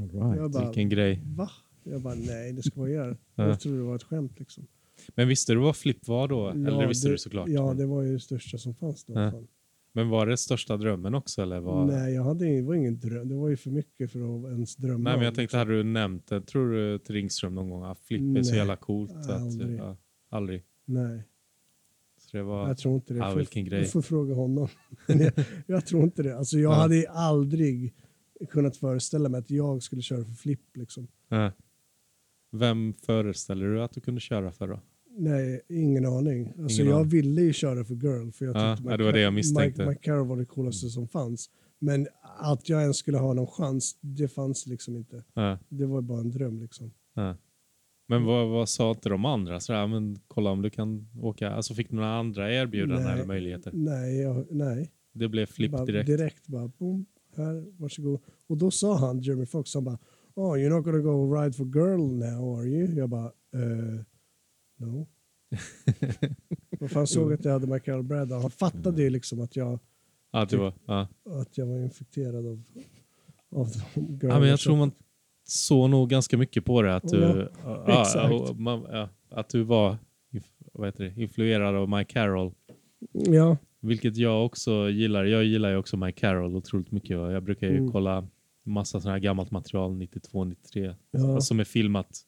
Speaker 3: All
Speaker 2: Ah,
Speaker 3: right.
Speaker 1: Jag bara,
Speaker 2: Vilken grej.
Speaker 1: va? Jag bara, nej, det skojar.
Speaker 2: Ja.
Speaker 1: Jag trodde det var ett skämt liksom.
Speaker 2: Men visste du vad Flipp var då? Eller det visste
Speaker 1: det-
Speaker 2: du såklart.
Speaker 1: Ja, det var ju det största som fanns då.
Speaker 2: Ja.
Speaker 1: fan.
Speaker 2: Men var det största drömmen också? Eller var...
Speaker 1: Nej, jag hade, ing- det var ingen dröm. Det var ju för mycket för att ens drömma
Speaker 2: Nej, men jag
Speaker 1: om,
Speaker 2: tänkte, hade du nämnt det? Tror du till Ringström någon gång? Ah, Flipp är så
Speaker 1: Nej,
Speaker 2: jävla coolt. Att,
Speaker 1: aldrig.
Speaker 2: ja, aldrig.
Speaker 1: Nej,
Speaker 2: Så det var...
Speaker 1: jag tror inte det.
Speaker 2: Ja, Ah,
Speaker 1: Får-
Speaker 2: vilken grej.
Speaker 1: Du får fråga honom. jag, jag tror inte det. Alltså, jag
Speaker 2: Ja.
Speaker 1: hade aldrig kunnat föreställa mig att jag skulle köra för flipp liksom.
Speaker 2: Ja. Vem föreställer du att du kunde köra för då?
Speaker 1: Nej, ingen aning. Alltså,
Speaker 2: Ingen
Speaker 1: jag
Speaker 2: aning.
Speaker 1: ville ju köra för Girl. För jag
Speaker 2: Ja,
Speaker 1: tyckte
Speaker 2: ja, det var det jag misstänkte. Mm.
Speaker 1: Mike, Mike Carroll var det coolaste som fanns. Men att jag ens skulle ha någon chans, det fanns liksom inte.
Speaker 2: Ja,
Speaker 1: Det var bara en dröm liksom.
Speaker 2: ja. Men vad, vad sa inte de andra? Sådär, "Ah, men kolla om du kan åka. Alltså fick du några andra erbjudanden
Speaker 1: Nej.
Speaker 2: eller möjligheter?
Speaker 1: Nej, jag, nej.
Speaker 2: Det blev
Speaker 1: bara,
Speaker 2: flipp direkt.
Speaker 1: direkt bara, boom, här, varsågod. Och då sa han, Jeremy Fox, han bara, oh, you're not gonna go ride for girl now, are you? Jag bara, eh, no. Och han såg att jag hade Michael Braddow. Han fattade ju liksom att jag,
Speaker 2: Ja, det var, ja.
Speaker 1: att jag var infekterad av, av girl.
Speaker 2: ja, men jag tror man såg nog ganska mycket på det. Att du,
Speaker 1: Ja,
Speaker 2: ja, ja,
Speaker 1: exakt.
Speaker 2: och man, ja, att du var inf- vad heter det, influerad av Mike Carroll.
Speaker 1: Ja,
Speaker 2: Vilket jag också gillar. Jag gillar ju också Mike Carroll otroligt mycket. och Jag brukar ju
Speaker 1: Mm.
Speaker 2: kolla massa sådana här gammalt material, 92, 93.
Speaker 1: Ja.
Speaker 2: Som är filmat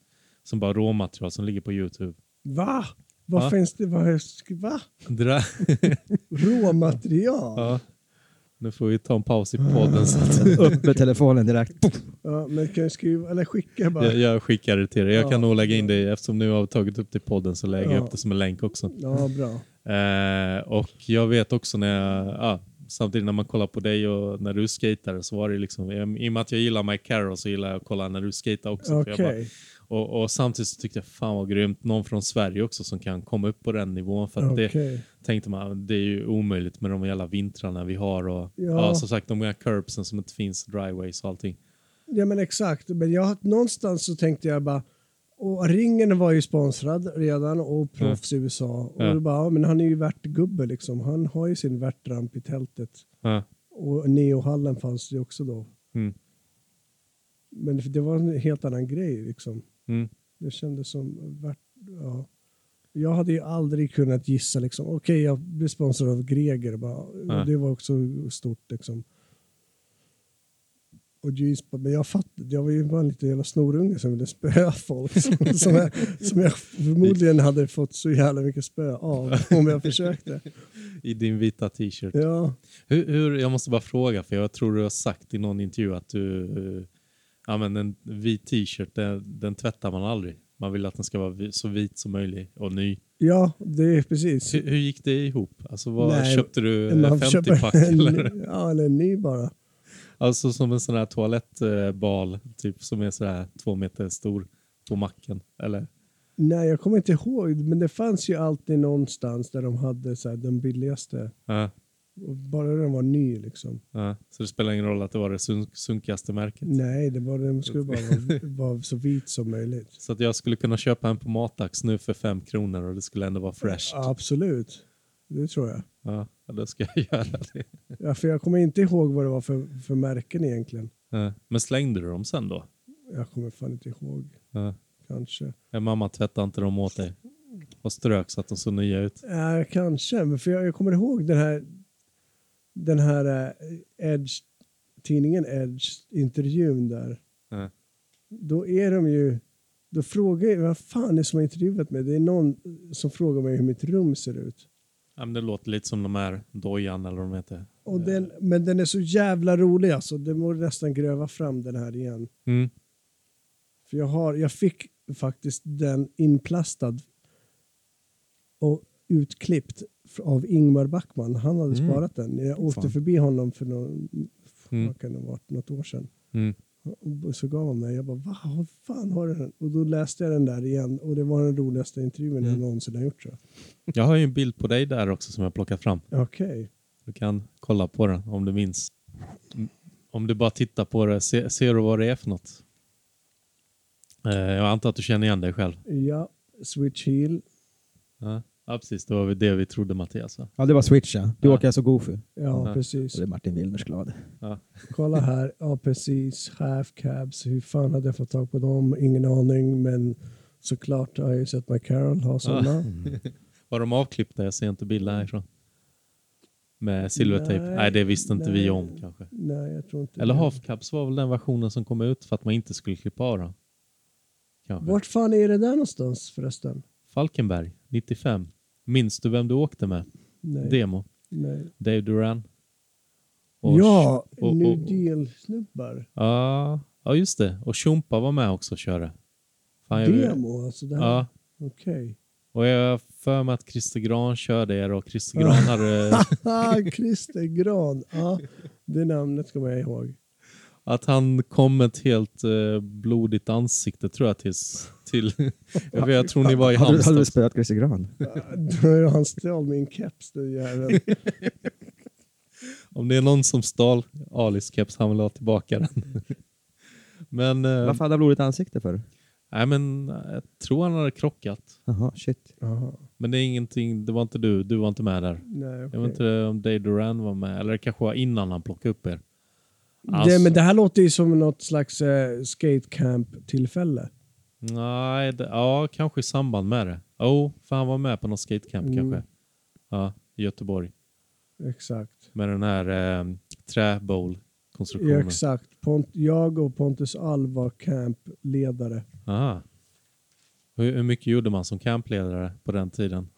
Speaker 2: som bara råmaterial som ligger på Youtube.
Speaker 1: va? Vad
Speaker 2: Ja.
Speaker 1: finns det? Vad, är- va?
Speaker 2: Det där,
Speaker 1: Råmaterial?
Speaker 2: ja. Nu får vi ta en paus i podden. Så att
Speaker 3: Upp med telefonen direkt. Puff!
Speaker 1: Ja, men kan jag skriva, eller skicka bara.
Speaker 2: jag,
Speaker 1: Ja,
Speaker 2: jag skickar det till dig. Jag
Speaker 1: Ja.
Speaker 2: kan nog lägga in det i- eftersom nu har vi tagit upp det i podden så lägger jag
Speaker 1: Ja.
Speaker 2: upp det som en länk också.
Speaker 1: bra.
Speaker 2: Eh, och jag vet också när jag, ja, samtidigt när man kollar på dig och när du skater så var det liksom, i och med att jag gillar Mike Carroll så gillar jag att kolla när du skater också. För
Speaker 1: Okej.
Speaker 2: jag bara, och, och samtidigt så tyckte jag fan vad grymt, någon från Sverige också som kan komma upp på den nivån. För att det
Speaker 1: okej.
Speaker 2: tänkte man, det är ju omöjligt med de jävla vintrarna vi har och ja.
Speaker 1: Ja.
Speaker 2: som sagt de här curbsen som inte finns, dryways och allting.
Speaker 1: Ja men exakt, men jag, någonstans så tänkte jag bara, och ringen var ju sponsrad redan och proffs i USA. Och
Speaker 2: Ja.
Speaker 1: då bara, ja, men han är ju värtgubbe liksom. Han har ju sin värtramp i tältet.
Speaker 2: Ja.
Speaker 1: Och neohallen fanns ju också då.
Speaker 2: Mm.
Speaker 1: Men det var en helt annan grej liksom.
Speaker 2: Mm.
Speaker 1: Det kändes som, värt, ja. Jag hade ju aldrig kunnat gissa liksom, okej jag blev sponsrad av Greger. Bara,
Speaker 2: Nej.
Speaker 1: och det var också stort liksom. Och jeez, men jag fattade, jag var ju bara en liten jävla snorunge som ville spöa folk. Som, som, jag, som jag förmodligen hade fått så jävla mycket spö av om jag försökte.
Speaker 2: I din vita t-shirt.
Speaker 1: Ja.
Speaker 2: Hur, hur, jag måste bara fråga, för jag tror du har sagt i någon intervju att du... eh, Ja, men en vit t-shirt, den, den tvättar man aldrig. Man vill att den ska vara vi- så vit som möjligt och ny.
Speaker 1: ja, det är precis.
Speaker 2: Hur, hur gick det ihop? Alltså, vad,
Speaker 1: Nej,
Speaker 2: köpte du
Speaker 1: Man köper
Speaker 2: 50-pack?
Speaker 1: en
Speaker 2: eller?
Speaker 1: ny- Ja, eller en ny bara.
Speaker 2: Alltså som en sån här toalettbal, typ, som är så här två meter stor på macken. Eller?
Speaker 1: Nej, jag kommer inte ihåg, men det fanns ju alltid någonstans där de hade så här, den billigaste.
Speaker 2: Ja,
Speaker 1: Och Bara den var ny liksom.
Speaker 2: ja. Så det spelar ingen roll att det var det sun- sunkigaste märket.
Speaker 1: Nej, det var, den skulle bara vara, vara så vit som möjligt.
Speaker 2: Så att jag skulle kunna köpa en på Matax nu för fem kronor och det skulle ändå vara fresh.
Speaker 1: Ja, Absolut, det tror jag.
Speaker 2: Ja, då ska jag göra det.
Speaker 1: Ja, för jag kommer inte ihåg vad det var för, för märken egentligen.
Speaker 2: Ja. Eh, Men slängde du dem sen då?
Speaker 1: Jag kommer fan inte ihåg,
Speaker 2: Ja.
Speaker 1: kanske.
Speaker 2: Men Mamma tvättade inte dem åt dig? Och strök så att de såg nya ut?
Speaker 1: Ja, Äh, kanske, men för jag, jag kommer ihåg den här, den här eh, Edge, tidningen Edge-intervjun där.
Speaker 2: Ja.
Speaker 1: då är de ju... Då frågar jag, vad fan är det som har intervjuat mig? Det är någon som frågar mig hur mitt rum ser ut.
Speaker 2: Ja, men det låter lite som de här Dojan eller vad de heter.
Speaker 1: Och den, men den är så jävla rolig alltså. Det må nästan gräva fram den här igen.
Speaker 2: Mm.
Speaker 1: För jag, har, jag fick faktiskt den inplastad och utklippt f- av Ingmar Backman. Han hade
Speaker 2: Mm.
Speaker 1: sparat den. Jag åkte
Speaker 3: Fan.
Speaker 1: förbi honom för någon,
Speaker 2: Mm.
Speaker 1: vad kan det ha varit, något år sedan.
Speaker 2: Mm.
Speaker 1: Och så gav han mig. Jag bara, va? Vad fan har du den? Och då läste jag den där igen. Och det var den roligaste intervjun jag
Speaker 2: Mm.
Speaker 1: någonsin har gjort. tror jag.
Speaker 2: Jag har ju en bild på dig där också som jag plockat fram.
Speaker 1: Okej.
Speaker 2: Du kan kolla på den om du minns. Mm, Om du bara tittar på det, se, ser du vad det är för något? Eh, Jag antar att du känner igen dig själv?
Speaker 1: Ja, Switch Heel.
Speaker 2: Ja, ja precis. Det var väl det vi trodde Mattias. Va?
Speaker 3: Ja, det var Switch ja. Du
Speaker 2: Ja.
Speaker 3: åker alltså Goofy. Och
Speaker 1: Ja,
Speaker 2: Ja.
Speaker 1: precis.
Speaker 3: det är Martin Wilners glad.
Speaker 1: Kolla här. Ja, precis. Half cabs. Hur fan hade jag fått tag på dem? Ingen aning, men såklart har jag ju sett McCarroll ha sådana.
Speaker 2: Var de avklippta? Jag ser inte bilder härifrån. Med silvertejp? Nej,
Speaker 1: Nej,
Speaker 2: det visste inte vi
Speaker 1: nej.
Speaker 2: om kanske.
Speaker 1: Nej, jag tror inte
Speaker 2: Eller
Speaker 1: det.
Speaker 2: half caps var väl den versionen som kom ut för att man inte skulle klippa av dem. Kanske.
Speaker 1: Vart fan är det där någonstans förresten?
Speaker 2: Falkenberg, 95. Minns du vem du åkte med?
Speaker 1: Nej.
Speaker 2: Demo.
Speaker 1: nej.
Speaker 2: Dave Duran. Och-
Speaker 1: Ja,
Speaker 2: och- och-
Speaker 1: New Deal-snubbar.
Speaker 2: Ja, ja, just det. Och Tjompa var med också och körde. Fan, jag-
Speaker 1: Demo, alltså. Det här.
Speaker 2: Ja.
Speaker 1: Okej.
Speaker 2: Och jag har för mig att Christer Gran körde er och Christer Gran hade...
Speaker 1: Ah, Christer Gran. Ja, det namnet kommer jag ihåg.
Speaker 2: Att han kom med ett helt eh, blodigt ansikte tror jag tills, till... jag, vet, jag tror ni var i
Speaker 3: Hade du, hade du
Speaker 2: Halmstad.
Speaker 3: spöat Christer Gran?
Speaker 1: Ah, Han stal min keps, den jäveln.
Speaker 2: Om det är någon som stal Alis keps, han vill ha tillbaka den. men, eh,
Speaker 3: Varför hade han blodigt ansikte för?
Speaker 2: nej, men eh, jag tror han hade krockat.
Speaker 3: Jaha, shit.
Speaker 1: Jaha.
Speaker 2: Men det är ingenting, det var inte du, du var inte med där.
Speaker 1: Nej,
Speaker 2: Jag vet
Speaker 1: okej.
Speaker 2: inte om Dave Duran var med, eller det kanske var innan han plockade upp er.
Speaker 1: det,
Speaker 2: Alltså-
Speaker 1: men det här låter ju som något slags eh, skatecamp-tillfälle.
Speaker 2: Nej, det, ja, kanske i samband med det. Jo, för han var med på någon skatecamp
Speaker 1: Mm.
Speaker 2: kanske. Ja, i Göteborg.
Speaker 1: Exakt.
Speaker 2: Med den här eh,
Speaker 1: Ja,
Speaker 2: träbowl-konstruktionen.
Speaker 1: exakt. Pont, jag och Pontus Alv var campledare.
Speaker 2: Aha. Hur, hur mycket gjorde man som campledare på den tiden?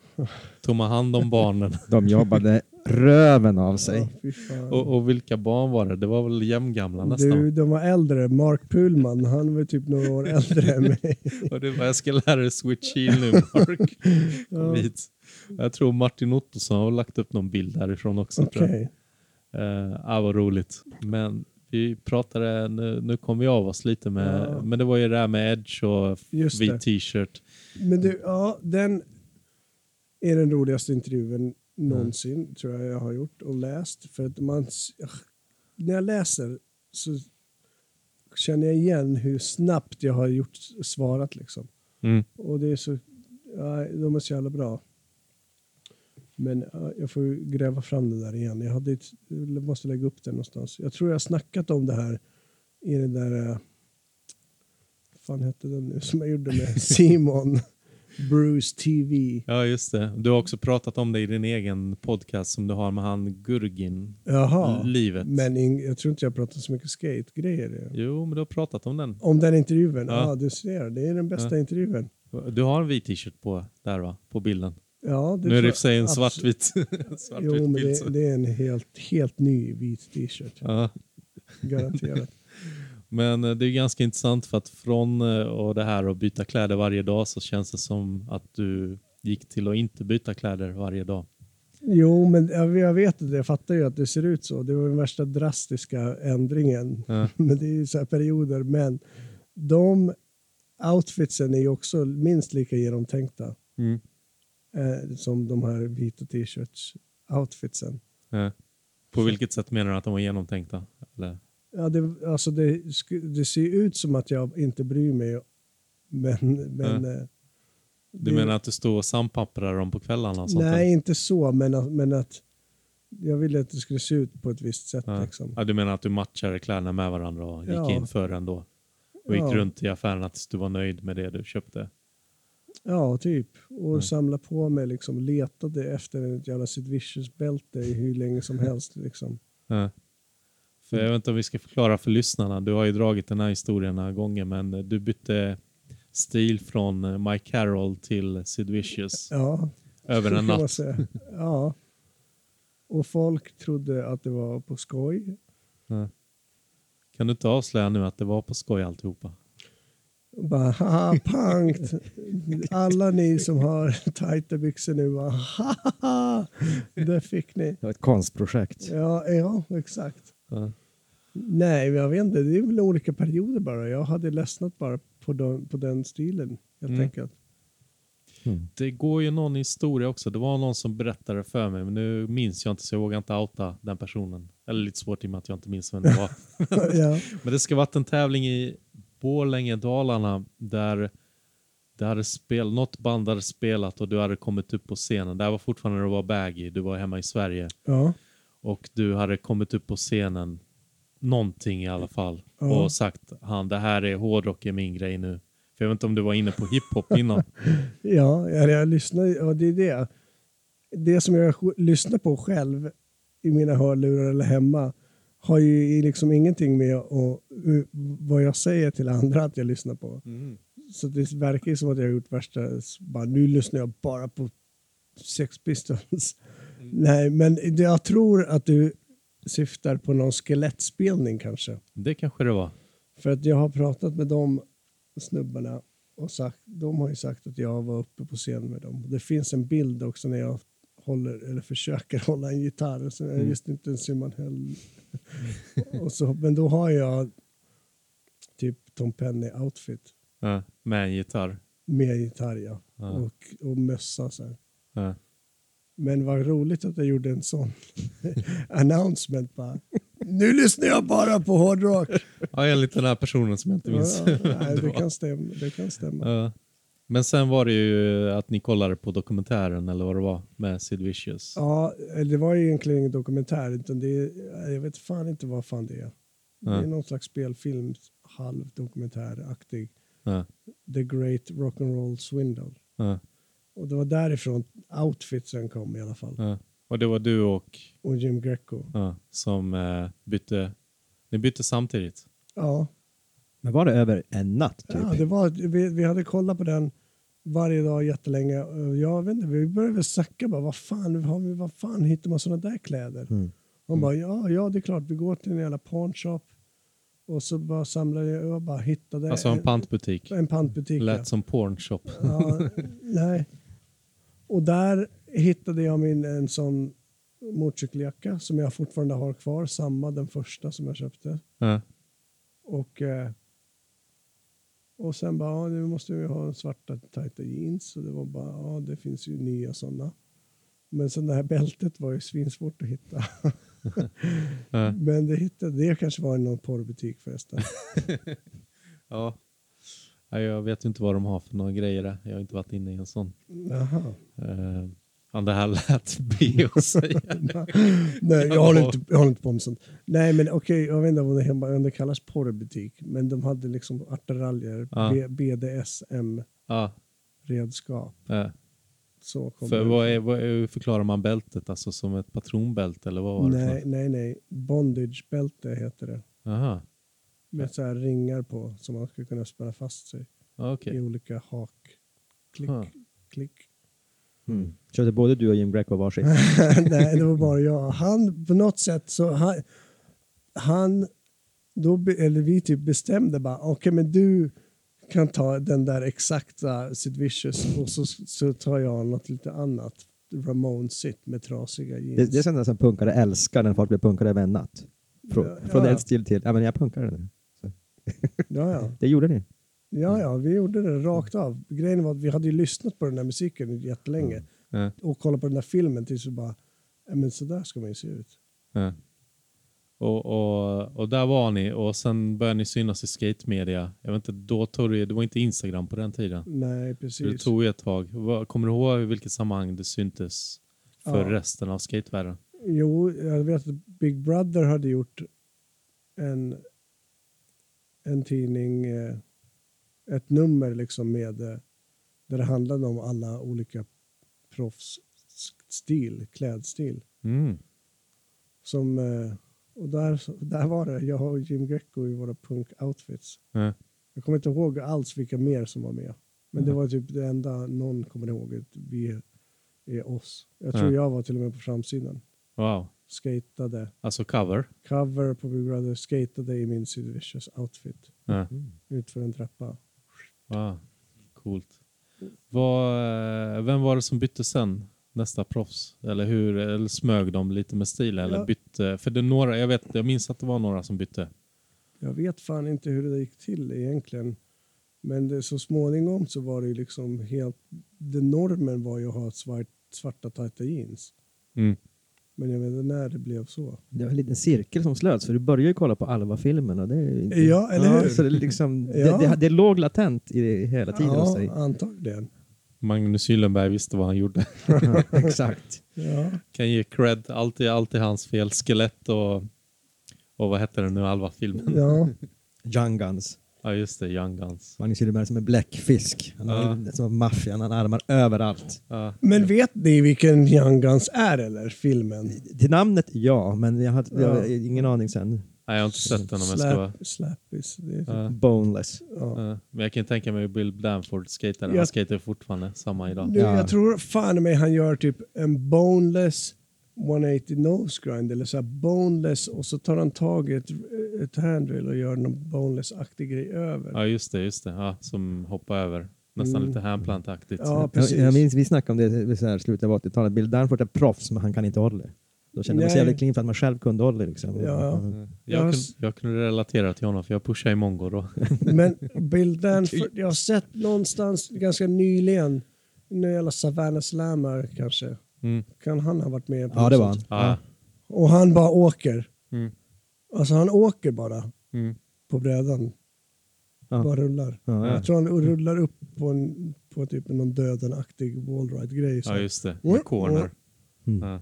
Speaker 2: Tog man hand om barnen?
Speaker 3: De jobbade röven av sig.
Speaker 1: Ja, fy fan.
Speaker 2: Och, och vilka barn var det? Det var väl jämngamla nästan?
Speaker 1: du, de var äldre. Mark Pullman, han var typ några år äldre än mig.
Speaker 2: Och det var, jag ska lära dig switchil nu Mark. Kom hit. Jag tror Martin Ottosson har lagt upp någon bild härifrån också. tror
Speaker 1: Okej.
Speaker 2: jag. Eh, ah, vad roligt. Men vi pratade, nu, nu kom vi av oss lite med,
Speaker 1: Ja.
Speaker 2: men det var ju det här med Edge och
Speaker 1: Just det.
Speaker 2: vit t-shirt.
Speaker 1: Men du, ja, den är den roligaste intervjun någonsin, tror jag jag har gjort och läst. För att man, s- ugh, när jag läser så känner jag igen hur snabbt jag har gjort, svarat liksom.
Speaker 2: Mm.
Speaker 1: Och det är så, ja, de är så jävla bra. Men ja, jag får ju gräva fram det där igen. Jag hade, ett- jag måste lägga upp det någonstans. Jag tror jag har snackat om det här i den där, eh, fan hette den nu, som jag gjorde med Simon. Bruce TV.
Speaker 2: Ja, just det. Du har också pratat om det i din egen podcast som du har med han Gurgin.
Speaker 1: Jaha.
Speaker 2: Livet.
Speaker 1: Men ing- jag tror inte jag pratat så mycket skate-grejer. i den.
Speaker 2: Jo, men du har pratat om den.
Speaker 1: Om den intervjun?
Speaker 2: Ja.
Speaker 1: Ja, du ser. Det är den bästa intervjun.
Speaker 2: Du har en vit t-shirt på där va? På bilden.
Speaker 1: Ja,
Speaker 2: nu
Speaker 1: tror
Speaker 2: är det i
Speaker 1: jag-
Speaker 2: och för sig en
Speaker 1: abs-
Speaker 2: svartvit, svartvit
Speaker 1: Jo, men
Speaker 2: bild.
Speaker 1: det,
Speaker 2: så-
Speaker 1: det är en helt, helt ny vit t-shirt.
Speaker 2: Ja.
Speaker 1: Garanterat.
Speaker 2: Men eh, det är ganska intressant för att från eh, och det här att byta kläder varje dag så känns det som att du gick till att inte byta kläder varje dag.
Speaker 1: jo, men jag, jag vet det. Jag fattar ju att det ser ut så. Det var den värsta drastiska ändringen.
Speaker 2: Ja.
Speaker 1: men det är ju så här perioder. Men de outfitsen är ju också minst lika genomtänkta
Speaker 2: Mm.
Speaker 1: eh, som de här vita t-shirts outfitsen.
Speaker 2: Ja. På vilket sätt menar du att de var genomtänkta? Eller?
Speaker 1: Ja, det, alltså det, sku- det ser ju ut som att jag inte bryr mig, men... men eh,
Speaker 2: Du
Speaker 1: det-
Speaker 2: menar att du står och sandpapprar dem på kvällarna? Och sånt
Speaker 1: Nej,
Speaker 2: eller?
Speaker 1: inte så, men att, men att jag ville att det skulle se ut på ett visst sätt.
Speaker 2: Ja.
Speaker 1: Liksom.
Speaker 2: Ja, du menar att du matchade kläderna med varandra och gick
Speaker 1: Ja.
Speaker 2: in för den då? Och gick
Speaker 1: Ja.
Speaker 2: runt i affärerna tills du var nöjd med det du köpte?
Speaker 1: Ja, typ. Och
Speaker 2: Mm.
Speaker 1: samla på mig, liksom, letade efter ett jävla Sid Vicious-bälte i hur länge som
Speaker 2: Mm.
Speaker 1: helst. Liksom.
Speaker 2: Ja. För jag vet inte om vi ska förklara för lyssnarna. Du har ju dragit den här historien några gånger, men eh, du bytte stil från eh, Mike Carroll till Sid Vicious
Speaker 1: Ja,
Speaker 2: över
Speaker 1: så kan
Speaker 2: en
Speaker 1: man
Speaker 2: natt.
Speaker 1: säga. Ja. Och folk trodde att det var på skoj.
Speaker 2: Kan du inte avslöja nu att det var på skoj alltihopa?
Speaker 1: Och Bara, haha, pankt! Alla ni som har tajta byxor nu, bara, haha! Det fick ni.
Speaker 3: Det var ett konstprojekt.
Speaker 1: Ja, ja, exakt.
Speaker 2: Ja.
Speaker 1: Nej, men jag vet inte. Det är väl olika perioder bara. Jag hade ledsnat bara på den, på den stilen, helt
Speaker 2: Mm.
Speaker 1: enkelt.
Speaker 3: Mm.
Speaker 2: Det går ju någon historia också. Det var någon som berättade för mig, men nu minns jag inte så jag vågar inte outa den personen. Eller lite svårt i och med att jag inte minns vem det var.
Speaker 1: ja.
Speaker 2: Men det ska varit en tävling i Borlänge, Dalarna, där det hade spel, något band hade spelat och du hade kommit upp på scenen. Det här var fortfarande när du var baggy, du var hemma i Sverige.
Speaker 1: ja.
Speaker 2: Och du hade kommit upp på scenen, någonting i alla fall,
Speaker 1: Ja.
Speaker 2: och sagt han, det här är hårdrock är min grej nu. För jag vet inte om du var inne på hiphop innan.
Speaker 1: Ja, jag, jag lyssnar ja, det är det. Det som jag sj- lyssnar på själv i mina hörlurar eller hemma har ju liksom ingenting med och, vad jag säger till andra att jag lyssnar på. Så det verkar ju som att jag har gjort värsta... Bara, nu lyssnar jag bara på Sex Pistols. Nej, men det, jag tror att du syftar på någon skelettspelning kanske.
Speaker 2: Det kanske det var.
Speaker 1: För att jag har pratat med de snubbarna och sagt, de har ju sagt att jag var uppe på scen med dem. Det finns en bild också när jag håller, eller försöker hålla en gitarr. Så jag visste inte ens hur man höll. och så, men då har jag typ Tom Penny-outfit
Speaker 2: Ja, med en gitarr.
Speaker 1: med gitarr ja.
Speaker 2: Ja,
Speaker 1: och, och mössa. Så här.
Speaker 2: ja.
Speaker 1: Men vad roligt att jag gjorde en sån announcement. Bara. Nu lyssnar jag bara på hårdrock.
Speaker 2: Ja, enligt den här personen som jag inte minns.
Speaker 1: Ja, ja, nej,
Speaker 2: det
Speaker 1: det,
Speaker 2: var.
Speaker 1: kan stämma, det kan stämma.
Speaker 2: Ja. Men sen var det ju att ni kollade på dokumentären eller vad det var med Sid Vicious.
Speaker 1: Ja, eller det var ju egentligen ingen dokumentär. Utan det är, jag vet fan inte vad fan det är. Det är
Speaker 2: Ja.
Speaker 1: någon slags spelfilm, halvdokumentäraktig.
Speaker 2: Ja.
Speaker 1: The Great Rock'n'Roll Swindle.
Speaker 2: Ja.
Speaker 1: Och det var därifrån outfitsen kom i alla fall.
Speaker 2: Ja. Och det var du och
Speaker 1: Och Jim Greco.
Speaker 2: ja, som eh, bytte. Ni bytte samtidigt.
Speaker 1: Ja,
Speaker 3: Men var det över en natt typ?
Speaker 1: ja det var, vi, vi hade kollat på den varje dag jättelänge. Och Jag vet inte, vi började väl snacka bara, vad fan, har vi, vad fan hittar man sådana där kläder?
Speaker 3: Mm.
Speaker 1: Hon bara, ja, ja, det är klart, vi går till en jävla pawnshop. Och så bara samlade jag, jag bara hittade
Speaker 2: Alltså en pantbutik.
Speaker 1: en pantbutik. ja.
Speaker 2: Lät som pornshop.
Speaker 1: Ja, nej. Och där hittade jag min en sån motorcykeljacka som jag fortfarande har kvar. Samma, den första som jag köpte.
Speaker 2: Ja.
Speaker 1: Och, eh, och sen bara, ja, nu måste vi ha svarta tajta jeans. Och det var bara, ja, det finns ju nya sådana. Men sen det här bältet var ju svinsvårt att hitta.
Speaker 2: Ja.
Speaker 1: Men det hittade, det kanske var i någon porrbutik förresten.
Speaker 2: Ja. Nej, Jag vet ju inte vad de har för några grejer där. Jag har inte varit inne i en sån.
Speaker 1: Jaha.
Speaker 2: Eh, ja, det här lät B att säga.
Speaker 1: Nej, jag håller, inte, jag håller inte på med sånt. Nej, men okej, jag vet inte om det, hemma, om det kallas porrbutik, men de hade liksom attiraljer,
Speaker 2: Ja.
Speaker 1: B- BDSM-redskap.
Speaker 2: Ja, eh.
Speaker 1: Så kom
Speaker 2: För
Speaker 1: det.
Speaker 2: vad är, vad är, hur förklarar man bältet? Alltså som ett patronbälte eller vad var det? för
Speaker 1: nej,
Speaker 2: något?
Speaker 1: nej, nej. Bondagebälte heter det.
Speaker 2: Aha.
Speaker 1: Med så här ringar på som man ska kunna spänna fast sig
Speaker 2: Ja, Okej.
Speaker 1: i olika hak. Klick,
Speaker 2: Ja.
Speaker 1: klick.
Speaker 3: Mm.
Speaker 4: Körde både du och Jim Greco varsitt?
Speaker 1: Nej, det var bara jag. Han, på något sätt så, han, han då, be- eller vi typ bestämde bara, okej men du kan ta den där exakta Sid Vicious och så, så tar jag något lite annat. Ramonesigt med trasiga jeans.
Speaker 3: Det, det är sånt där som punkare älskar när folk blir punkare över en natt. Frå,
Speaker 1: Ja, ja,
Speaker 3: från
Speaker 1: ja.
Speaker 3: ett stil till, ja men jag punkar nu.
Speaker 1: ja, ja.
Speaker 3: Det gjorde ni.
Speaker 1: ja, ja, vi gjorde det rakt av. Grejen var att vi hade ju lyssnat på den där musiken jättelänge
Speaker 2: Ja,
Speaker 1: och kollat på den där filmen tills vi bara, "Ja, men så där ska man ju se ut.
Speaker 2: ja. Och, och, och där var ni och sen började ni synas i skatemedia. Jag vet inte, då tog det, det var inte Instagram på den tiden.
Speaker 1: Nej,
Speaker 2: Det
Speaker 1: precis.
Speaker 2: tog ju ett tag. Vad- Kommer du ihåg i vilket sammanhang det syntes för
Speaker 1: Ja.
Speaker 2: resten av skatevärlden?
Speaker 1: Jo, jag vet att Big Brother hade gjort en, en tidning, eh, ett nummer liksom med eh, där det handlade om alla olika proffsstil, klädstil.
Speaker 2: Mm.
Speaker 1: Som, eh, och där, där var det, jag och Jim Greco i våra punk-outfits.
Speaker 2: Ja.
Speaker 1: Jag kommer inte ihåg alls vilka mer som var med. Men det var typ det enda någon kommer ihåg, att vi är oss. Jag tror
Speaker 2: Ja.
Speaker 1: jag var till och med på framsidan.
Speaker 2: Wow.
Speaker 1: Skatade
Speaker 2: Alltså cover.
Speaker 1: cover på Big Brother, skatade i min Sid Vicious outfit
Speaker 2: Ja.
Speaker 1: utför en trappa.
Speaker 2: Wow. Coolt. Vad, eh, vem var det som bytte sen? Nästa proffs? Eller hur? Eller smög de lite med stil? Eller
Speaker 1: Ja.
Speaker 2: bytte? För det är några, jag vet, jag minns att det var några som bytte.
Speaker 1: Jag vet fan inte hur det gick till egentligen. Men det, så småningom så var det ju liksom helt... Det normen var ju att ha svart, svarta tajta jeans.
Speaker 2: Mm.
Speaker 1: Men jag vet inte när det blev så.
Speaker 4: Det var en liten cirkel som slöts, för du började ju kolla på Alva-filmen och det är ju inte...
Speaker 1: Ja, eller hur?
Speaker 4: Så det, liksom,
Speaker 1: Ja.
Speaker 4: det, det, det låg latent i det hela tiden hos dig.
Speaker 1: ja, antagligen.
Speaker 2: Magnus Gyllenberg visste vad han gjorde.
Speaker 4: Ja, exakt.
Speaker 1: Ja,
Speaker 2: Kan ge cred. Allt är alltid hans fel. Skelett och, och vad hette det nu? Alva-filmen. Ja.
Speaker 1: ja.
Speaker 3: Young Guns.
Speaker 2: just det. Young Guns.
Speaker 3: Magnus Gyllenberg som en bläckfisk. Han har
Speaker 2: Ja.
Speaker 3: som maffian, han har armar överallt.
Speaker 2: Ja.
Speaker 1: Men vet ni vilken Young Guns är eller? Filmen?
Speaker 3: Till namnet ja, men jag hade jag
Speaker 1: Ja.
Speaker 3: har ingen aning sen.
Speaker 2: Nej, jag har inte sett den om jag ska vara...
Speaker 1: Slap, slappis. Det är typ,
Speaker 2: Ja.
Speaker 3: Boneless.
Speaker 1: ja.
Speaker 2: Ja. Men jag kan tänka mig hur Bill Blanford skejtade. Han
Speaker 1: Jag-
Speaker 2: skejtar fortfarande samma idag.
Speaker 1: Nu, Jag tror fan i mig han gör typ en boneless 180 nose grind eller så här boneless och så tar han tag i ett, ett handrail och gör någon boneless-aktig grej över.
Speaker 2: Ja, just det. just det. Ja, som hoppar över. Nästan
Speaker 1: Mm.
Speaker 2: lite handplantaktigt.
Speaker 1: Ja,
Speaker 3: Jag,
Speaker 1: precis.
Speaker 3: jag minns, vi snackade om det vid så här slutet av 80-talet. Bill Danford är proffs, men han kan inte volley. Då kände man sig
Speaker 1: Nej.
Speaker 3: jävligt clean för att man själv kunde volley. Liksom.
Speaker 1: Ja, ja.
Speaker 2: Jag,
Speaker 1: Jag har
Speaker 2: kun,
Speaker 1: s-
Speaker 2: jag kunde relatera till honom för jag pushade i mongo då.
Speaker 1: Men Bill
Speaker 2: Typ.
Speaker 1: Danford, jag har sett någonstans ganska nyligen, nu jävla Savannah Slammer kanske,
Speaker 2: Mm.
Speaker 1: Kan han ha varit med på
Speaker 3: Ja,
Speaker 1: något
Speaker 3: det var han.
Speaker 1: sätt?
Speaker 2: Ja.
Speaker 1: Och han bara åker.
Speaker 2: Mm.
Speaker 1: Alltså han åker bara
Speaker 2: Mm.
Speaker 1: på brädan.
Speaker 3: Ja.
Speaker 1: Bara rullar.
Speaker 3: Ja, ja.
Speaker 1: Jag tror han rullar upp på, en, på typ någon dödenaktig wallride-grej. så.
Speaker 2: ja, just det.
Speaker 1: Mm.
Speaker 2: Med corner.
Speaker 3: Mm.
Speaker 2: Ja.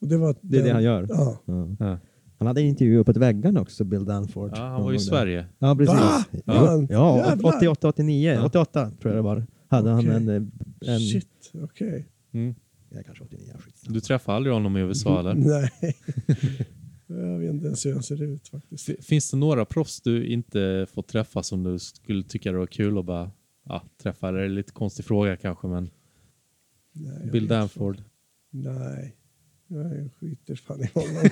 Speaker 1: och det, var
Speaker 3: Det är det
Speaker 1: den-
Speaker 3: han gör.
Speaker 1: Ja.
Speaker 3: Ja.
Speaker 2: Ja.
Speaker 3: Han hade en intervju uppåt väggarna också, Bill Danford.
Speaker 2: Ja, han
Speaker 3: Någon
Speaker 2: var ju i
Speaker 3: gång där.
Speaker 2: Sverige.
Speaker 3: Ja, precis.
Speaker 1: Va?
Speaker 3: Ja, ja
Speaker 1: Jävlar.
Speaker 3: 88, 89,
Speaker 2: Ja.
Speaker 3: 88 tror jag det var. Hade
Speaker 1: Okej.
Speaker 3: han en... en
Speaker 1: Shit, okej.
Speaker 2: Mm.
Speaker 3: Ja, kanske 89, skitsamma.
Speaker 2: Du träffade aldrig honom i
Speaker 1: Mm.
Speaker 2: USA eller?
Speaker 1: Nej. jag vet inte ens hur han ser ut faktiskt.
Speaker 2: F- Finns det några proffs du inte fått träffa som du skulle tycka det var kul att bara ja, träffa? Det är lite konstig fråga kanske, men
Speaker 1: Nej, jag
Speaker 2: Bill
Speaker 1: vet
Speaker 2: Danford.
Speaker 1: inte. Nej. Jag skiter fan i honom.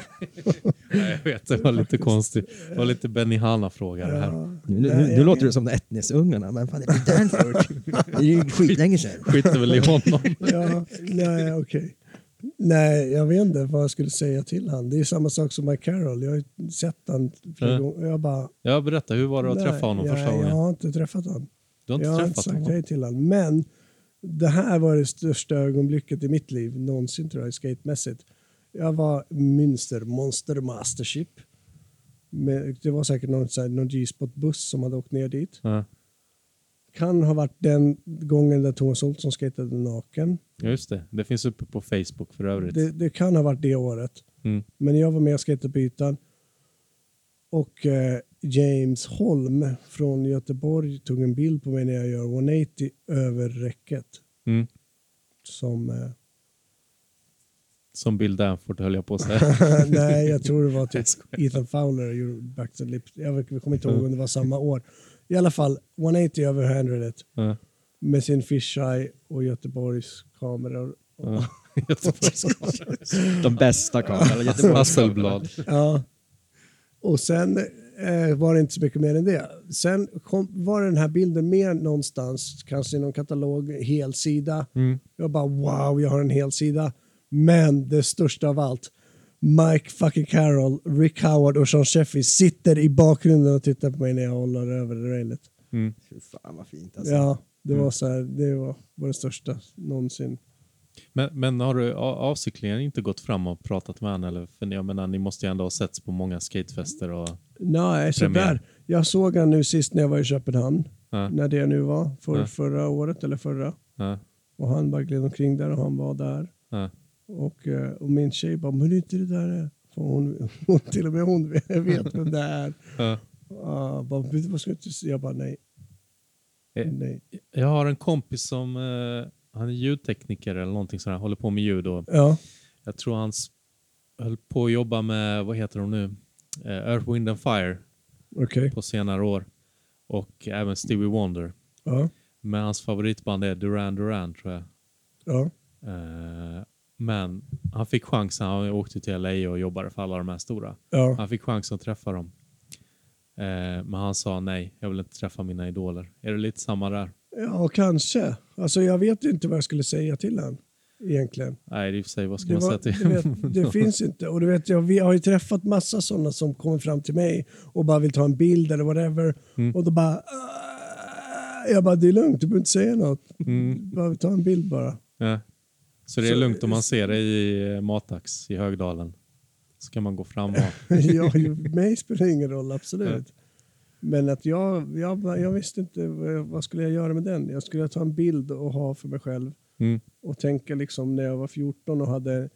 Speaker 2: Nej, jag vet, det var lite konstigt. Det var lite Benny Hanna-fråga det här.
Speaker 1: Ja.
Speaker 3: Nu, nu,
Speaker 1: Nej,
Speaker 3: nu
Speaker 1: jag
Speaker 3: låter
Speaker 1: vet.
Speaker 3: det som de etnisungarna, men fan det är Bill Danford. det är ju skitlänge sedan.
Speaker 2: Skiter väl i honom.
Speaker 1: Ja, nej, okej. Nej, jag vet inte vad jag skulle säga till han. Det är samma sak som Mike Carroll. Jag har ju sett han flera
Speaker 2: Ja.
Speaker 1: gånger. Jag bara...
Speaker 2: Ja, berätta. Hur var det att
Speaker 1: nej,
Speaker 2: träffa honom första
Speaker 1: nej, Jag
Speaker 2: gången?
Speaker 1: har inte träffat han.
Speaker 2: Du har inte
Speaker 1: jag har inte
Speaker 2: träffat
Speaker 1: sagt
Speaker 2: honom?
Speaker 1: hej till honom. Men det här var det största ögonblicket i mitt liv någonsin tror jag, skatemässigt. Jag var Münster Monster Mastership. Men det var säkert någon, så här- någon G-spot-buss som hade åkt ner dit.
Speaker 2: Ja,
Speaker 1: Kan ha varit den gången där Thomas Olsson skatade naken.
Speaker 2: Ja, just det. Det finns uppe på Facebook för övrigt.
Speaker 1: Det, det kan ha varit det året.
Speaker 2: Mm.
Speaker 1: Men jag var med och skatade på ytan. Och eh, James Holm från Göteborg tog en bild på mig när jag gör 180 över räcket.
Speaker 2: Mm.
Speaker 1: Som, eh,
Speaker 2: Som Bill Danford höll jag på att säga.
Speaker 1: nej, jag tror det var
Speaker 2: Jag Mm.
Speaker 1: typ Ethan Fowler gjorde back to lip. Jag vet- jag kommer inte ihåg om det var samma år. I alla fall, 180 över handredet
Speaker 2: Ja,
Speaker 1: med sin fisheye och Göteborgs kameror.
Speaker 2: ja. Göteborgskarlar.
Speaker 4: De bästa kamerorna. Göteborgs-
Speaker 2: Hasselblad.
Speaker 1: Ja. Och sen eh, var det inte så mycket mer än det. Sen kom, var den här bilden med någonstans, kanske i någon katalog, helsida.
Speaker 2: Mm.
Speaker 1: Jag bara wow, jag har en helsida. Men det största av allt, Mike fucking Carroll, Rick Howard och Sean Sheffy sitter i bakgrunden och tittar på mig när jag håller över railet.
Speaker 2: Mm.
Speaker 3: Fy fan vad fint alltså.
Speaker 1: Ja, det
Speaker 2: Mm.
Speaker 1: var så här, det var, var det största någonsin.
Speaker 2: Men, men har du a- avsiktligen inte gått fram och pratat med honom? Eller? För jag menar, ni måste ju ändå ha setts på många skatefester. Och,
Speaker 1: Nej, sådär.
Speaker 2: Premiär.
Speaker 1: Jag såg han nu sist när jag var i Köpenhamn,
Speaker 2: ja,
Speaker 1: när det nu var, för,
Speaker 2: Ja.
Speaker 1: förra året eller förra.
Speaker 2: ja,
Speaker 1: Och han bara gled omkring där och han var där.
Speaker 2: ja.
Speaker 1: Och, eh, och min tjej bara, men det är inte det där är. För hon, hon, till och med hon vet vem det är.
Speaker 2: Ja.
Speaker 1: Uh, bara, "Vet du vad ska jag inte säga?" jag bara nej.
Speaker 2: Eh.
Speaker 1: nej.
Speaker 2: Jag har en kompis som eh, han är ljudtekniker eller någonting sånt. här, Håller på med ljud. Och
Speaker 1: Ja,
Speaker 2: jag tror han s- höll på att jobba med, vad heter de nu? Eh, Earth, Wind and Fire
Speaker 1: okej.
Speaker 2: på senare år. Och även Stevie Wonder.
Speaker 1: Ja,
Speaker 2: Men hans favoritband är Duran Duran tror jag.
Speaker 1: ja.
Speaker 2: Eh, men han fick chansen, han åkte till LA och jobbade för alla de här stora.
Speaker 1: ja.
Speaker 2: Han fick chansen att träffa dem. Eh, men han sa nej, jag vill inte träffa mina idoler. Är det lite samma där?
Speaker 1: Ja, kanske. Alltså jag vet inte vad jag skulle säga till han egentligen.
Speaker 2: Nej, det är i och för sig, vad ska
Speaker 1: Det,
Speaker 2: man
Speaker 1: var-
Speaker 2: säga till?
Speaker 1: du vet, det finns inte. Och du vet, jag, vi har ju träffat massa sådana som kommer fram till mig och bara vill ta en bild eller whatever.
Speaker 2: Mm.
Speaker 1: Och då bara... "Ah." Jag bara, det är lugnt, du behöver inte säga något.
Speaker 2: Mm.
Speaker 1: Bara ta en bild bara.
Speaker 2: Ja. Så det är
Speaker 1: Så-
Speaker 2: lugnt om man ser det i eh, Matax i Högdalen. Så kan man gå fram och...
Speaker 1: jag, ju- mig spelar det ingen roll, absolut. Men att jag, jag, bara- jag visste inte vad, jag- vad skulle jag göra med den. Jag skulle ta en bild och ha för mig själv
Speaker 2: Mm.
Speaker 1: och tänka liksom när jag var 14 och hade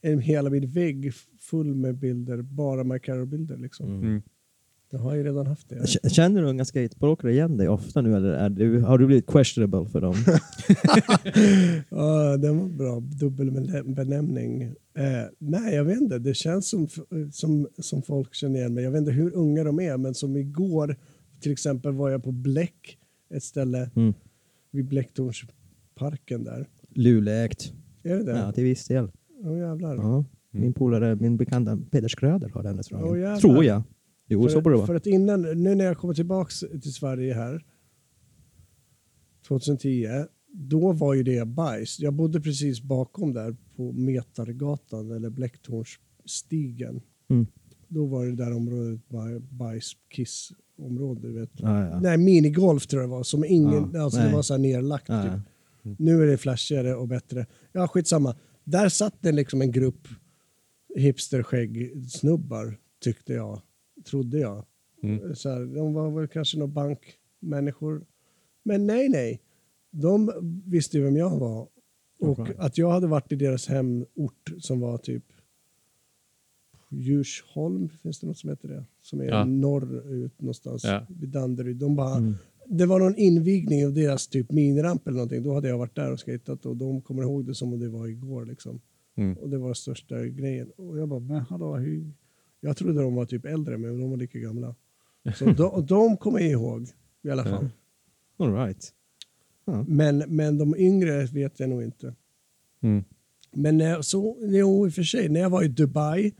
Speaker 1: en hela min vägg full med bilder, bara Macaro-bilder. Liksom.
Speaker 2: Mm.
Speaker 1: Jag har ju redan haft det.
Speaker 3: K- Känner unga skateboardåkare igen dig ofta nu eller är du, har du blivit questionable för dem?
Speaker 1: Ja, den var bra. Dubbel benäm- benämning. Eh, nej, jag vet inte. Det känns som, som, som folk känner igen mig. Jag vet inte hur unga de är, men som igår till exempel var jag på Bläck, ett ställe
Speaker 3: Mm.
Speaker 1: vid Bläcktornsparken där.
Speaker 3: Luleägt.
Speaker 1: Är det det?
Speaker 3: Ja,
Speaker 1: Åh
Speaker 3: till viss del.
Speaker 1: jävlar.
Speaker 3: Ja. Min polare, min bekanta Peder Skröder har den
Speaker 1: Mm. Åh,
Speaker 3: restaurangen.
Speaker 1: jävlar.
Speaker 3: Tror jag. Jo, så borde det
Speaker 1: för, för
Speaker 3: vara.
Speaker 1: att innan, nu när jag kommer tillbaks till Sverige här, 2010, då var ju det bajs. Jag bodde precis bakom där på Metargatan eller Blecktornsstigen.
Speaker 3: Mm.
Speaker 1: Då var det där området bara bajs, kissområde, du vet.
Speaker 3: Ja, ja.
Speaker 1: Nej, minigolf tror jag det var, som ingen,
Speaker 3: Ja,
Speaker 1: alltså det
Speaker 3: nej.
Speaker 1: var så här nerlagt
Speaker 3: Ja,
Speaker 1: typ.
Speaker 3: ja.
Speaker 1: Nu är det flashigare och bättre. Ja, skitsamma. Där satt det liksom en grupp hipsterskäggsnubbar, tyckte jag. Trodde jag.
Speaker 2: Mm.
Speaker 1: Så här, de var väl kanske några bankmänniskor. Men nej, nej. De visste ju vem jag var. Och
Speaker 3: Alright.
Speaker 1: att jag hade varit i deras hemort som var typ Djursholm, finns det något som heter det? Som är
Speaker 2: Ja.
Speaker 1: norrut någonstans
Speaker 2: Ja.
Speaker 1: vid Danderyd. De bara,
Speaker 3: Mm.
Speaker 1: det var någon invigning av deras typ miniramp eller någonting. Då hade jag varit där och skejtat och de kommer ihåg det som om det var igår liksom.
Speaker 2: Mm.
Speaker 1: Och det var största grejen. Och jag bara, men hallå, hur? Jag trodde de var typ äldre, men de var lika gamla. Så de, och de kommer jag ihåg i alla fall.
Speaker 3: All right.
Speaker 1: Men, men de yngre vet jag nog inte.
Speaker 2: Mm.
Speaker 1: Men när jag så, jo, i och för sig, när jag var i Dubai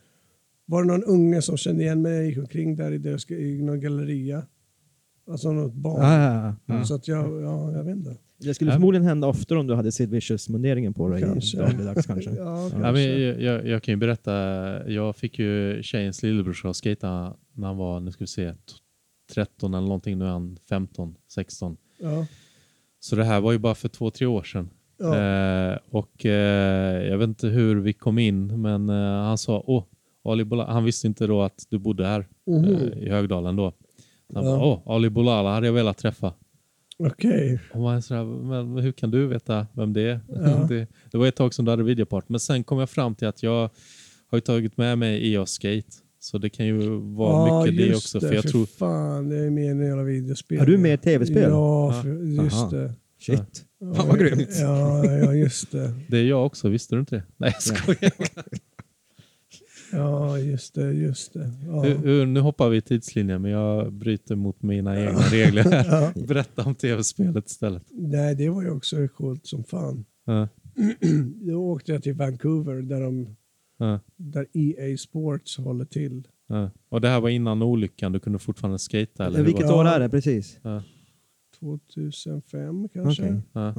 Speaker 1: var det någon unge som kände igen mig. Jag gick omkring där i, deras, i någon galleria. Alltså något barn.
Speaker 3: Ah, ah.
Speaker 1: Så att jag, ja, jag vet inte.
Speaker 3: Det skulle
Speaker 2: Ja.
Speaker 3: förmodligen hända oftare om du hade Sid Vicious-munderingen på dig
Speaker 1: Kanske.
Speaker 3: dagligdags kanske.
Speaker 1: Ja,
Speaker 2: Ja,
Speaker 1: kanske.
Speaker 2: men jag, jag, jag kan ju berätta, jag fick ju tjejens lillebrorsa att skejta när han var, nu ska vi se, t- 13 eller någonting, nu är han 15, 16.
Speaker 1: ja.
Speaker 2: Så det här var ju bara för två, tre år sedan.
Speaker 1: Ja.
Speaker 2: Eh, och eh, jag vet inte hur vi kom in, men eh, han sa, åh, Ali Bola-" han visste inte då att du bodde här
Speaker 1: Mhm.
Speaker 2: eh, i Högdalen då. Han
Speaker 1: Ja.
Speaker 2: bara, åh, Ali Bolala hade jag velat träffa.
Speaker 1: Okej.
Speaker 2: Hon var sådär, men hur kan du veta vem det är?
Speaker 1: Ja.
Speaker 2: det, det var ett tag som du hade videopart, men sen kom jag fram till att jag har ju tagit med mig EA Skate, så det kan ju vara
Speaker 1: Ja,
Speaker 2: mycket det
Speaker 1: just
Speaker 2: också. för jag tror,
Speaker 1: fan, det är med i en jävla videospel.
Speaker 3: Har du med i tv-spel?
Speaker 1: Ja,
Speaker 2: Ja.
Speaker 1: för, just
Speaker 3: Aha.
Speaker 1: det.
Speaker 3: Shit.
Speaker 1: Ja,
Speaker 3: Fan, vad grymt.
Speaker 1: Ja, ja, just det.
Speaker 2: det är jag också, visste du inte det? Nej, jag skojar.
Speaker 1: Ja, just det, just det. Ja.
Speaker 2: Hur- hur- nu hoppar vi i tidslinjen, men jag bryter mot mina egna regler. här.
Speaker 1: Ja.
Speaker 2: Berätta om tv-spelet istället.
Speaker 1: Nej, det var ju också coolt som fan.
Speaker 2: Ja,
Speaker 1: Då åkte jag till Vancouver där, de,
Speaker 2: ja,
Speaker 1: där EA Sports håller till.
Speaker 2: ja. Och det här var innan olyckan, du kunde fortfarande skata eller? hur
Speaker 3: Vilket
Speaker 2: var
Speaker 1: Ja.
Speaker 3: år är det precis?
Speaker 2: det? Ja,
Speaker 1: 2005 kanske.
Speaker 3: Okej.
Speaker 2: ja.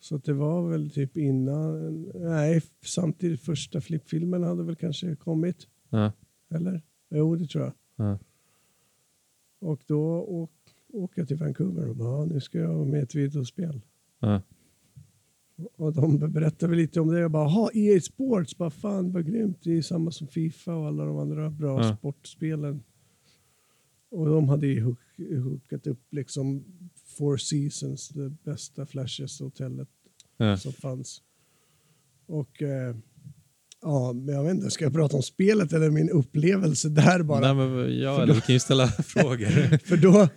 Speaker 1: Så att det var väl typ innan... Nej, samtidigt första flippfilmen hade väl kanske kommit.
Speaker 2: Ja,
Speaker 1: Eller? Jo, det tror jag.
Speaker 2: ja.
Speaker 1: Och då åk, åker jag till Vancouver och bara, "Ja, nu ska jag vara med i ett videospel.
Speaker 2: Ja.
Speaker 1: Och de berättade lite om det. Jag bara, ha EA Sports, bara fan vad grymt. Det är samma som Fifa och alla de andra bra
Speaker 2: Ja.
Speaker 1: sportspelen. Och de hade ju hook- hookat upp liksom Four Seasons, det bästa Flashes-hotellet
Speaker 2: Ja.
Speaker 1: som fanns. Och eh, ja, men jag vet inte, ska jag prata om spelet eller min upplevelse där bara?
Speaker 2: Nej, men, ja, eller vi kan ju ställa frågor.
Speaker 1: För, då,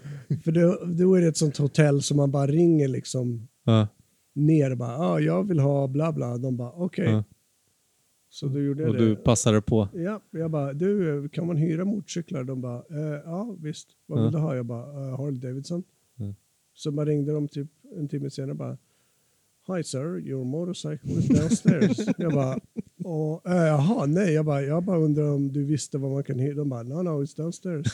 Speaker 1: för då, då är det ett sånt hotell som man bara ringer liksom
Speaker 2: Ja,
Speaker 1: ner och bara ah, jag vill ha bla bla. De bara okej.
Speaker 2: ja.
Speaker 1: Så då gjorde jag
Speaker 2: Och
Speaker 1: det.
Speaker 2: du passade på.
Speaker 1: Ja, jag bara du kan man hyra motorcyklar? De bara eh, ja visst. Vad
Speaker 2: Ja.
Speaker 1: vill du ha? Jag bara eh, Harley Davidson.
Speaker 2: Ja.
Speaker 1: Så man ringde dem typ en timme senare och bara Hi sir, your motorcycle is downstairs. jag bara "Åh, eh, jaha nej. Jag bara, jag bara undrar om du visste vad man kan hyra. De bara no no it's downstairs.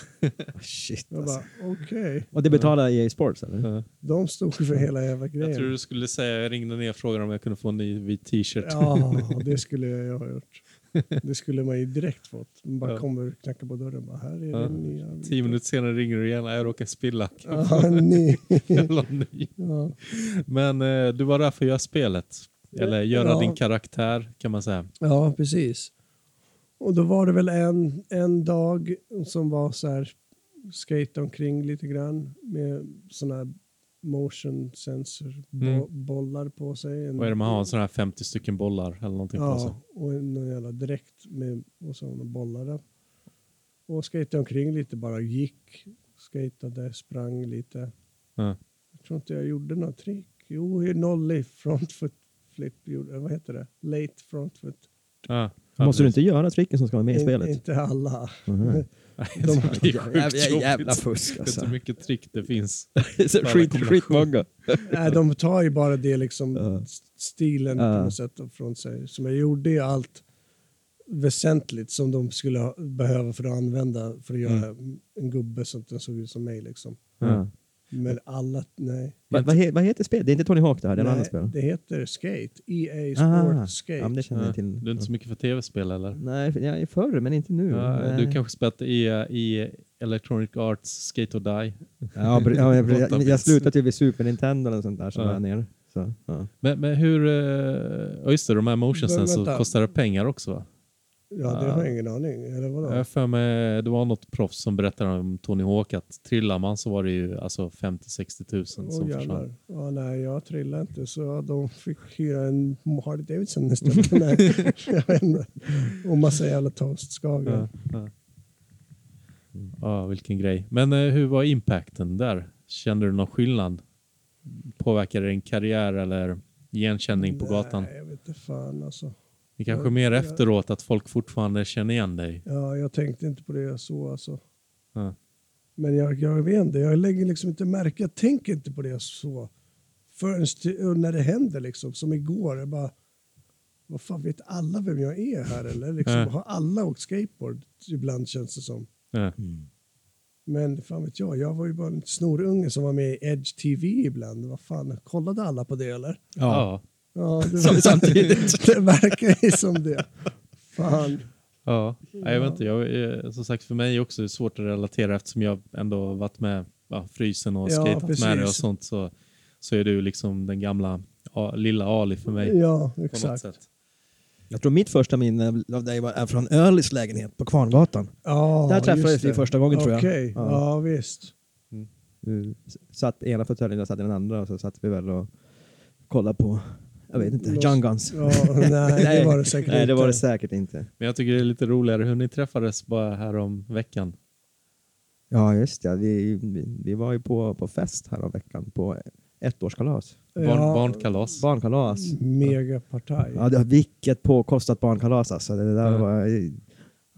Speaker 3: Shit
Speaker 1: Jag
Speaker 3: alltså.
Speaker 1: bara okej.
Speaker 3: Och det betalar EA Sports eller?
Speaker 2: Ja.
Speaker 1: De stod för hela jävla grejen.
Speaker 2: Jag tror du skulle säga, jag ringde ner och frågade om jag kunde få en ny vit t-shirt.
Speaker 1: Ja, det skulle jag ha gjort. Det skulle man ju direkt fått. Man bara
Speaker 2: Ja.
Speaker 1: kommer och knackar på dörren och bara, här är
Speaker 2: Ja.
Speaker 1: den nya.
Speaker 2: Tio minuter senare ringer du igen, "Nej, jag råkar spilla.
Speaker 1: Ja, ni.
Speaker 2: Jag la ny.
Speaker 1: Ja.
Speaker 2: Men eh, du var där för att göra spelet. Eller göra
Speaker 1: Ja.
Speaker 2: din karaktär kan man säga.
Speaker 1: ja, precis. Och då var det väl en, en dag som var så här, skate omkring lite grann med sådana här motion sensor bo-
Speaker 2: Mm.
Speaker 1: bollar på sig. En,
Speaker 2: Vad är det man
Speaker 3: Mm.
Speaker 2: har? Sådana här 50 stycken bollar eller någonting på sig.
Speaker 1: Ja, och en någon jävla dräkt med, och så några bollar där. Och skejtade omkring lite bara, gick, skejtade, sprang lite.
Speaker 2: Ja.
Speaker 1: Jag tror inte jag gjorde något trick. Jo, nollie, front foot flip, gjorde, vad heter det? Late front foot.
Speaker 2: Ja.
Speaker 3: Måste du inte göra tricken som ska vara med i
Speaker 1: In-
Speaker 3: spelet?
Speaker 1: Inte alla.
Speaker 3: Mhm.
Speaker 2: De har det är sjukt
Speaker 3: Jävla,
Speaker 2: jobbigt.
Speaker 3: jävla fusk
Speaker 2: Vet du
Speaker 3: alltså.
Speaker 2: hur mycket trick det finns?
Speaker 3: Skit, skitmånga.
Speaker 1: Nej, de tar ju bara det liksom
Speaker 3: Ja.
Speaker 1: st- stilen på
Speaker 3: Ja.
Speaker 1: något sätt från sig. Som jag gjorde ju allt väsentligt som de skulle ha, behöva för att använda för att göra
Speaker 3: Mm.
Speaker 1: en gubbe så att den såg ut som mig liksom.
Speaker 3: Ja.
Speaker 1: Men alla, nej.
Speaker 3: Vad vad he- vad heter spelet? Det är inte Tony Hawk det här, det är
Speaker 1: nej,
Speaker 3: ett annat spel.
Speaker 1: det heter Skate. EA Sport
Speaker 3: Ah,
Speaker 1: Skate.
Speaker 3: ja, men det känner
Speaker 2: Ja.
Speaker 3: jag
Speaker 2: Du
Speaker 3: till.
Speaker 2: är inte så mycket för tv-spel eller?
Speaker 3: Nej, för- ja, förr men inte nu.
Speaker 2: Ja,
Speaker 3: Nej.
Speaker 2: du kanske spelat i, eh, i Electronic Arts Skate or Die?
Speaker 3: Ja, br- ja, jag,
Speaker 2: Åtta
Speaker 3: jag,
Speaker 2: bits.
Speaker 3: jag slutade ju vid Super Nintendo och sånt där som
Speaker 2: Ja.
Speaker 3: var ner.
Speaker 4: Så, ja.
Speaker 2: Men, men hur... eh, Ja, just det, de här motion
Speaker 1: Men
Speaker 2: sensor
Speaker 1: vänta.
Speaker 2: kostar det pengar också va?
Speaker 1: Ja, det
Speaker 3: Ah.
Speaker 1: har jag ingen aning. Eller vadå?
Speaker 2: Jag har för mig, det var något proffs som berättade om Tony Hawk att trillar man så var det ju alltså 50-60 tusen
Speaker 1: Åh
Speaker 2: som försvann.
Speaker 1: jävlar. Ja, nej, jag trillade inte så de fick hyra en Harley Davidson istället. nej, jag vet inte. Och massa jävla toastskagor.
Speaker 2: Ja, ja. ja, vilken grej. Men eh, hur var impacten där? Kände du någon skillnad? Påverkade det din karriär eller igenkänning på gatan?
Speaker 1: Nej, jag vet inte fan alltså.
Speaker 2: Det kanske är mer efteråt att folk fortfarande känner igen dig.
Speaker 1: Ja, jag tänkte inte på det så alltså.
Speaker 2: Ja.
Speaker 1: Men jag, jag vet inte, jag lägger liksom inte märke, jag tänker inte på det så. Förrän till- när det händer liksom, som igår. Jag bara, vad fan vet alla vem jag är här eller? Liksom,
Speaker 2: Ja.
Speaker 1: Har alla åkt skateboard? Ibland känns det som.
Speaker 2: Ja.
Speaker 1: Men fan vet jag, jag var ju bara en snorunge som var med i Edge TV ibland. Vad fan, kollade alla på det eller?
Speaker 2: Ja.
Speaker 1: Ja, det, samtidigt. det verkar ju som det. Fan.
Speaker 2: Ja, Nej, jag vet inte. Jag, eh, som sagt, för mig är också svårt att relatera eftersom jag ändå har varit med ja, frysen och
Speaker 1: Ja,
Speaker 2: skatat med dig och
Speaker 1: precis.
Speaker 2: sånt så, så är du liksom den gamla a, lilla Ali för mig.
Speaker 1: Ja,
Speaker 2: på något
Speaker 1: exakt.
Speaker 2: sätt.
Speaker 3: Jag tror mitt första minne av dig var är från Ölis lägenhet på Kvarngatan.
Speaker 1: Ja,
Speaker 3: Där träffades
Speaker 1: just
Speaker 3: vi
Speaker 1: det.
Speaker 3: första gången tror jag.
Speaker 1: Okej, ja.
Speaker 3: Ja.
Speaker 1: visst.
Speaker 4: Du s- satt i ena fåtöljen, jag satt i den andra och så satt vi väl och kollade på, jag vet inte,
Speaker 1: Lost-
Speaker 4: Young Guns.
Speaker 1: Ja, nej, det var det säkert
Speaker 4: Nej, det var det
Speaker 1: inte.
Speaker 4: säkert inte.
Speaker 2: Men jag tycker det är lite roligare hur ni träffades bara här om veckan.
Speaker 4: Ja, just ja. Vi, vi, vi var ju på, på fest häromveckan på ettårskalas.
Speaker 2: Barn,
Speaker 1: Ja.
Speaker 2: Barnkalas.
Speaker 4: Barnkalas.
Speaker 1: Mm. Megapartaj.
Speaker 4: Ja, det, vilket påkostat barnkalas alltså. Det där
Speaker 2: Ja.
Speaker 4: var...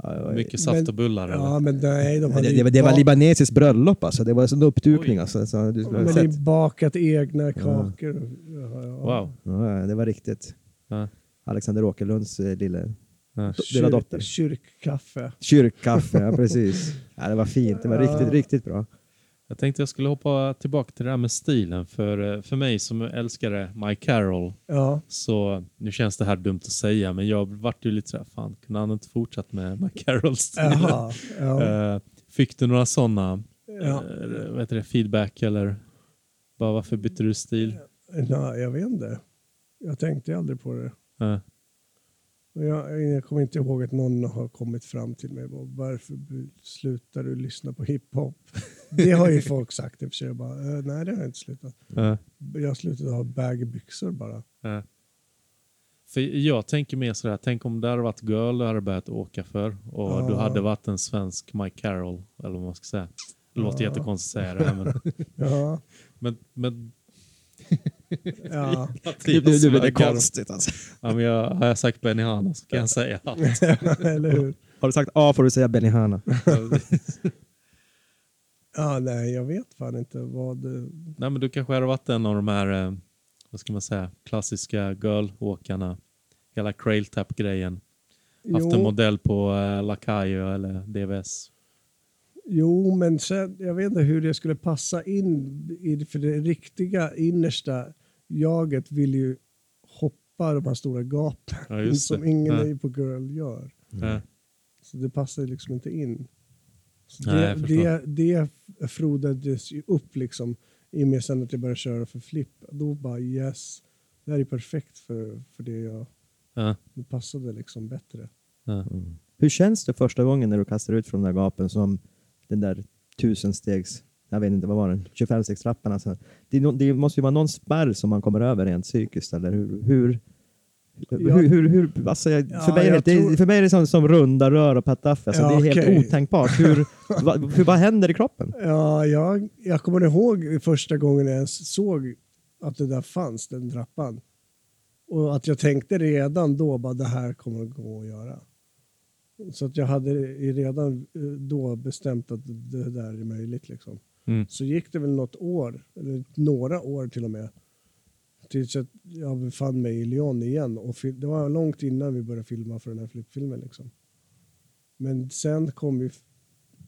Speaker 4: Ja, det var-
Speaker 2: Mycket saft och bullar.
Speaker 1: Ja,
Speaker 2: eller?
Speaker 1: men nej, de
Speaker 4: det,
Speaker 1: hade ju
Speaker 4: det, det var
Speaker 1: bak-
Speaker 4: libanesiskt bröllop alltså. Det var en uppdukning
Speaker 2: Oj.
Speaker 4: alltså. Så du skulle
Speaker 1: de
Speaker 4: ha
Speaker 1: hade
Speaker 4: sett.
Speaker 1: ju bakat egna kakor. Ja, ja.
Speaker 2: Wow.
Speaker 4: Ja, det var riktigt.
Speaker 2: Ja.
Speaker 4: Alexander Åkerlunds eh, lille
Speaker 2: Ja.
Speaker 4: lilla
Speaker 1: Kyr-
Speaker 4: dotter.
Speaker 1: Kyrkkaffe.
Speaker 4: Kyrkkaffe, ja precis. Ja, det var fint, det var riktigt, riktigt bra.
Speaker 2: Jag tänkte jag skulle hoppa tillbaka till det här med stilen. För, eh, för mig som älskade Mike Carroll
Speaker 1: Ja.
Speaker 2: Så nu känns det här dumt att säga, men jag vart ju lite såhär, fan kunde han inte fortsatt med McCarrolls
Speaker 1: Jaha. Ja.
Speaker 2: Eh, Fick du några sådana
Speaker 1: Ja.
Speaker 2: vad heter det, feedback eller bara varför bytte du stil?
Speaker 1: Nej, jag vet inte. Jag tänkte aldrig på det.
Speaker 2: Eh,
Speaker 1: Men Jag, jag kommer inte ihåg att någon har kommit fram till mig. Bara, Varför slutar du lyssna på hiphop? Det har ju folk sagt i och för sig. Jag bara, "Eh, nej, det har jag inte slutat.
Speaker 2: eh,
Speaker 1: Jag har slutat ha baggybyxor bara.
Speaker 2: eh. För jag tänker mer sådär, tänk om det hade varit girl du hade börjat åka för och
Speaker 1: Ja.
Speaker 2: du hade varit en svensk Mike Carroll, eller vad man ska säga. Det låter
Speaker 1: Ja.
Speaker 2: jättekonstigt att säga det här, men,
Speaker 1: Ja,
Speaker 2: men, men
Speaker 1: ja.
Speaker 4: Du, du, du, det är
Speaker 2: Carroll-
Speaker 4: konstigt alltså.
Speaker 2: Ja, men jag, har jag sagt Benihana så kan jag säga allt.
Speaker 1: eller hur?
Speaker 4: Har du sagt A får du säga Benihana.
Speaker 1: Ja, nej, jag vet fan inte vad... eh, det-
Speaker 2: Nej, men du kanske hade varit en av de här, eh, vad ska man säga, klassiska girl-åkarna. Hela Crail Tap-grejen. Haft en
Speaker 1: Jo,
Speaker 2: modell på eh, Lacayo eller DVS.
Speaker 1: jo, men sen, jag vet inte hur det skulle passa in i för det riktiga innersta jaget vill ju hoppa de här stora gapen
Speaker 2: Ja, just det.
Speaker 1: som ingen
Speaker 2: Ja.
Speaker 1: är på Girl gör.
Speaker 2: Eh,
Speaker 1: Så det passar ju liksom inte in. Så
Speaker 2: Nej, jag förstår.
Speaker 1: det, det, det frodades ju upp liksom i och med sen att jag började köra för flipp. Då bara yes, det här är perfekt för, för det jag...
Speaker 2: eh,
Speaker 1: Det passade liksom bättre.
Speaker 2: eh.
Speaker 4: Hur känns det första gången när du kastar ut från den där gapen som den där tusenstegs, jag vet inte vad var den, 25-stegstrappan alltså. Det, är nå- det måste ju vara någon spärr som man kommer över rent psykiskt eller hur? hur hur, hur, hur, alltså jag,
Speaker 1: Ja,
Speaker 4: för, mig är
Speaker 1: jag
Speaker 4: det, det
Speaker 1: tror-
Speaker 4: är- för mig är det som, som runda rör och pataff. Alltså,
Speaker 1: Ja,
Speaker 4: det är helt
Speaker 1: okej.
Speaker 4: otänkbart. Hur, va, hur, vad händer i kroppen?
Speaker 1: Ja, jag, jag kommer ihåg första gången jag ens såg att det där fanns, den trappan. Och att jag tänkte redan då bara det här kommer att gå att göra. Så att jag hade i- redan eh, då bestämt att det där är möjligt. Liksom.
Speaker 2: Mm.
Speaker 1: Så gick det väl något år, eller några år till och med, tills jag- jag befann mig i Lyon igen. Och fil- det var långt innan vi började filma för den här flippfilmen. Liksom. Men sen kom ju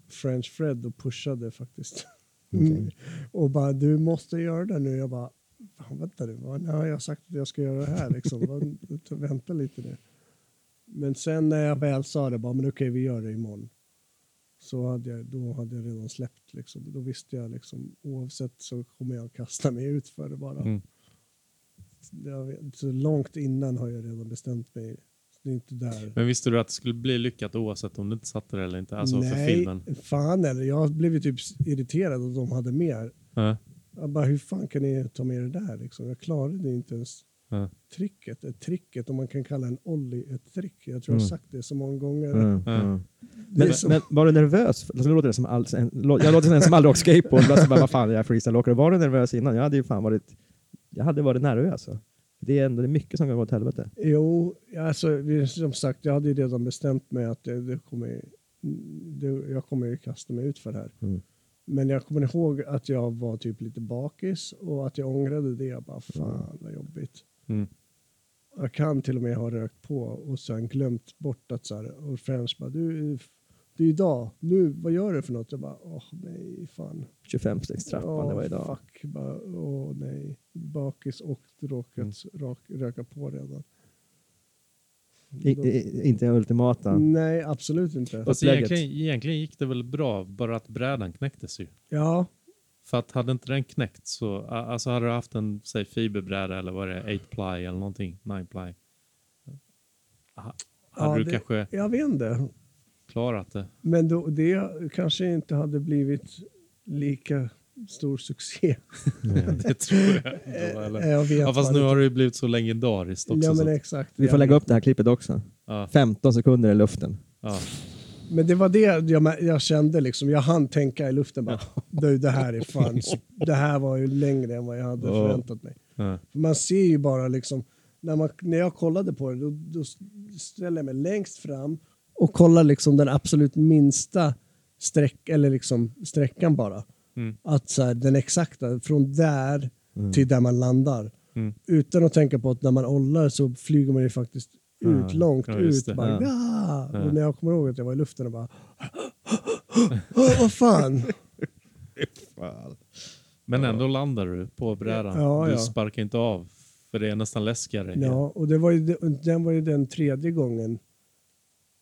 Speaker 1: French Fred och pushade faktiskt. Mm. Och bara, du måste göra det nu. Jag bara, fan vänta nu, vad- när har jag sagt att jag ska göra det här liksom? Vad- vänta lite nu. Men sen när jag väl sa det, bara, men okej vi gör det imorgon. Så hade jag, då hade jag redan släppt liksom. Då visste jag liksom, oavsett så kommer jag kasta mig ut för det bara.
Speaker 2: Mm.
Speaker 1: jag vet, så långt innan har jag redan bestämt mig. Så det är inte där.
Speaker 2: Men visste du att det skulle bli lyckat oavsett om du inte satte det eller inte? Alltså för
Speaker 1: Nej,
Speaker 2: filmen.
Speaker 1: fan eller Jag blev ju typ irriterad att de hade mer.
Speaker 2: Ja,
Speaker 1: Jag bara, hur fan kan ni ta med det där liksom? Jag klarade inte ens
Speaker 2: ja,
Speaker 1: tricket. Ett tricket, om man kan kalla en ollie ett trick. Jag tror jag har
Speaker 4: Mm.
Speaker 1: sagt det så många gånger.
Speaker 4: Mm,
Speaker 2: Ja.
Speaker 4: mm.
Speaker 1: Det är
Speaker 4: Men,
Speaker 1: som-
Speaker 4: men var du nervös? Alltså, Nu låter det som all, en, lå- jag låter som en som aldrig åkt skateboard. Alltså, bara, vad fan, jag är freestyleåkare. Var du nervös innan? Jag hade ju fan varit... Jag hade varit nervös. Alltså. Det är ändå det är mycket som kan gå åt helvete.
Speaker 1: Jo, alltså vi- som sagt, jag hade ju redan bestämt mig att det, det kommer, det, jag kommer ju kasta mig ut för det här.
Speaker 4: Mm.
Speaker 1: Men jag kommer ihåg att jag var typ lite bakis och att jag ångrade det. Jag bara, fan vad jobbigt.
Speaker 2: mm,
Speaker 1: Jag kan till och med ha rökt på och sen glömt bort att så här, och French bara, du, det är idag, nu, vad gör du för något? Jag bara, åh nej, fan.
Speaker 4: 25 stegs trappan,
Speaker 1: Ja,
Speaker 4: det var idag.
Speaker 1: Fuck, bara, åh nej. Bakis och råkat
Speaker 4: Mm.
Speaker 1: rak, röka på redan.
Speaker 4: I, i, inte den ultimata.
Speaker 1: Nej, absolut inte.
Speaker 2: Fast
Speaker 4: Upplägget.
Speaker 2: egentligen, egentligen gick det väl bra, bara att brädan knäcktes ju.
Speaker 1: Ja,
Speaker 2: För att hade inte den knäckt så, a- alltså hade du haft en, säg fiberbräda eller vad det är, 8-ply eller någonting, 9-ply. Ha- Hade
Speaker 1: Ja,
Speaker 2: du
Speaker 1: det-
Speaker 2: kanske
Speaker 1: jag vet inte.
Speaker 2: klarat det?
Speaker 1: Men då, det kanske inte hade blivit lika stor succé.
Speaker 2: det tror jag inte.
Speaker 1: Eh,
Speaker 2: Eller?
Speaker 1: Jag vet
Speaker 2: Ja, fast
Speaker 1: vad
Speaker 2: nu
Speaker 1: det-
Speaker 2: har det ju blivit så legendariskt också.
Speaker 1: Ja,
Speaker 2: så
Speaker 1: men,
Speaker 2: att,
Speaker 1: exakt,
Speaker 4: Vi får
Speaker 1: Jag
Speaker 4: lägga
Speaker 1: vet.
Speaker 4: upp det här klippet också.
Speaker 2: ja,
Speaker 4: 15 sekunder i luften.
Speaker 2: ja.
Speaker 1: men det var det jag, jag kände, liksom. jag hann tänka i luften bara, du det här är fan, det här var ju längre än vad jag hade
Speaker 2: Ja.
Speaker 1: förväntat mig.
Speaker 2: ja.
Speaker 1: För man ser ju bara liksom, när, man, när jag kollade på det, då, då ställer jag mig längst fram och kollar liksom den absolut minsta sträck, eller liksom sträckan bara.
Speaker 2: Mm.
Speaker 1: Att så här, den exakta, från där till där man landar.
Speaker 2: Mm.
Speaker 1: Utan att tänka på att när man ollar så flyger man ju faktiskt ut,
Speaker 2: Ja,
Speaker 1: långt
Speaker 2: ja, just
Speaker 1: ut.
Speaker 2: det.
Speaker 1: Bara,
Speaker 4: Ja.
Speaker 1: "Ja!"
Speaker 2: Ja.
Speaker 1: Och när jag kommer ihåg att jag var i luften och bara... "Åh, vad fan!
Speaker 2: men ändå landar du på brädan.
Speaker 1: Ja,
Speaker 2: du
Speaker 1: ja.
Speaker 2: sparkar inte av, för det är nästan läskigare.
Speaker 1: Ja, och det var ju, den var ju den tredje gången.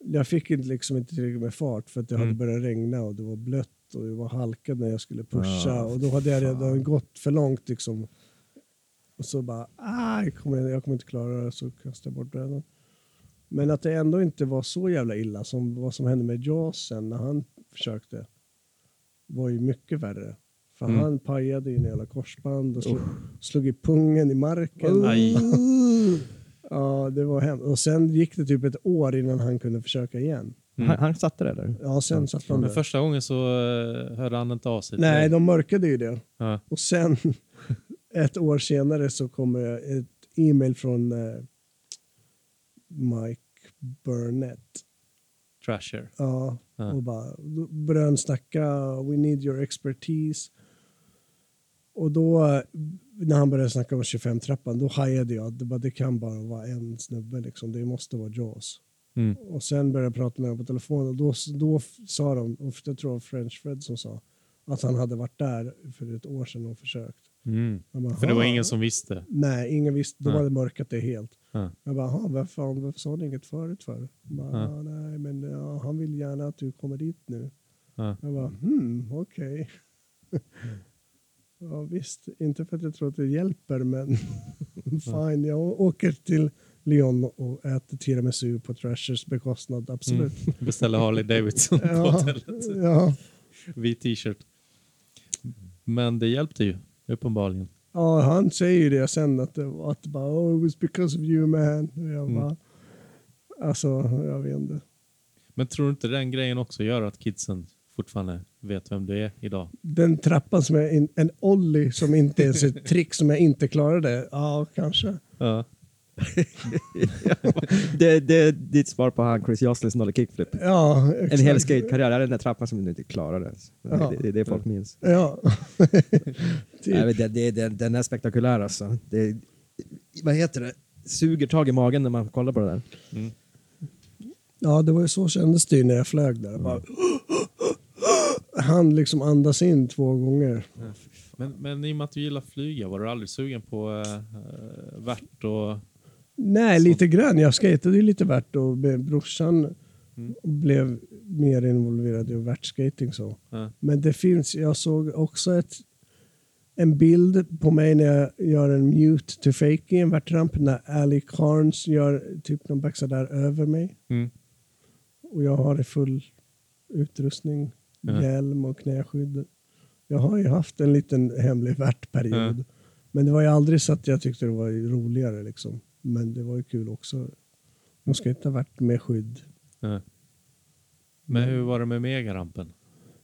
Speaker 1: Jag fick inte liksom inte tillräckligt med fart för att det
Speaker 2: Mm.
Speaker 1: hade börjat regna och det var blött och det var halkat när jag skulle pusha
Speaker 4: Ah,
Speaker 1: och då hade jag
Speaker 4: fan.
Speaker 1: redan gått för långt liksom. Och så bara, ah, jag kommer, jag kommer inte klara det så kastade jag bort brädan. Men att det ändå inte var så jävla illa som vad som hände med Jaws sen när han försökte var ju mycket värre. För
Speaker 2: Mm.
Speaker 1: han pajade ju en jävla korsband och slog, slog i pungen i marken.
Speaker 2: Aj.
Speaker 1: Ja, det var hemskt. Och sen gick det typ ett år innan han kunde försöka igen.
Speaker 2: Mm.
Speaker 4: Han, han satte det där.
Speaker 1: Ja, sen satt han
Speaker 2: Men
Speaker 1: där.
Speaker 2: första gången så eh, hörde han inte av sig till
Speaker 1: Nej,
Speaker 2: dig.
Speaker 1: de mörkade ju det.
Speaker 2: Ja.
Speaker 1: Och sen ett år senare så kommer ett e-mail från eh, Mike Burnett.
Speaker 2: Trasher.
Speaker 1: Ja,
Speaker 2: Ja.
Speaker 1: och bara då började han snacka “We need your expertise”. Och då, eh, när han började snacka om 25-trappan, då hajade jag att det, bara- det kan bara vara en snubbe liksom. Det måste vara Jaws.
Speaker 2: Mm.
Speaker 1: Och sen började jag prata med dem på telefon och då, då f- sa de, och jag tror det var French Fred som sa, att han hade varit där för ett år sedan och försökt.
Speaker 2: Mm.
Speaker 1: Jag bara,
Speaker 2: För det var
Speaker 1: "Ha."
Speaker 2: ingen som visste.
Speaker 1: Nej, ingen visste. De
Speaker 2: Nej.
Speaker 1: hade mörkat det helt.
Speaker 2: Ja.
Speaker 1: Jag bara, "Ha, varför, fan, varför sa ni inget förut för? De Bara,
Speaker 2: Ja.
Speaker 1: "Ah, Nej, men ja, han vill gärna att du kommer dit nu.
Speaker 2: Ja.
Speaker 1: Jag
Speaker 4: Mm.
Speaker 1: bara, hmm, okej. ja, visst, inte för att jag tror att det hjälper, men fine. Jag å- åker till Lyon och äter tiramisu på Trashers bekostnad, absolut.
Speaker 2: Beställde Harley Davidson på
Speaker 1: Ja,
Speaker 2: hotellet.
Speaker 4: Mm.
Speaker 1: ja.
Speaker 2: Vit t-shirt. Men det hjälpte ju, uppenbarligen.
Speaker 1: ja, han säger ju det sen, att det, att det bara, oh, it was because of you man. Och jag
Speaker 2: Mm.
Speaker 1: bara, alltså, jag vet inte.
Speaker 2: Men tror du inte den grejen också gör att kidsen fortfarande vet vem du är idag?
Speaker 1: Den trappan som är in, en ollie som inte ens är ett trick som jag inte klarade. Ja, kanske.
Speaker 2: Ja.
Speaker 4: det, det är ditt svar på han Chris Jostlins nolle kickflip.
Speaker 1: Ja,
Speaker 4: En
Speaker 1: exakt.
Speaker 4: hel skatekarriär. Det är den där trappan som du inte klarade. ens. Det
Speaker 1: Ja.
Speaker 4: är det, det folk minns.
Speaker 1: Ja. typ.
Speaker 4: Nej, men det, det, det, den är spektakulär alltså. Det, vad heter det? Suger tag i magen när man kollar på det där.
Speaker 2: Mm.
Speaker 1: Ja, det var ju så kändes det ju när jag flög där. Bara, Han liksom andas in två gånger.
Speaker 2: Men, men i och med att du gillar flyga, var du aldrig sugen på eh, eh, värt och...
Speaker 1: Nej,
Speaker 2: Så.
Speaker 1: lite grann. Jag skatade ju lite värt och be- brorsan blev mer involverad i värtskating så.
Speaker 2: eh,
Speaker 1: Men det finns, jag såg också ett en bild på mig när jag gör en mute to fake i en värtramp när Ali Carnes gör typ någon backside där över mig.
Speaker 2: Mm.
Speaker 1: Och jag har i full utrustning,
Speaker 2: Ja.
Speaker 1: hjälm och knäskydd. Jag har ju haft en liten hemlig värtperiod.
Speaker 2: Ja.
Speaker 1: Men det var ju aldrig så att jag tyckte det var roligare liksom. Men det var ju kul också. Man ska inte ha varit med skydd.
Speaker 2: Nej. Men
Speaker 1: Mm.
Speaker 2: hur var det med megarampen?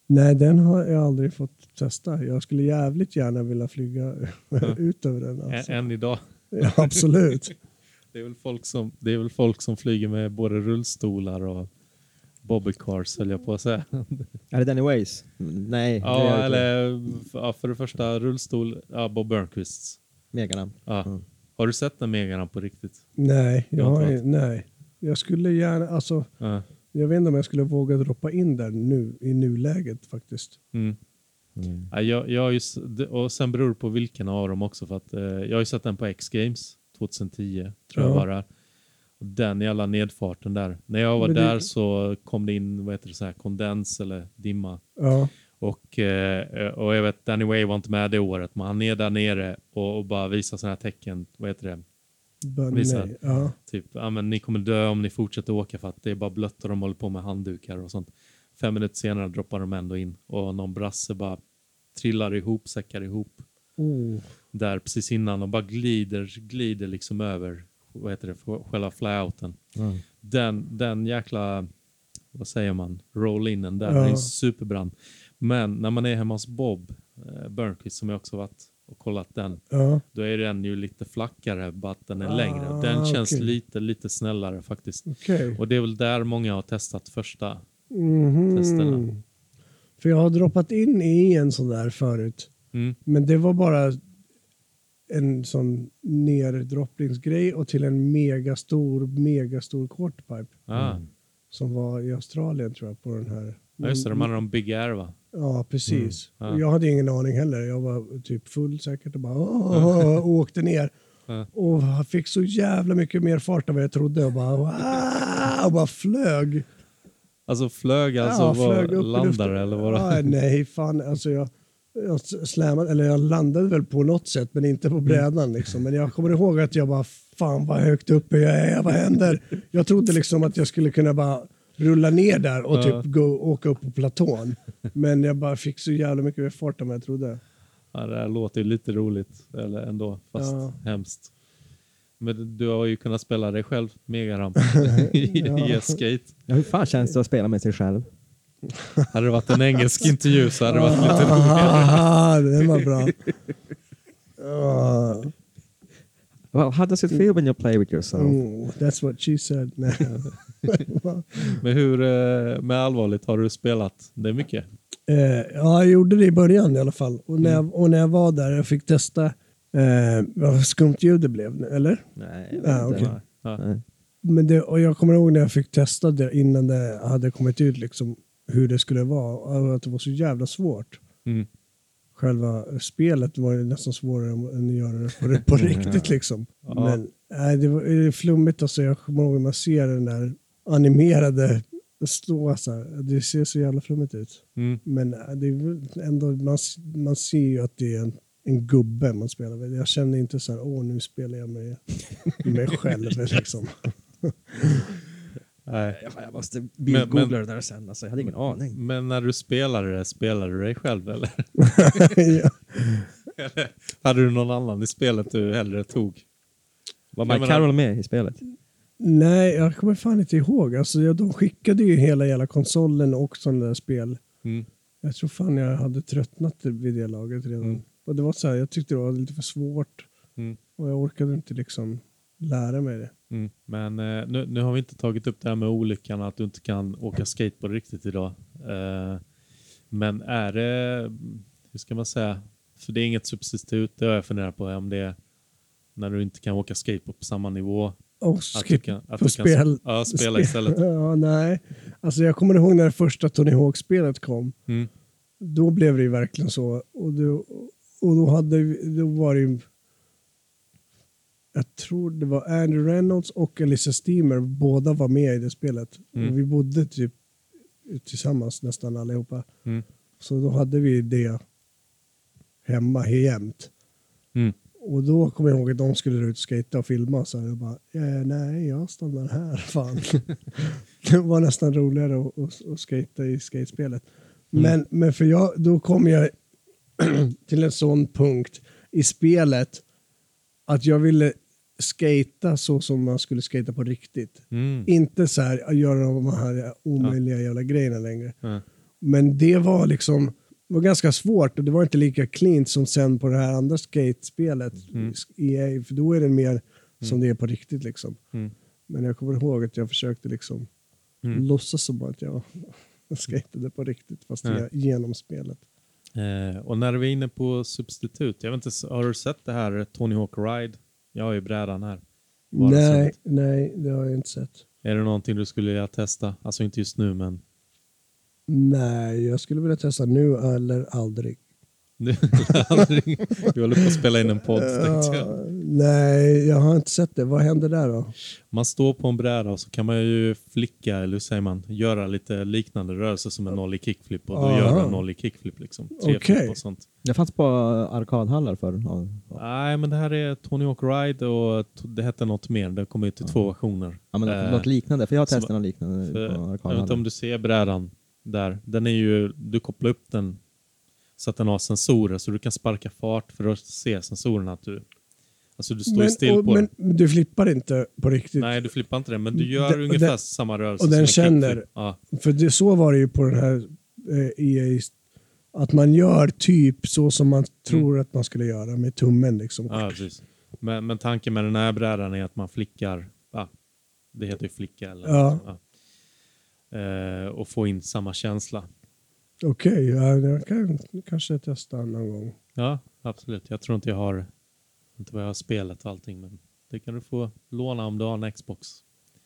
Speaker 1: Nej, den har jag aldrig fått testa. Jag skulle jävligt gärna vilja flyga ut över den.
Speaker 2: Ä-
Speaker 1: Alltså.
Speaker 2: Än idag.
Speaker 1: Ja, absolut.
Speaker 2: Det är, väl folk som, det är väl folk som flyger med både rullstolar och bobbycars höll jag på att säga.
Speaker 4: Är det Danny Ways? Mm, Nej. det är
Speaker 2: Ja,
Speaker 4: det inte.
Speaker 2: eller f- ja, för det första rullstol, ja, Bob Burnquists.
Speaker 4: Meganamn.
Speaker 2: Ja.
Speaker 4: Mm.
Speaker 2: Har du sett den megaramp på riktigt?
Speaker 1: Nej, jag,
Speaker 2: Jag har
Speaker 1: har
Speaker 2: inte
Speaker 1: ju, nej. Jag skulle gärna, alltså,
Speaker 2: Ja.
Speaker 1: jag vet inte om jag skulle våga droppa in där nu, i nuläget faktiskt.
Speaker 2: Mm.
Speaker 4: Mm.
Speaker 2: Ja, jag, jag har ju, s- d- och sen beror det på vilken av dem också. För att, eh, jag har ju sett den på X-Games 2010, tror jag
Speaker 1: Ja.
Speaker 2: var där. Och Den jävla nedfarten där. När jag var
Speaker 1: Men det-
Speaker 2: där så kom det in vad heter det, så här, kondens eller dimma.
Speaker 1: Ja,
Speaker 2: Och, eh, och jag vet, Danny Way var inte med det året, men han är där nere och, och bara visar sådana här tecken. Vad heter det?
Speaker 1: bara,
Speaker 2: Visa.
Speaker 1: nej. Ja.
Speaker 2: Typ, ja men ni kommer dö om ni fortsätter åka för att det är bara blött och de håller på med handdukar och sånt. Fem minuter senare droppar de ändå in och någon brasse bara trillar ihop, säckar ihop
Speaker 1: Oh.
Speaker 2: där precis innan och bara glider, glider liksom över, vad heter det, sj- själva flyouten.
Speaker 4: Mm.
Speaker 2: Den, den jäkla, vad säger man, roll-inen där,
Speaker 1: Ja.
Speaker 2: den är superbrand. Men när man är hemma hos Bob eh, Bernqvist som jag också varit och kollat den,
Speaker 1: Ja.
Speaker 2: då är den ju lite flackare, bara att den är
Speaker 1: Ah,
Speaker 2: längre. Den känns
Speaker 1: okej.
Speaker 2: lite, lite snällare faktiskt.
Speaker 1: Okej.
Speaker 2: Och det är väl där många har testat första.
Speaker 1: Mhm.
Speaker 2: Testerna.
Speaker 1: För jag har droppat in i en sån där förut.
Speaker 2: Mm.
Speaker 1: Men det var bara en sån neddropplingsgrej och till en megastor, megastor quarterpipe
Speaker 2: Ah.
Speaker 1: som var i Australien tror jag på den här.
Speaker 2: Ja, just det, de hade de Big Air va?
Speaker 1: Ja, precis.
Speaker 2: Mm, ja.
Speaker 1: Och Jag hade ingen aning heller. Jag var typ full säkert och bara "Åh", och åkte ner.
Speaker 2: Ja.
Speaker 1: Och jag fick så jävla mycket mer fart än vad jag trodde och bara, "Wow", och bara flög.
Speaker 2: Alltså flög alltså,
Speaker 1: Ja,
Speaker 2: var,
Speaker 1: flög upp i luften.
Speaker 2: landare eller vad det-
Speaker 1: Ja, nej, fan. Alltså jag, jag slammade, eller jag landade väl på något sätt, men inte
Speaker 2: Mm.
Speaker 1: på brädan. Liksom. Men jag kommer ihåg att jag bara, fan vad högt uppe jag är, vad händer? Jag trodde liksom att jag skulle kunna bara rulla ner där och
Speaker 2: Ja.
Speaker 1: typ gå, åka upp på platån. Men jag bara fick så jävla mycket mer fart än vad jag trodde.
Speaker 2: Ja, det här låter ju lite roligt, eller ändå, fast
Speaker 1: Ja.
Speaker 2: hemskt. Men du har ju kunnat spela dig själv, megaramp, i
Speaker 1: Ja.
Speaker 2: i skate.
Speaker 4: Ja, hur fan känns det att spela med sig själv?
Speaker 2: Hade det varit en engelsk intervju så hade det varit lite
Speaker 1: Ah, det var bra. Ah,
Speaker 4: Well, how does it feel when you play with yourself?
Speaker 1: mm, that's what she said. Nej.
Speaker 2: Men hur, eh, med allvarligt, har du spelat det är mycket?
Speaker 1: Eh, ja, jag gjorde det i början i alla fall. Och när, jag, och när jag var där jag fick testa eh, vad skumt ljud det blev, nu, eller?
Speaker 4: Nej, jag vet
Speaker 1: Ja,
Speaker 4: inte.
Speaker 1: okej.
Speaker 2: Ja.
Speaker 4: Nej.
Speaker 1: Men det, och jag kommer ihåg när jag fick testa det innan det hade kommit ut liksom, hur det skulle vara. Och att det var så jävla svårt.
Speaker 2: Mm.
Speaker 1: Själva spelet var ju nästan svårare än att göra det på, på riktigt liksom.
Speaker 2: Ja.
Speaker 1: Men nej, det var det är flummigt alltså. Jag kommer ihåg när man ser den där animerade stå så här. Det ser så jävla flummigt ut.
Speaker 2: Mm.
Speaker 1: Men äh, det är väl ändå, man, man ser ju att det är en, en gubbe man spelar med. Jag känner inte så här, åh nu spelar jag med mig själv liksom.
Speaker 2: Nej.
Speaker 4: Ja, jag måste
Speaker 2: Men-
Speaker 4: bildgoogla
Speaker 2: men-
Speaker 4: det där sen. Alltså, jag hade ingen aning.
Speaker 2: Men när du spelade det, spelade du dig själv eller?
Speaker 1: ja.
Speaker 2: Hade du någon annan i spelet du hellre tog?
Speaker 4: Var
Speaker 2: Jag
Speaker 4: Mike
Speaker 2: menar-
Speaker 4: Carroll med i spelet?
Speaker 1: Nej, jag kommer fan inte ihåg. Alltså, jag, de skickade ju hela jävla konsolen och sådana där spel.
Speaker 2: Mm.
Speaker 1: Jag tror fan jag hade tröttnat vid det laget redan.
Speaker 2: Mm.
Speaker 1: Och det var så här, jag tyckte det var lite för svårt
Speaker 2: Mm.
Speaker 1: och jag orkade inte liksom lära mig det.
Speaker 2: Mm. Men eh, nu, nu har vi inte tagit upp det här med olyckan att du inte kan åka skateboard riktigt idag. Eh, men är det, hur ska man säga, för det är inget substitut, det har jag funderat på om det är när du inte kan åka skateboard på samma nivå.
Speaker 1: Och
Speaker 2: Att du
Speaker 1: skip,
Speaker 2: kan, att
Speaker 1: på
Speaker 2: du
Speaker 1: spel.
Speaker 2: Kan, ja, spela istället.
Speaker 1: ja, nej. Alltså, jag kommer ihåg när det första Tony Hawk-spelet kom.
Speaker 2: Mm.
Speaker 1: då blev det ju verkligen så. Och, då och då, hade, vi- då var det ju... Jag tror det var Andrew Reynolds och Elisa Steamer, båda var med i det spelet.
Speaker 2: Mm.
Speaker 1: Och vi bodde typ tillsammans nästan allihopa.
Speaker 2: Mm.
Speaker 1: Så då hade vi det hemma jämt.
Speaker 2: Mm.
Speaker 1: Och då kommer jag ihåg att de skulle ut och skata och filma så här. Jag bara, eh, nej jag stannar här fan. det var nästan roligare att, att, att skata i skatespelet. Men, men för jag, då kom jag till en sån punkt i spelet att jag ville skata så som man skulle skata på riktigt.
Speaker 2: Mm.
Speaker 1: Inte så här att göra de här omöjliga jävla grejerna längre.
Speaker 2: Ja.
Speaker 1: Men det var liksom det var ganska svårt och det var inte lika cleant som sen på det här andra skatespelet
Speaker 2: Mm.
Speaker 1: EA, för då är det mer som det är på riktigt liksom.
Speaker 2: Mm.
Speaker 1: Men jag kommer ihåg att jag försökte liksom
Speaker 2: Mm.
Speaker 1: låtsas som att jag skatade på riktigt fast
Speaker 2: Ja.
Speaker 1: ja. genom spelet.
Speaker 2: Eh, och när vi är inne på substitut, jag vet inte, har du sett det här Tony Hawk Ride? Jag har ju brädan här. Bara
Speaker 1: Nej,
Speaker 2: sånt.
Speaker 1: nej, det har jag inte sett.
Speaker 2: Är det någonting du skulle vilja testa? Alltså inte just nu, men...
Speaker 1: Nej, jag skulle vilja testa nu eller aldrig.
Speaker 2: Du, aldrig- du håller på att spela in en podd, tänkte jag.
Speaker 1: Ja, nej, jag har inte sett det. Vad händer där då?
Speaker 2: Man står på en bräda och så kan man ju flicka, eller hur säger man, göra lite liknande rörelser som en nollie kickflip och då
Speaker 1: Aha.
Speaker 2: gör du en nollie kickflip liksom. Tre
Speaker 1: Ah. Okej.
Speaker 2: flip och sånt.
Speaker 3: Det fanns på arkadhallar förr. Ja.
Speaker 2: Nej, men det här är Tony Hawk Ride och t- det hette något mer. Det kom ut i två versioner.
Speaker 3: Ja, men
Speaker 2: Eh,
Speaker 3: något liknande, för jag har
Speaker 2: som-
Speaker 3: testat något liknande
Speaker 2: för-
Speaker 3: på
Speaker 2: jag vet inte om
Speaker 3: arkadhallar.
Speaker 2: du ser brädan där. Den är ju, du kopplar upp den så att den har sensorer så du kan sparka fart för att se sensorerna att du... Alltså du står ju still
Speaker 1: och,
Speaker 2: på
Speaker 1: men
Speaker 2: den.
Speaker 1: du flippar inte på riktigt?
Speaker 2: Nej, du flippar inte den, men du gör
Speaker 1: Den-
Speaker 2: ungefär
Speaker 1: den-
Speaker 2: samma rörelse.
Speaker 1: och
Speaker 2: som
Speaker 1: den
Speaker 2: en
Speaker 1: känner-
Speaker 2: kickflip. Ja.
Speaker 1: För det, så var det ju på den här eh, EA. Att man gör typ så som man tror att man skulle göra med tummen. Liksom.
Speaker 2: Mm. Ja, precis. Men, men tanken med den här brädan är att man flickar, ja, det heter ju flicka eller
Speaker 1: Ja.
Speaker 2: ja. Eh, och få in samma känsla.
Speaker 1: Okej, ja, jag kan kanske testa någon gång.
Speaker 2: Ja, absolut. Jag tror inte jag har, inte vad jag har spelet och allting, men det kan du få låna om du har en Xbox.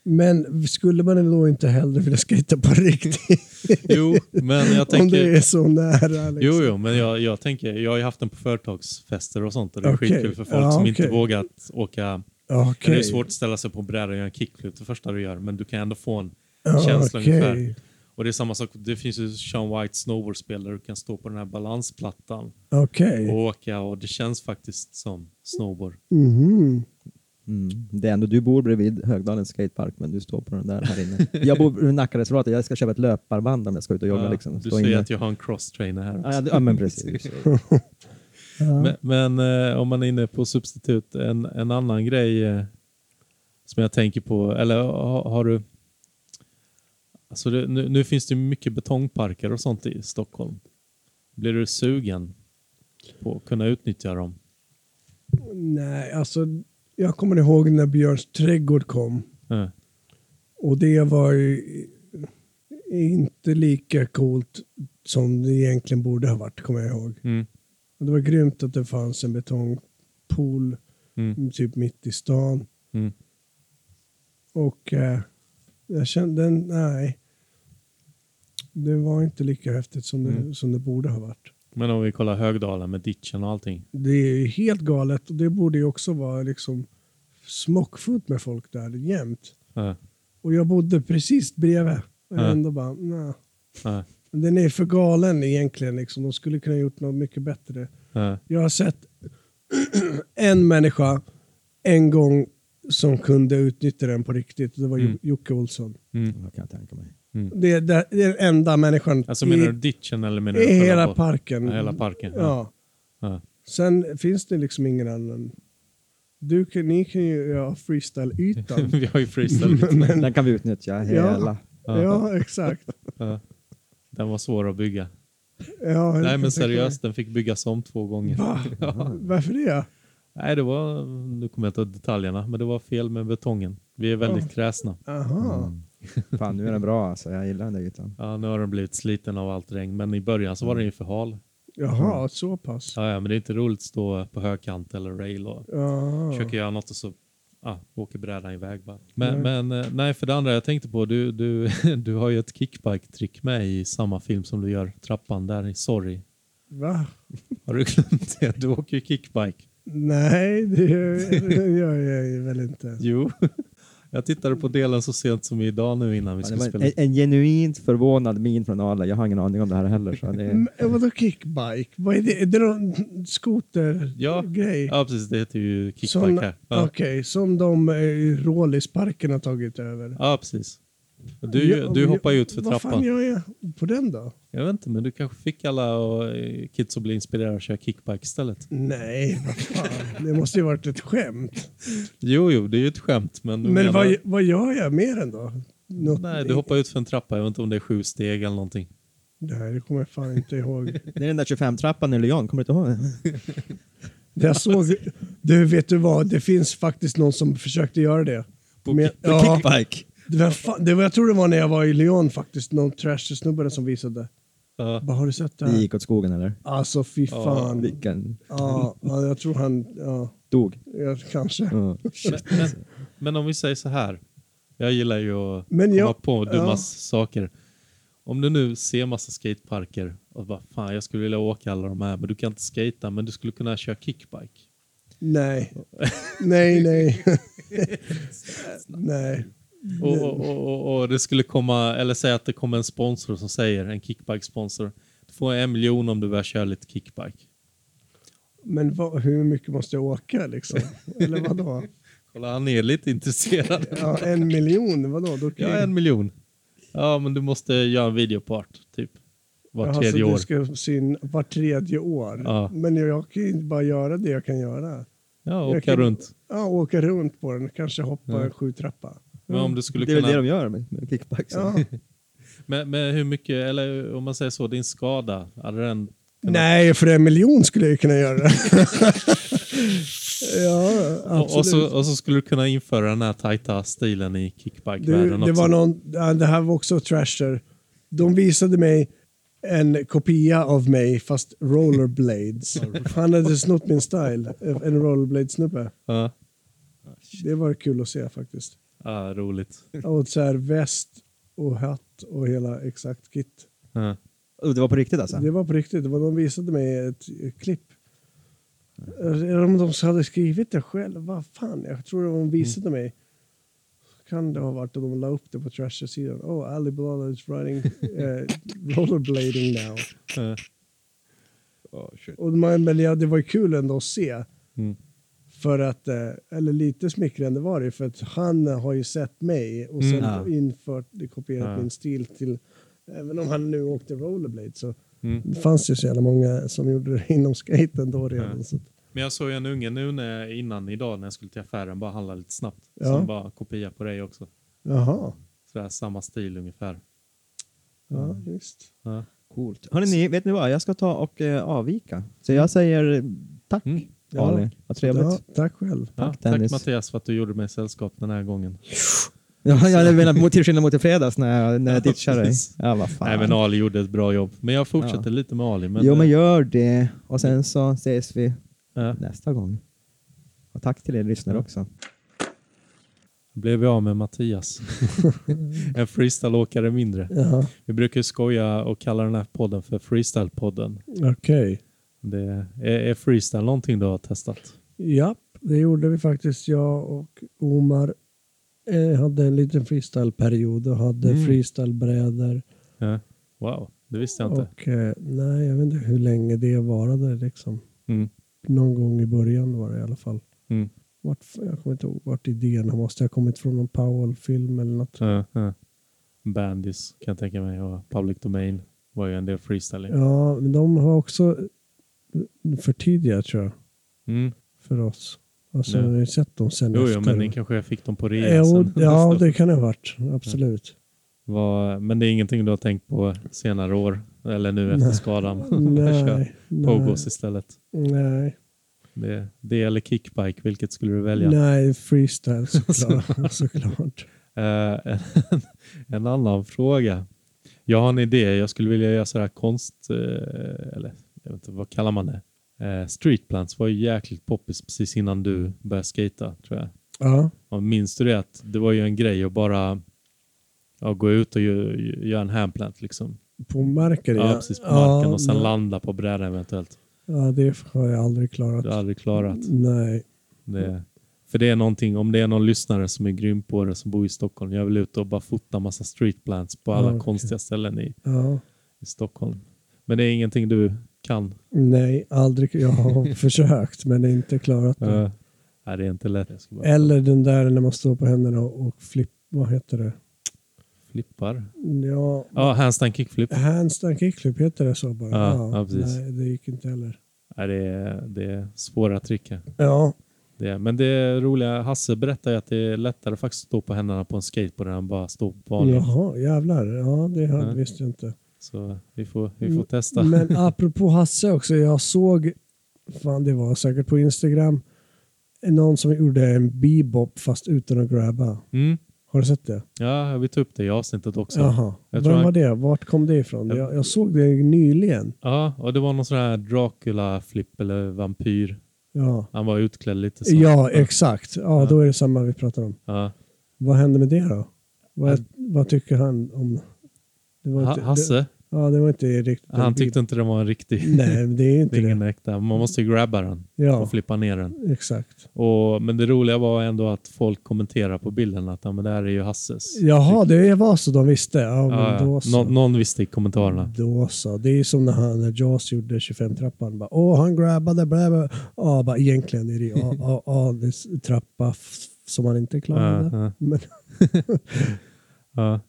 Speaker 1: Men skulle man då inte hellre vilja skejta på riktigt?
Speaker 2: Jo, men jag
Speaker 1: om
Speaker 2: tänker...
Speaker 1: det är så nära. Liksom.
Speaker 2: Jo, jo, men jag, jag tänker, jag har ju haft den på företagsfester och sånt och det är
Speaker 1: Okej.
Speaker 2: skitkul för folk
Speaker 1: Ja,
Speaker 2: som inte
Speaker 1: okej.
Speaker 2: vågat åka.
Speaker 1: Okej.
Speaker 2: Det är ju svårt att ställa sig på en bräda och göra en kickflip det första du gör, men du kan ändå få en känsla
Speaker 1: Okej.
Speaker 2: ungefär. Och det är samma sak, det finns ju Sean White snowboardspel där du kan stå på den här balansplattan
Speaker 1: Okej.
Speaker 3: Mm.
Speaker 2: och åka och det känns faktiskt som snowboard.
Speaker 1: Mhm.
Speaker 3: Mm. Det är ändå, du bor bredvid Högdalens skatepark, men du står på den där här inne. jag bor vid Nackareservatet, jag ska köpa ett löparband om jag ska ut och jogga.
Speaker 2: Ja,
Speaker 3: liksom.
Speaker 2: du
Speaker 3: Stå
Speaker 2: ser
Speaker 3: inne.
Speaker 2: att jag har en cross-trainer här också.
Speaker 3: Ja, ja, men precis.
Speaker 1: Ja.
Speaker 2: Men, men eh, om man är inne på substitut, en, en annan grej eh, som jag tänker på, eller ha, har du... Alltså det, nu, nu finns det ju mycket betongparker och sånt i Stockholm. Blir du sugen på att kunna utnyttja dem?
Speaker 1: Nej, alltså jag kommer ihåg när Björns trädgård kom.
Speaker 2: Eh,
Speaker 1: Och det var ju inte lika coolt som det egentligen borde ha varit, kommer jag ihåg.
Speaker 2: Mm.
Speaker 1: Och det var grymt att det fanns en betongpool
Speaker 2: Mm.
Speaker 1: typ mitt i stan.
Speaker 2: Mm.
Speaker 1: Och eh, jag kände, den- nej. Det var inte lika häftigt som det,
Speaker 2: Mm.
Speaker 1: som det borde ha varit.
Speaker 2: Men om vi kollar Högdalen med ditchen och allting.
Speaker 1: Det är ju helt galet och det borde ju också vara liksom smockfullt med folk där jämt.
Speaker 2: Eh,
Speaker 1: Och jag bodde precis bredvid. Och jag
Speaker 2: Ja.
Speaker 1: ändå bara, nej.
Speaker 2: eh,
Speaker 1: Den är för galen egentligen. Liksom. De skulle kunna gjort något mycket bättre.
Speaker 2: eh.
Speaker 1: Jag har sett en människa en gång som kunde utnyttja den på riktigt. Och det var
Speaker 2: Mm.
Speaker 1: mm. Jocke Olsson.
Speaker 2: Mm.
Speaker 3: Ja, kan jag tänka mig.
Speaker 2: Mm.
Speaker 1: Det är, det det är den enda människan
Speaker 2: Alltså
Speaker 1: i,
Speaker 2: menar du ditchen eller menar du
Speaker 1: i
Speaker 2: själva
Speaker 1: hela
Speaker 2: på-
Speaker 1: parken.
Speaker 2: Ja, hela parken?
Speaker 1: Ja.
Speaker 2: Ja.
Speaker 1: Sen finns det liksom ingen annan. Du kan, ni kan ju göra freestyle-ytan.
Speaker 2: Vi har ju freestyle.
Speaker 3: Den kan vi utnyttja hela.
Speaker 2: Ja.
Speaker 1: ja, exakt.
Speaker 2: Ja. Den var svår att bygga.
Speaker 1: Ja, jag kan
Speaker 2: Nej men
Speaker 1: tänka mig.
Speaker 2: seriöst, den fick byggas om två gånger.
Speaker 1: Va? Varför det?
Speaker 2: Nej, det var, nu kommer jag inte ihåg detaljerna, men det var fel med betongen. Vi är väldigt kräsna.
Speaker 1: Aha.
Speaker 2: Mm.
Speaker 3: Fan, nu är den bra alltså. Jag gillar den där ytan.
Speaker 2: Ja, nu har den blivit sliten av allt regn, men i början så var den ju för hal.
Speaker 1: Jaha, så pass.
Speaker 2: Ja, ja, men det är inte roligt att stå på högkant eller rail och
Speaker 1: Ja.
Speaker 2: försöka göra något och så ah, åker brädan iväg bara. Men, men eh, nej, för det andra jag tänkte på, du, du, du har ju ett kickbike-trick med i samma film som du gör trappan där i Sorry.
Speaker 1: Va?
Speaker 2: Har du glömt det? Du åker ju kickbike.
Speaker 1: Nej, det gör det gör jag väl inte.
Speaker 2: Jo. Jag tittade på delen så sent som idag nu innan vi
Speaker 4: Ja, det
Speaker 2: skulle
Speaker 4: var
Speaker 2: spela.
Speaker 4: en, en genuint förvånad min från Ale. Jag har ingen aning om det här heller. Så det
Speaker 2: Mm.
Speaker 4: är...
Speaker 1: Men eh, Vadå kickbike? Vad är det? Är det någon
Speaker 2: Ja.
Speaker 1: skotergrej?
Speaker 2: Ja, precis. Det heter ju
Speaker 1: Sån-
Speaker 2: kickbike här. Ja.
Speaker 1: Okej, som de eh, Rålisparken har tagit över.
Speaker 2: ja, precis. Du,
Speaker 1: Ja,
Speaker 2: du
Speaker 1: men-
Speaker 2: hoppar ju ut för
Speaker 1: vad
Speaker 2: trappan.
Speaker 1: Vad fan gör jag på den då?
Speaker 2: Jag vet inte, men du kanske fick alla och, eh, kids att bli inspirerade att köra kickbike istället.
Speaker 1: Nej, vad fan. Det måste ju varit ett skämt.
Speaker 2: Jo, jo, det är ju ett skämt, men... du
Speaker 1: Men
Speaker 2: menar-
Speaker 1: vad, vad gör jag mer än då? Något,
Speaker 2: Nej, du hoppar ut för en trappa. Jag vet inte om det är sju steg eller någonting.
Speaker 1: Nej, det kommer jag fan inte ihåg.
Speaker 4: det är den där 25-trappan i Lyon, kommer du inte ihåg den?
Speaker 1: Det
Speaker 2: Alltså,
Speaker 1: Jag såg, du vet du vad, det finns faktiskt någon som försökte göra det.
Speaker 2: På
Speaker 1: Men-
Speaker 2: kick-
Speaker 1: ja,
Speaker 4: Kickbike!
Speaker 1: det var fan, det var, jag tror det var när jag var i Lyon faktiskt, någon trash-snubbe som visade.
Speaker 2: Ja.
Speaker 1: Bara, har du sett det
Speaker 4: Det
Speaker 1: här?
Speaker 4: gick åt skogen eller?
Speaker 1: Alltså fy fan.
Speaker 4: Vilken...
Speaker 1: Ja, ja, jag tror han, ja,
Speaker 4: Dog.
Speaker 1: ja, kanske.
Speaker 4: Ja.
Speaker 2: Men, men, men om vi säger så här. Jag gillar ju att
Speaker 1: Men
Speaker 2: komma
Speaker 1: jag-
Speaker 2: på dumma
Speaker 1: ja.
Speaker 2: saker. Om du nu ser massa skateparker och bara fan jag skulle vilja åka alla de här men du kan inte skata men du skulle kunna köra kickbike.
Speaker 1: Nej. Nej, nej. nej.
Speaker 2: Och, och, och, och, och det skulle komma, eller säga att det kommer en sponsor som säger, en kickbike-sponsor. Du får en miljon om du börjar köra lite kickbike.
Speaker 1: Men vad, hur mycket måste jag åka liksom? Eller vadå?
Speaker 2: Kolla han är lite intresserad.
Speaker 1: Ja, en miljon, vadå? Då
Speaker 2: Ja en miljon. Ja men du måste göra en videopart typ. Var
Speaker 1: Jaha,
Speaker 2: tredje
Speaker 1: så
Speaker 2: år.
Speaker 1: Du Alltså, ska syn var tredje år?
Speaker 2: Ja.
Speaker 1: Men jag kan ju inte bara göra det jag kan göra.
Speaker 2: Ja,
Speaker 1: jag
Speaker 2: åka
Speaker 1: kan-
Speaker 2: runt.
Speaker 1: Ja, åka runt på den, kanske hoppa
Speaker 2: Ja.
Speaker 1: en sju trappa.
Speaker 2: Men
Speaker 1: Mm.
Speaker 2: om du skulle
Speaker 4: Det är väl
Speaker 2: kunna...
Speaker 4: det de gör med, med kickbikes.
Speaker 1: Ja.
Speaker 2: Men, men hur mycket, eller om man säger så, din skada, hade den...
Speaker 1: Nej, för en miljon skulle jag ju kunna göra det. ja, absolut.
Speaker 2: Och, och, så, och så skulle du kunna införa den här tajta stilen i
Speaker 1: Du,
Speaker 2: kickbike-världen
Speaker 1: det, var
Speaker 2: också.
Speaker 1: någon, ja, det här var också Trasher. De visade mig en kopia av mig, fast rollerblades. Han hade snott min style, en rollerblades-snubbe.
Speaker 2: Ja,
Speaker 1: Det var kul att se faktiskt.
Speaker 2: ja, roligt.
Speaker 1: Och så här väst och hatt och hela exakt kit.
Speaker 2: Ja.
Speaker 4: Och Det var på riktigt alltså?
Speaker 1: Det var på riktigt. Det var, de visade mig ett eh, klipp. Eller om de hade skrivit det själv. Vad fan, jag tror de visade mig. Kan det ha varit att de la upp det på Trasher-sidan? Oh, Ali Blada is riding eh, rollerblading now.
Speaker 2: Ja.
Speaker 1: Och man, men ja, det var ju kul ändå att se.
Speaker 2: Mm.
Speaker 1: För att, eh, eller lite smickrande var det ju, för att han har ju sett mig och sen
Speaker 2: Mm. Ja.
Speaker 1: infört, kopierat
Speaker 2: Ja.
Speaker 1: min stil till, även om han nu åkte rollerblade så
Speaker 2: Mm.
Speaker 1: det fanns ju så jävla många som gjorde det inom skaten då redan.
Speaker 2: Ja.
Speaker 1: Så att,
Speaker 2: Men jag såg en unge nu när, innan idag när jag skulle till affären, bara handla lite snabbt.
Speaker 1: Ja.
Speaker 2: Sen bara kopia på dig också.
Speaker 1: jaha,
Speaker 2: Sådär samma stil ungefär.
Speaker 1: ja visst.
Speaker 2: Ja.
Speaker 4: Coolt. Hörrni, ni, vet ni vad? Jag ska ta och eh, avvika. Så jag säger eh, tack,
Speaker 2: Mm.
Speaker 1: Ja.
Speaker 4: Ali. Vad trevligt.
Speaker 1: Ja, tack själv.
Speaker 2: Ja,
Speaker 4: Tack,
Speaker 2: tack
Speaker 4: Dennis.
Speaker 2: Mattias för att du gjorde mig sällskap den här gången.
Speaker 4: Ja, jag menar mot- till skillnad mot i fredags när jag, när jag ditchade dig.
Speaker 2: precis.
Speaker 4: Ja, vad fan.
Speaker 2: Nej men Ali gjorde ett bra jobb. Men jag fortsätter
Speaker 4: Ja.
Speaker 2: lite med Ali. Men, eh,
Speaker 4: jo, men gör det. Och sen så ses vi
Speaker 2: Ja.
Speaker 4: nästa gång. Och tack till er lyssnare också.
Speaker 2: blev vi av med Mattias. en freestyleåkare mindre.
Speaker 1: Jaha,
Speaker 2: Vi brukar ju skoja och kalla den här podden för Freestyle-podden.
Speaker 1: okej.
Speaker 2: Det är, är freestyle någonting du har testat?
Speaker 1: Japp, det gjorde vi faktiskt. Jag och Omar eh, hade en liten freestyleperiod och hade
Speaker 2: Mm.
Speaker 1: freestylebrädor.
Speaker 2: Ja. Wow, det visste jag inte.
Speaker 1: Och eh, nej, jag vet inte hur länge det varade liksom.
Speaker 2: Mm.
Speaker 1: Någon gång i början var det i alla fall.
Speaker 2: Mm.
Speaker 1: Vart, jag kommer inte ihåg vart idén har- måste ha kommit från någon Powell-film eller något.
Speaker 2: Ja, ja. Bandys kan jag tänka mig och Public Domain var ju en del freestyle. i.
Speaker 1: Ja, men de har också för tidiga tror jag,
Speaker 2: Mm.
Speaker 1: för oss. Alltså,
Speaker 2: Ja.
Speaker 1: jag har ju sett dem sen
Speaker 2: Jo,
Speaker 1: efter.
Speaker 2: jo, men ni kanske fick dem på rea
Speaker 1: jo,
Speaker 2: sen.
Speaker 1: ja, det kan det ha varit. Absolut.
Speaker 2: Vad- men det är ingenting du har tänkt på senare år? Eller nu efter skadan? Kör
Speaker 1: nej, nej,
Speaker 2: Pogos istället.
Speaker 1: nej,
Speaker 2: Det, det eller kickbike, vilket skulle du välja?
Speaker 1: nej, freestyle såklart. såklart.
Speaker 2: Eh, en, en annan fråga. Jag har en idé. Jag skulle vilja göra sådär konst, eh, eller jag vet inte, vad kallar man det? Eh, Streetplants var ju jäkligt poppis precis innan du började skata, tror jag.
Speaker 1: Ja,
Speaker 2: Och minns du det? Att det var ju en grej att bara ja, gå ut och gö- göra en handplant liksom.
Speaker 1: på marken
Speaker 2: Ja, precis på marken och sen
Speaker 1: men-
Speaker 2: landa på brädan eventuellt.
Speaker 1: Ja, det har jag aldrig klarat.
Speaker 2: Du har aldrig klarat
Speaker 1: Nej.
Speaker 2: det. För det är någonting, om det är någon lyssnare som är grym på det som bor i Stockholm. Jag vill ut och bara fota massa streetplants på alla
Speaker 1: Ja, okej.
Speaker 2: konstiga ställen i,
Speaker 1: Ja.
Speaker 2: i Stockholm. Men det är ingenting du kan.
Speaker 1: Nej, aldrig. Jag har försökt men inte klarat det.
Speaker 2: Eh, nej, det är inte lätt. Jag ska bara
Speaker 1: Eller den där när man står på händerna och, och flipp... Vad heter det?
Speaker 2: flippar.
Speaker 1: Ja,
Speaker 2: Ja, handstand kickflip.
Speaker 1: handstand kickflip heter det så bara.
Speaker 2: Ja, ja, precis.
Speaker 1: Nej, det gick inte heller.
Speaker 2: Nej, det, är, det är svåra trick. här.
Speaker 1: Ja,
Speaker 2: Det är, men det är roliga, Hasse berättar ju att det är lättare faktiskt att stå på händerna på en skateboard än bara stå på vanligt.
Speaker 1: jaha, jävlar. Ja, det hade,
Speaker 2: Ja.
Speaker 1: visste jag inte.
Speaker 2: Så vi får, vi får testa.
Speaker 1: Mm, Men apropå Hasse också, jag såg, fan det var säkert på Instagram, någon som gjorde en bebop fast utan att grabba.
Speaker 2: Mm.
Speaker 1: Har du sett det?
Speaker 2: Ja, vi tog upp det i avsnittet också.
Speaker 1: Jaha.
Speaker 2: Jag
Speaker 1: Vem
Speaker 2: tror han-
Speaker 1: var det? Vart kom det ifrån? Jag, jag såg det nyligen.
Speaker 2: Ja, och det var någon sån här Dracula-flipp eller vampyr.
Speaker 1: Ja,
Speaker 2: Han var utklädd lite så.
Speaker 1: ja exakt. Ja,
Speaker 2: Ja.
Speaker 1: då är det samma vi pratar om.
Speaker 2: Ja.
Speaker 1: Vad hände med det då? Vad,
Speaker 2: Ja.
Speaker 1: vad tycker han om... Det var
Speaker 2: Ha
Speaker 1: inte, Det,
Speaker 2: Hasse,
Speaker 1: ja, det var inte riktigt...
Speaker 2: han tyckte inte det var en riktig...
Speaker 1: Nej, men det är
Speaker 2: det
Speaker 1: inte
Speaker 2: är ingen
Speaker 1: det.
Speaker 2: äkta. Man måste ju grabba den
Speaker 1: Ja,
Speaker 2: och flippa ner den.
Speaker 1: exakt.
Speaker 2: Och, men det roliga var ändå att folk kommenterade på bilden att ja, men det här är ju Hasses.
Speaker 1: Jaha, det var så de visste. Ja, men
Speaker 2: Ja, ja.
Speaker 1: då så.
Speaker 2: Nå- någon visste i kommentarerna.
Speaker 1: Då så. Det är som när, han, när Jaws gjorde 25-trappan. Bara, Åh, han grabbade, bla bla. Ja, bara, egentligen är det ju ja, ja, ja, det är s- trappa f- som han inte klarade.
Speaker 2: Ja, ja.
Speaker 1: Men,
Speaker 2: Ja.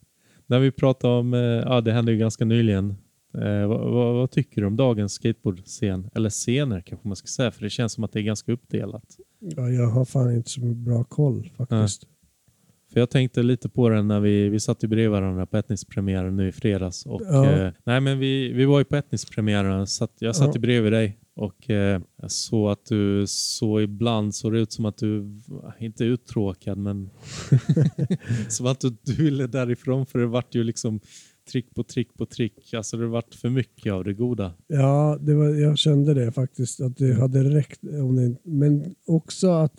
Speaker 2: När vi pratade om, eh, ja det hände ju ganska nyligen. Eh, vad, vad, vad tycker du om dagens skateboardscen? Eller scener kanske man ska säga, för det känns som att det är ganska uppdelat.
Speaker 1: ja, jag har fan inte så bra koll faktiskt.
Speaker 2: För jag tänkte lite på den när vi, vi satt ju bredvid varandra på etnispremiären nu i fredags. Och,
Speaker 1: Ja.
Speaker 2: eh, nej men vi, vi var ju på etnispremiären, satt, jag satt
Speaker 1: Ja.
Speaker 2: ju bredvid dig. Och eh, jag såg att du, så ibland såg det ut som att du, inte uttråkad men, som att du, du ville därifrån för det vart ju liksom trick på trick på trick. Alltså det vart för mycket av det goda.
Speaker 1: Ja, det var, jag kände det faktiskt. Att det hade räckt. Om det, men också att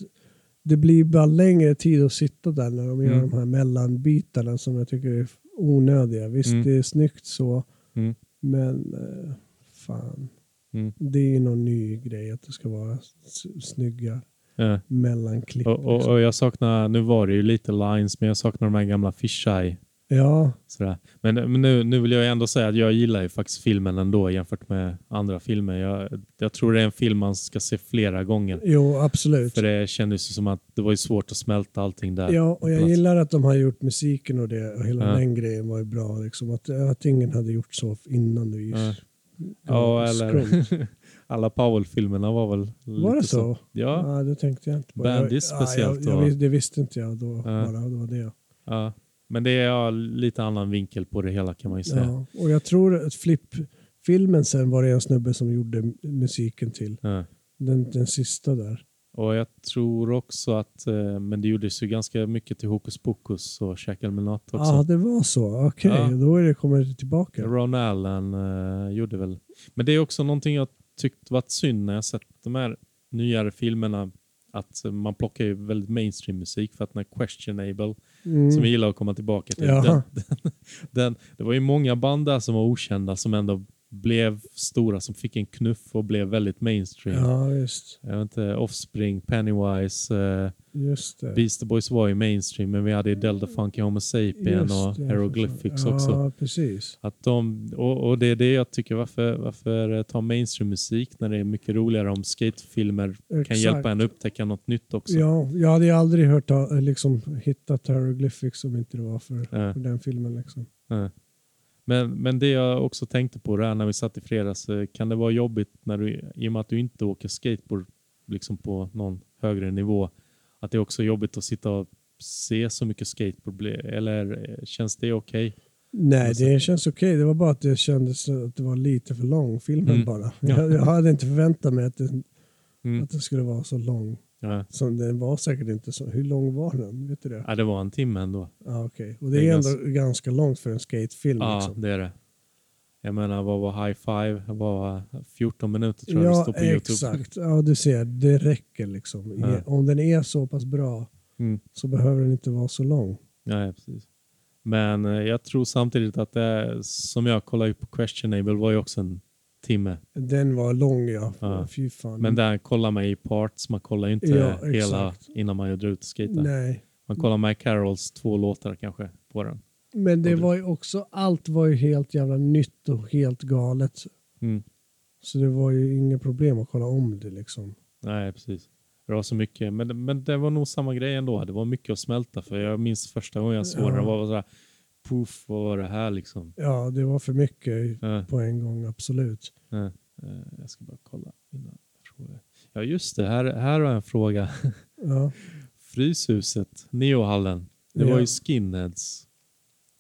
Speaker 1: det blir bara längre tid att sitta där när de gör
Speaker 2: Mm.
Speaker 1: de här mellanbitarna som jag tycker är onödiga. Visst,
Speaker 2: Mm.
Speaker 1: det är snyggt så,
Speaker 2: Mm.
Speaker 1: men eh, fan.
Speaker 2: Mm.
Speaker 1: Det är ju någon ny grej att det ska vara s- snygga
Speaker 2: Eh,
Speaker 1: mellanklipp.
Speaker 2: och, och,
Speaker 1: liksom.
Speaker 2: och jag saknar, nu var det ju lite lines, men jag saknar de här gamla fisheye
Speaker 1: Ja,
Speaker 2: Sådär. Men, men nu, nu vill jag ju ändå säga att jag gillar ju faktiskt filmen ändå jämfört med andra filmer. Jag, jag tror det är en film man ska se flera gånger.
Speaker 1: jo absolut.
Speaker 2: För det kändes ju som att det var ju svårt att smälta allting där.
Speaker 1: Ja, och jag
Speaker 2: Plats.
Speaker 1: gillar att de har gjort musiken och det och hela
Speaker 2: Ja.
Speaker 1: den grejen var ju bra. Liksom. Att, att ingen hade gjort så innan nu.
Speaker 2: Ja. Ja, eller alla Powell-filmerna var väl
Speaker 1: Var det
Speaker 2: lite
Speaker 1: så?
Speaker 2: Ja,
Speaker 1: Ja, det tänkte jag inte på.
Speaker 2: Bandits
Speaker 1: jag, ja,
Speaker 2: speciellt
Speaker 1: jag,
Speaker 2: då.
Speaker 1: jag, vis- Det visste inte jag då. Bara, det var det.
Speaker 2: ja. Men det är ja, lite annan vinkel på det hela kan man ju säga.
Speaker 1: Ja. Och jag tror att Flipp-filmen sen var det en snubbe som gjorde m- musiken till.
Speaker 2: Ja.
Speaker 1: Den, den sista där.
Speaker 2: Och jag tror också att, eh, men det gjordes ju ganska mycket till Hokus Pokus och Shackle Elminat också.
Speaker 1: Ja, ah, det var så. Okej,
Speaker 2: Ja.
Speaker 1: då är det, kommer det tillbaka.
Speaker 2: Ron Allen eh, gjorde väl. Men det är också någonting jag tyckt varit synd när jag sett de här nyare filmerna. Att eh, man plockar ju väldigt mainstream musik för att när Questionable,
Speaker 1: Mm.
Speaker 2: som vi gillar att komma tillbaka till.
Speaker 1: Jaha.
Speaker 2: Den, den, det var ju många band där som var okända som ändå blev stora, som fick en knuff och blev väldigt mainstream.
Speaker 1: Ja, just,
Speaker 2: Jag vet inte, Offspring, Pennywise, eh,
Speaker 1: just det.
Speaker 2: Beastie Boys var ju mainstream men vi hade ju Delta Funky Homo Sapien
Speaker 1: Just
Speaker 2: och
Speaker 1: det,
Speaker 2: Hieroglyphics
Speaker 1: ja,
Speaker 2: också.
Speaker 1: Ja, precis.
Speaker 2: Att de, och, och det är det jag tycker, varför, varför eh, ta mainstreammusik när det är mycket roligare om skatefilmer kan
Speaker 1: Exakt.
Speaker 2: hjälpa en att upptäcka något nytt också?
Speaker 1: Ja, jag hade ju aldrig hört, ta- liksom, hittat Hieroglyphics om inte det var för,
Speaker 2: Eh,
Speaker 1: för den filmen. Liksom.
Speaker 2: eh. Men, men det jag också tänkte på där när vi satt i fredags, eh, kan det vara jobbigt när du, i och med att du inte åker skateboard liksom på någon högre nivå, att det är också jobbigt att sitta och se så mycket skateboard, bli- eller eh, känns det okej?
Speaker 1: Nej,
Speaker 2: Alltså-
Speaker 1: det känns okej. Det var bara att det kändes att det var lite för lång, filmen
Speaker 2: Mm.
Speaker 1: bara.
Speaker 2: Ja.
Speaker 1: Jag, jag hade inte förväntat mig att den,
Speaker 2: Mm.
Speaker 1: att den skulle vara så lång.
Speaker 2: Ja.
Speaker 1: Som den var säkert inte så. Hur lång var den? Vet du det?
Speaker 2: ja, det var en timme ändå.
Speaker 1: Ja, okej. Och
Speaker 2: Det
Speaker 1: det
Speaker 2: är
Speaker 1: är ändå ganska långt för en skatefilm.
Speaker 2: Ja,
Speaker 1: liksom.
Speaker 2: det är det. Jag menar, vad var high five? Vad var 14 minuter tror jag det
Speaker 1: Ja,
Speaker 2: står på Youtube.
Speaker 1: exakt. Ja, du ser. Det räcker liksom. I-
Speaker 2: Ja.
Speaker 1: Om den är så pass bra
Speaker 2: Mm.
Speaker 1: så behöver den inte vara så lång.
Speaker 2: Ja, ja, precis. Men eh, jag tror samtidigt att det är, som jag kollade ju på Questionable var ju också en timme.
Speaker 1: Den var lång ja.
Speaker 2: Ja.
Speaker 1: Fy fan.
Speaker 2: Men där kollar man i parts, man kollar ju inte
Speaker 1: Mm. Ja,
Speaker 2: hela
Speaker 1: exakt.
Speaker 2: innan man drar ut och skejtar.
Speaker 1: Nej.
Speaker 2: Man kollar Mike Carrolls två låtar kanske på den.
Speaker 1: Men det
Speaker 2: Och du-
Speaker 1: var ju också, allt var ju helt jävla nytt och helt galet.
Speaker 2: Mm.
Speaker 1: Så det var ju inga problem att kolla om det liksom.
Speaker 2: Nej, precis. Det var så mycket, men, men det var nog samma grej ändå. Det var mycket att smälta för. Jag minns första gången jag såg
Speaker 1: Ja.
Speaker 2: den. Det var så här, poof, vad var det här liksom?
Speaker 1: Ja, det var för mycket
Speaker 2: Äh,
Speaker 1: på en gång, absolut.
Speaker 2: äh, äh, jag ska bara kolla innan jag frågar. Ja, just det. Här, här har jag en fråga.
Speaker 1: Ja,
Speaker 2: Fryshuset, Neohallen. Det var
Speaker 1: Ja.
Speaker 2: ju skinheads.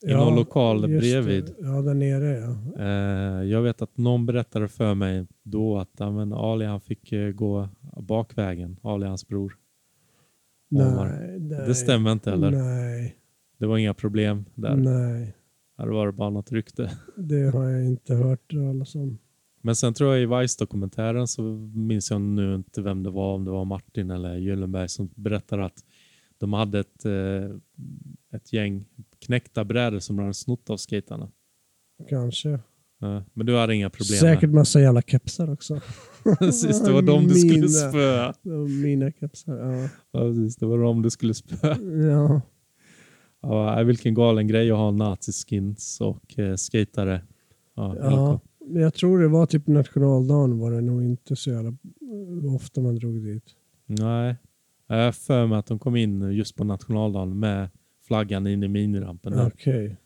Speaker 2: I
Speaker 1: ja,
Speaker 2: någon lokal
Speaker 1: just
Speaker 2: bredvid.
Speaker 1: det. Ja, där nere ja.
Speaker 2: Eh, jag vet att någon berättade för mig då att ja, men Ali han fick eh, gå bakvägen, Ali hans bror. Omar.
Speaker 1: Nej, nej.
Speaker 2: Det stämmer inte eller?
Speaker 1: Nej,
Speaker 2: Det var inga problem där.
Speaker 1: nej.
Speaker 2: Där var det bara något rykte.
Speaker 1: Det har jag inte hört talas om.
Speaker 2: Men sen tror jag i Vice-dokumentären så minns jag nu inte vem det var, om det var Martin eller Gyllenberg som berättade att de hade ett, eh, ett gäng knäckta brädor som de hade snott av skaterna.
Speaker 1: Kanske.
Speaker 2: Eh, men du hade inga problem?
Speaker 1: Säkert massa jävla kepsar också.
Speaker 2: Precis, det var de du skulle
Speaker 1: Mina.
Speaker 2: spöa.
Speaker 1: Det var Mina kepsar, ja.
Speaker 2: Ja, precis, det var de du skulle spöa.
Speaker 1: ja.
Speaker 2: Ja, nej, vilken galen grej att ha naziskins och eh, skatare. Ja,
Speaker 1: Ja, men jag tror det var typ nationaldagen var det nog inte så jävla eh, ofta man drog dit.
Speaker 2: Nej, jag har för mig att de kom in just på nationaldagen med flaggan in i minirampen. där.
Speaker 1: Okej.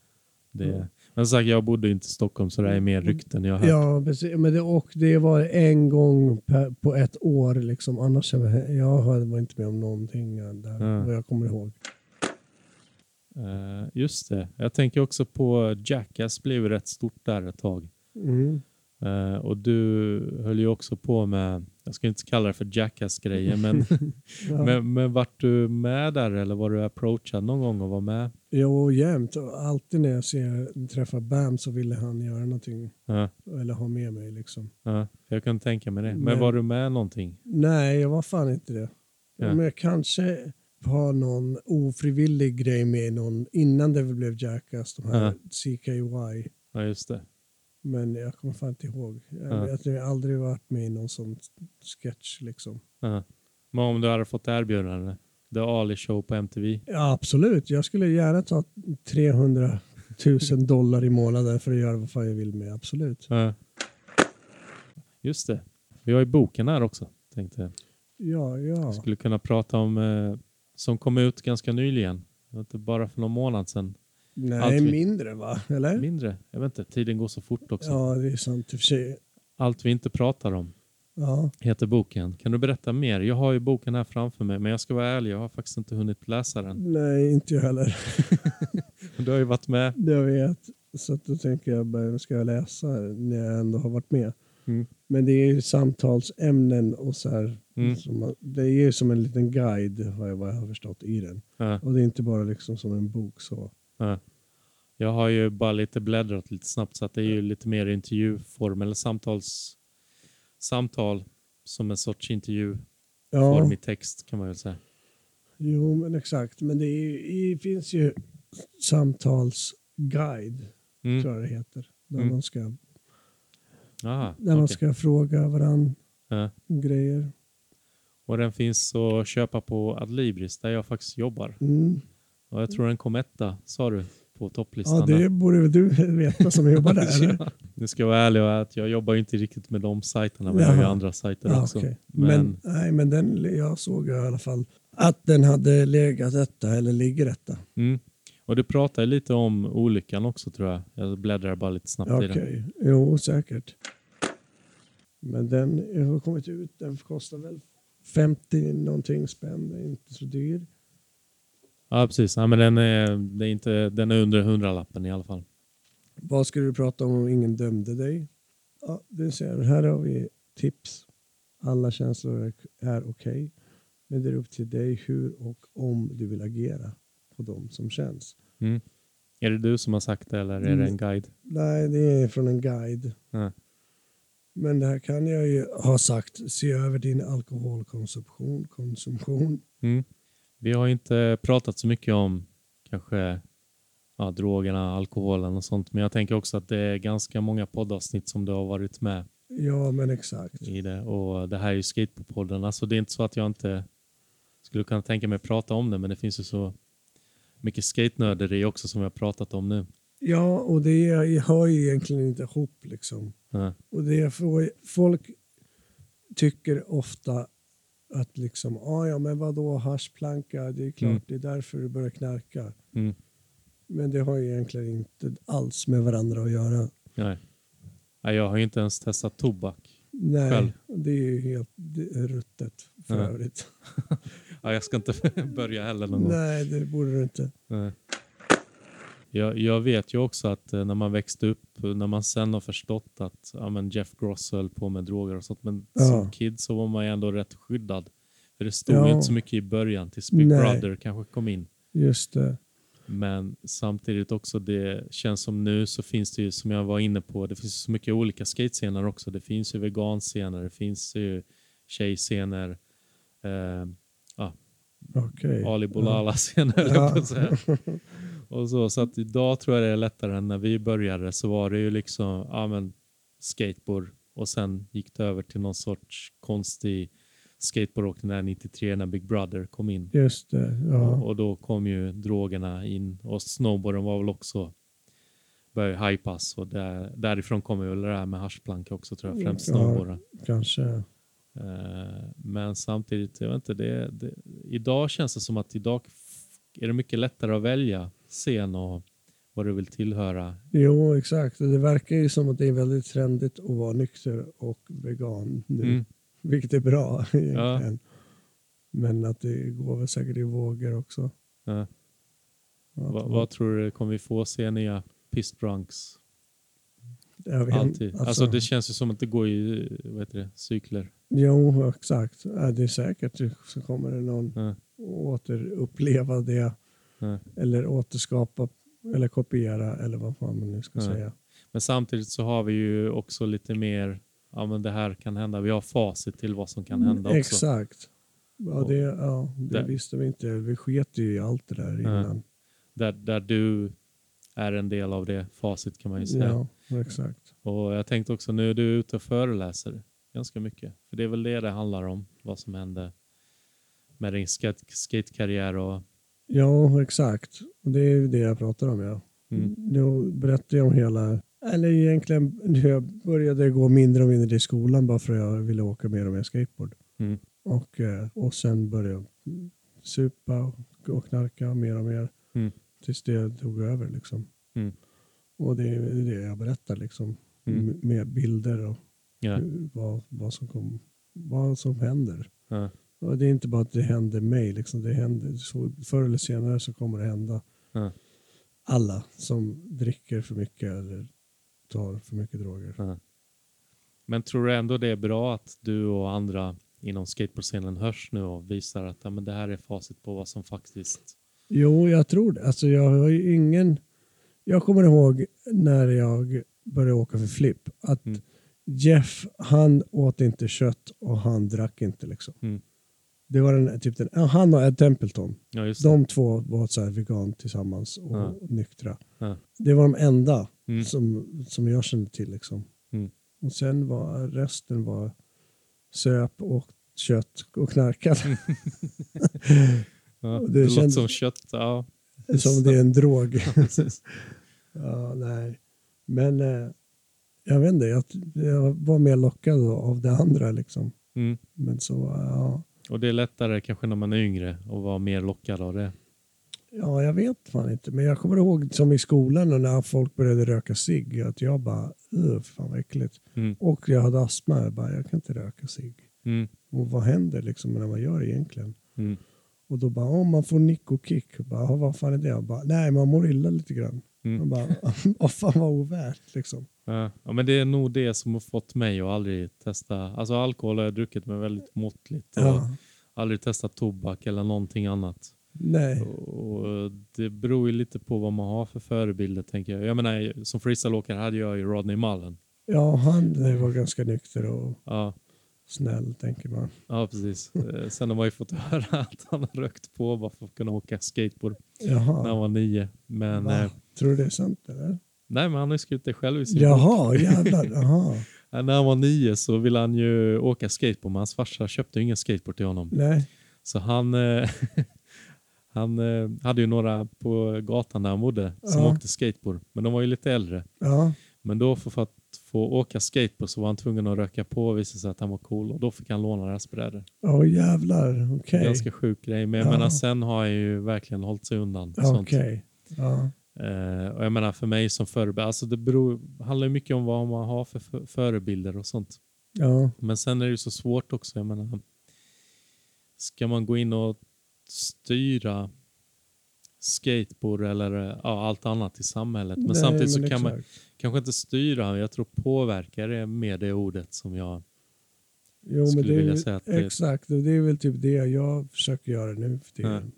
Speaker 2: Det, men som sagt, jag bodde ju inte i Stockholm så det är mer rykten jag har hört.
Speaker 1: Mm. Ja, precis. Men det, och det var en gång per, på ett år liksom. Annars jag, jag hade- var inte med om någonting där,
Speaker 2: Mm.
Speaker 1: vad jag kommer ihåg.
Speaker 2: Eh, just det. Jag tänker också på Jackass blev ju rätt stort där ett tag.
Speaker 1: Mm.
Speaker 2: Eh, och du höll ju också på med, jag ska inte kalla det för Jackass-grejer, men,
Speaker 1: Ja.
Speaker 2: men, men vart du med där eller var du approachad någon gång och var med?
Speaker 1: Jo, jämt. Och Alltid när jag ser, träffar Bam så ville han göra någonting.
Speaker 2: Ja.
Speaker 1: Eller ha med mig liksom.
Speaker 2: Ja, jag kan tänka mig det. Men,
Speaker 1: Men-
Speaker 2: var du med någonting?
Speaker 1: Nej, jag var fan inte det.
Speaker 2: Ja.
Speaker 1: Men jag kanske har någon ofrivillig grej med någon innan det väl blev Jackass, de här
Speaker 2: Ja.
Speaker 1: CKY.
Speaker 2: Ja, just det.
Speaker 1: Men jag kommer fan inte ihåg. Jag,
Speaker 2: Ja.
Speaker 1: vet, jag har aldrig varit med i någon sån sketch liksom.
Speaker 2: Ja. Men om du hade fått erbjudande? The Ali Show på MTV?
Speaker 1: Ja, absolut, jag skulle gärna ta 300 000 dollar i månaden för att göra vad fan jag vill med, absolut.
Speaker 2: Ja. Just det. Vi har ju boken här också. Tänkte jag.
Speaker 1: Ja, ja.
Speaker 2: Skulle kunna prata om eh, som kom ut ganska nyligen. Det var Inte bara för någon månad sedan.
Speaker 1: Nej,
Speaker 2: Allt vi-
Speaker 1: mindre va? Eller?
Speaker 2: Mindre. Jag vet inte. Tiden går så fort också.
Speaker 1: Ja, det är sant i och för sig.
Speaker 2: Allt vi inte pratar om
Speaker 1: Ja.
Speaker 2: heter boken. Kan du berätta mer? Jag har ju boken här framför mig, men jag ska vara ärlig. Jag har faktiskt inte hunnit läsa den.
Speaker 1: Nej, inte jag heller.
Speaker 2: Du har ju varit med.
Speaker 1: Det jag vet. Så att då tänker jag, bara, ska jag läsa när jag ändå har varit med?
Speaker 2: Mm.
Speaker 1: Men det är ju samtalsämnen och så här.
Speaker 2: Mm.
Speaker 1: Som man, det är ju som en liten guide har jag, vad jag har förstått i den.
Speaker 2: Ja.
Speaker 1: Och det är inte bara liksom som en bok så.
Speaker 2: Ja. Jag har ju bara lite bläddrat lite snabbt så att det är ju lite mer intervjuform eller samtals, samtal som en sorts intervjuform
Speaker 1: Ja,
Speaker 2: i text kan man väl säga.
Speaker 1: jo men exakt. Men det, är ju, det finns ju samtalsguide, tror
Speaker 2: Mm.
Speaker 1: jag det heter. Där,
Speaker 2: Mm.
Speaker 1: man, ska, där
Speaker 2: Aha,
Speaker 1: man
Speaker 2: okej.
Speaker 1: ska fråga varandra
Speaker 2: Ja.
Speaker 1: grejer.
Speaker 2: Och den finns att köpa på Adlibris där jag faktiskt jobbar.
Speaker 1: Mm.
Speaker 2: Och jag tror den kom etta, sa du, på topplistan.
Speaker 1: Ja, det
Speaker 2: där.
Speaker 1: borde väl du veta som jobbar där. eller?
Speaker 2: Ja. Nu ska jag vara ärlig och att jag jobbar ju inte riktigt med de sajterna, men jag har ju
Speaker 1: Jaha.
Speaker 2: andra sajter
Speaker 1: Ja,
Speaker 2: också.
Speaker 1: okej.
Speaker 2: Men,
Speaker 1: men... nej, men den, jag såg i alla fall att den hade legat detta eller ligger detta.
Speaker 2: Mm. Och du pratade lite om olyckan också tror jag. Jag bläddrar bara lite snabbt i
Speaker 1: Okej,
Speaker 2: den.
Speaker 1: jo säkert. Men den jag har kommit ut, den kostar väl 50 någonting spänn, den är inte så dyr.
Speaker 2: Ja, precis. Ja, men den, är, det är inte, den är under hundralappen i alla fall.
Speaker 1: Vad skulle du prata om om ingen dömde dig? Ja, det ser jag. Här har vi tips. Alla känslor är- är okej, men det är upp till dig hur och om du vill agera på dem som känns.
Speaker 2: Mm. Är det du som har sagt det eller är det
Speaker 1: Mm.
Speaker 2: en guide?
Speaker 1: Nej, det är från en guide.
Speaker 2: Ja.
Speaker 1: Men det här kan jag ju ha sagt. Se över din alkoholkonsumtion. Konsumtion.
Speaker 2: Mm. Vi har ju inte pratat så mycket om kanske ja, drogerna, alkoholen och sånt. Men jag tänker också att det är ganska många poddavsnitt som du har varit med
Speaker 1: Ja, men exakt.
Speaker 2: i det. Och det här är ju skateboardpodden. Alltså det är inte så att jag inte skulle kunna tänka mig att prata om det, men det finns ju så mycket skatenörderi också som vi har pratat om nu.
Speaker 1: Ja, och det är- hör ju egentligen inte ihop liksom.
Speaker 2: Ja.
Speaker 1: Och det är för, folk tycker ofta att liksom, ah, ja men vadå haschplanka, det är klart
Speaker 2: Mm.
Speaker 1: det är därför du börjar knarka.
Speaker 2: Mm.
Speaker 1: Men det har ju egentligen inte alls med varandra att göra.
Speaker 2: Nej. Nej, jag har ju inte ens testat tobak.
Speaker 1: Nej,
Speaker 2: Själv.
Speaker 1: det är ju helt det är ruttet för
Speaker 2: Ja.
Speaker 1: övrigt.
Speaker 2: Ja, jag ska inte börja heller någon gång.
Speaker 1: Nej, det borde du inte.
Speaker 2: Nej. Jag, jag vet ju också att eh, när man växte upp, eh, när man sen har förstått att ja, men Jeff Gross höll på med droger och sånt, men
Speaker 1: Ja.
Speaker 2: som kid så var man ju ändå rätt skyddad. För det stod
Speaker 1: Ja.
Speaker 2: ju inte så mycket i början tills Big
Speaker 1: Nej.
Speaker 2: Brother kanske kom in.
Speaker 1: Just det.
Speaker 2: Men samtidigt också, det känns som nu så finns det ju, som jag var inne på, det finns så mycket olika skatescener också. Det finns ju veganscener, det finns ju tjejscener, eh,
Speaker 1: Okej.
Speaker 2: Ali Bolala scener höll jag på att säga. Och så, så att idag tror jag det är lättare än när vi började så var det ju liksom, ja men skateboard och sen gick det över till någon sorts konstig skateboardåkning där 93 när Big Brother kom in.
Speaker 1: Just det,
Speaker 2: Och,
Speaker 1: ja.
Speaker 2: och då kom ju drogerna in och snowboarden var väl också började hypas och där, därifrån kommer väl det här med haschplanka också tror jag, främst
Speaker 1: Ja.
Speaker 2: snowboarden.
Speaker 1: Kanske.
Speaker 2: Eh, Men samtidigt, jag vet inte, det, det, idag känns det som att idag f- är det mycket lättare att välja scen och vad du vill tillhöra.
Speaker 1: Jo, exakt. Det verkar ju som att det är väldigt trendigt att vara nykter och vegan nu.
Speaker 2: Mm.
Speaker 1: Vilket är bra egentligen. Men att det går väl säkert i vågor också.
Speaker 2: Eh,
Speaker 1: Att
Speaker 2: vad,
Speaker 1: man-
Speaker 2: vad tror du, kommer vi få se nya Piss Drunks?
Speaker 1: jag vet,
Speaker 2: Alltid.
Speaker 1: Alltså,
Speaker 2: Alltså, det känns ju som att det går i vad heter det, cykler.
Speaker 1: Jo, exakt. Ja, det är säkert så kommer det någon
Speaker 2: Eh,
Speaker 1: återuppleva det.
Speaker 2: eh.
Speaker 1: Eller återskapa eller kopiera eller vad fan man nu ska
Speaker 2: Ja.
Speaker 1: säga.
Speaker 2: Men samtidigt så har vi ju också lite mer, ja men det här kan hända. Vi har facit till vad som kan hända också.
Speaker 1: Mm, Exakt. Ja,
Speaker 2: Och-
Speaker 1: det, ja, det
Speaker 2: Där-
Speaker 1: visste vi inte. Vi sket ju i allt det där innan.
Speaker 2: Där, där du är en del av det facit kan man ju säga.
Speaker 1: Ja, exakt.
Speaker 2: Och jag tänkte också nu är du ute och föreläser ganska mycket. För det är väl det det handlar om, vad som hände med din skate- skatekarriär och...
Speaker 1: Ja, exakt. Och det är ju det jag pratar om, ja.
Speaker 2: Mm.
Speaker 1: Då berättade jag om hela... Eller egentligen, jag började gå mindre och mindre i skolan bara för att jag ville åka mer och mer skateboard.
Speaker 2: Mm.
Speaker 1: Och, eh, och sen började jag supa och- och knarka mer och mer.
Speaker 2: Mm.
Speaker 1: Tills det tog över liksom.
Speaker 2: Mm.
Speaker 1: Och det är ju det jag berättar liksom.
Speaker 2: Mm.
Speaker 1: M- Med bilder och
Speaker 2: Ja,
Speaker 1: hur- vad, vad, som kom, vad som händer.
Speaker 2: ja,
Speaker 1: Och det är inte bara att det händer mig, liksom. det händer, så förr eller senare så kommer det hända
Speaker 2: ja,
Speaker 1: alla som dricker för mycket eller tar för mycket droger.
Speaker 2: ja. Men tror du ändå det är bra att du och andra inom skateboardscenen hörs nu och visar att ja, men det här är facit på vad som faktiskt...
Speaker 1: Jo, jag tror det. Alltså, jag har ju ingen... Jag kommer ihåg när jag började åka för flipp att
Speaker 2: Mm.
Speaker 1: Jeff, han åt inte kött och han drack inte liksom.
Speaker 2: Mm.
Speaker 1: Det var den, typ den, ja, han och Ed Templeton.
Speaker 2: Ja, just det.
Speaker 1: De två var så här vegan tillsammans och
Speaker 2: Ja.
Speaker 1: nyktra.
Speaker 2: Ja.
Speaker 1: Det var de enda
Speaker 2: Mm.
Speaker 1: som, som jag kände till. Liksom.
Speaker 2: Mm.
Speaker 1: Och sen var resten var söp och kött och knarkade.
Speaker 2: Ja,
Speaker 1: det
Speaker 2: det låter
Speaker 1: kändes-
Speaker 2: som kött. Ja,
Speaker 1: som det är en drog.
Speaker 2: precis.
Speaker 1: ja, nej. Men eh, jag vet inte, jag, jag var mer lockad av det andra. Liksom.
Speaker 2: Mm.
Speaker 1: Men så, ja.
Speaker 2: Och det är lättare kanske när man är yngre att vara mer lockad av det.
Speaker 1: Ja, jag vet fan inte. Men jag kommer ihåg som i skolan och när folk började röka cigg. Att jag bara, "Ugh, fan vad äckligt.
Speaker 2: Mm.
Speaker 1: Och jag hade astma. Jag bara, jag kan inte röka cigg.
Speaker 2: Mm.
Speaker 1: Och vad händer liksom när man gör det egentligen?
Speaker 2: Mm.
Speaker 1: Och då bara, om man får nick och kick. Jag bara, "Ja, vad fan är det? Jag bara, nej, man mår illa lite grann.
Speaker 2: Mm.
Speaker 1: Man bara, "Åh, fan vad ovärt liksom.
Speaker 2: Ja, Eh, ja, men det är nog det som har fått mig att aldrig testa. Alltså alkohol har jag druckit men väldigt måttligt. Och
Speaker 1: Ja.
Speaker 2: Aldrig testat tobak eller någonting annat.
Speaker 1: Nej,
Speaker 2: Och och det beror ju lite på vad man har för förebilder tänker jag. Jag menar som freestyleåkare hade jag ju Rodney Mullen.
Speaker 1: ja, han var ganska nykter och
Speaker 2: Ja,
Speaker 1: snäll tänker man.
Speaker 2: ja precis. Eh, Sen har man ju fått höra att han har rökt på bara för att kunna åka skateboard när han
Speaker 1: Jaha,
Speaker 2: var nio. Men,
Speaker 1: Va?
Speaker 2: eh,
Speaker 1: tror du det är sant eller?
Speaker 2: nej, men han har ju skrivit det själv i sin bok. Eh,
Speaker 1: Jaha, jävlar. Jaha.
Speaker 2: När han var nio så ville han ju åka skateboard, men hans farsa köpte ju ingen skateboard till honom.
Speaker 1: Nej.
Speaker 2: Så han, eh, han eh, hade ju några på gatan där han bodde som
Speaker 1: Ja.
Speaker 2: åkte skateboard. Men de var ju lite äldre.
Speaker 1: Ja.
Speaker 2: Men då för, för att få åka skateboard så var han tvungen att röka på och visa sig att han var cool. Och då fick han låna deras brädor.
Speaker 1: Åh jävlar. Okej.
Speaker 2: Ganska sjuk grej. Men jag
Speaker 1: Ja.
Speaker 2: menar, sen har jag ju verkligen hållit sig undan.
Speaker 1: Ja,
Speaker 2: sånt.
Speaker 1: Okej. Ja.
Speaker 2: Eh, och jag menar för mig som förebild, alltså det beror, handlar ju mycket om vad man har för för förebilder och sånt.
Speaker 1: Ja.
Speaker 2: Men sen är det ju så svårt också, jag menar. Ska man gå in och styra skateboard eller eh, ja, allt annat i samhället? Men
Speaker 1: Nej,
Speaker 2: samtidigt
Speaker 1: men
Speaker 2: så kan man
Speaker 1: exakt.
Speaker 2: kanske inte styra, jag tror påverka det är mer det ordet som jag...
Speaker 1: Jo, men
Speaker 2: skulle
Speaker 1: det är,
Speaker 2: vilja
Speaker 1: väl-
Speaker 2: säga att det-
Speaker 1: exakt, och det är väl typ det jag försöker göra nu för tiden.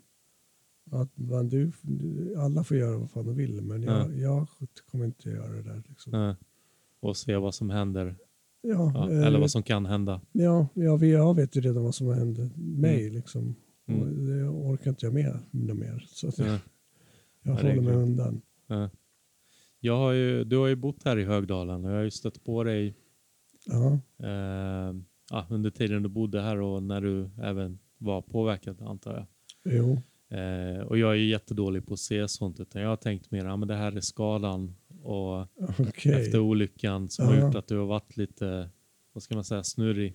Speaker 1: Att man, du, alla får göra vad fan de vill, men jag, jag kommer inte göra det där. Liksom.
Speaker 2: eh, och se vad som händer,
Speaker 1: Ja,
Speaker 2: ja,
Speaker 1: eh,
Speaker 2: eller vad som kan hända.
Speaker 1: ja, ja, vi- jag vet ju redan vad som hände mig. Liksom.
Speaker 2: Mm.
Speaker 1: Och det orkar inte jag med något mer. Så att
Speaker 2: Eh,
Speaker 1: jag
Speaker 2: Ja, det är
Speaker 1: håller mig
Speaker 2: klart.
Speaker 1: undan.
Speaker 2: eh. Jag har ju, du har ju bott här i Högdalen och jag har ju stött på dig
Speaker 1: Ja,
Speaker 2: eh, ja, under tiden du bodde här och när du även var påverkad antar jag.
Speaker 1: jo.
Speaker 2: Eh, och jag är ju jättedålig på att se sånt utan jag har tänkt mer, ja men det här är skadan och
Speaker 1: Okej.
Speaker 2: efter olyckan som
Speaker 1: Ja.
Speaker 2: har gjort att du har varit lite, vad ska man säga, snurrig.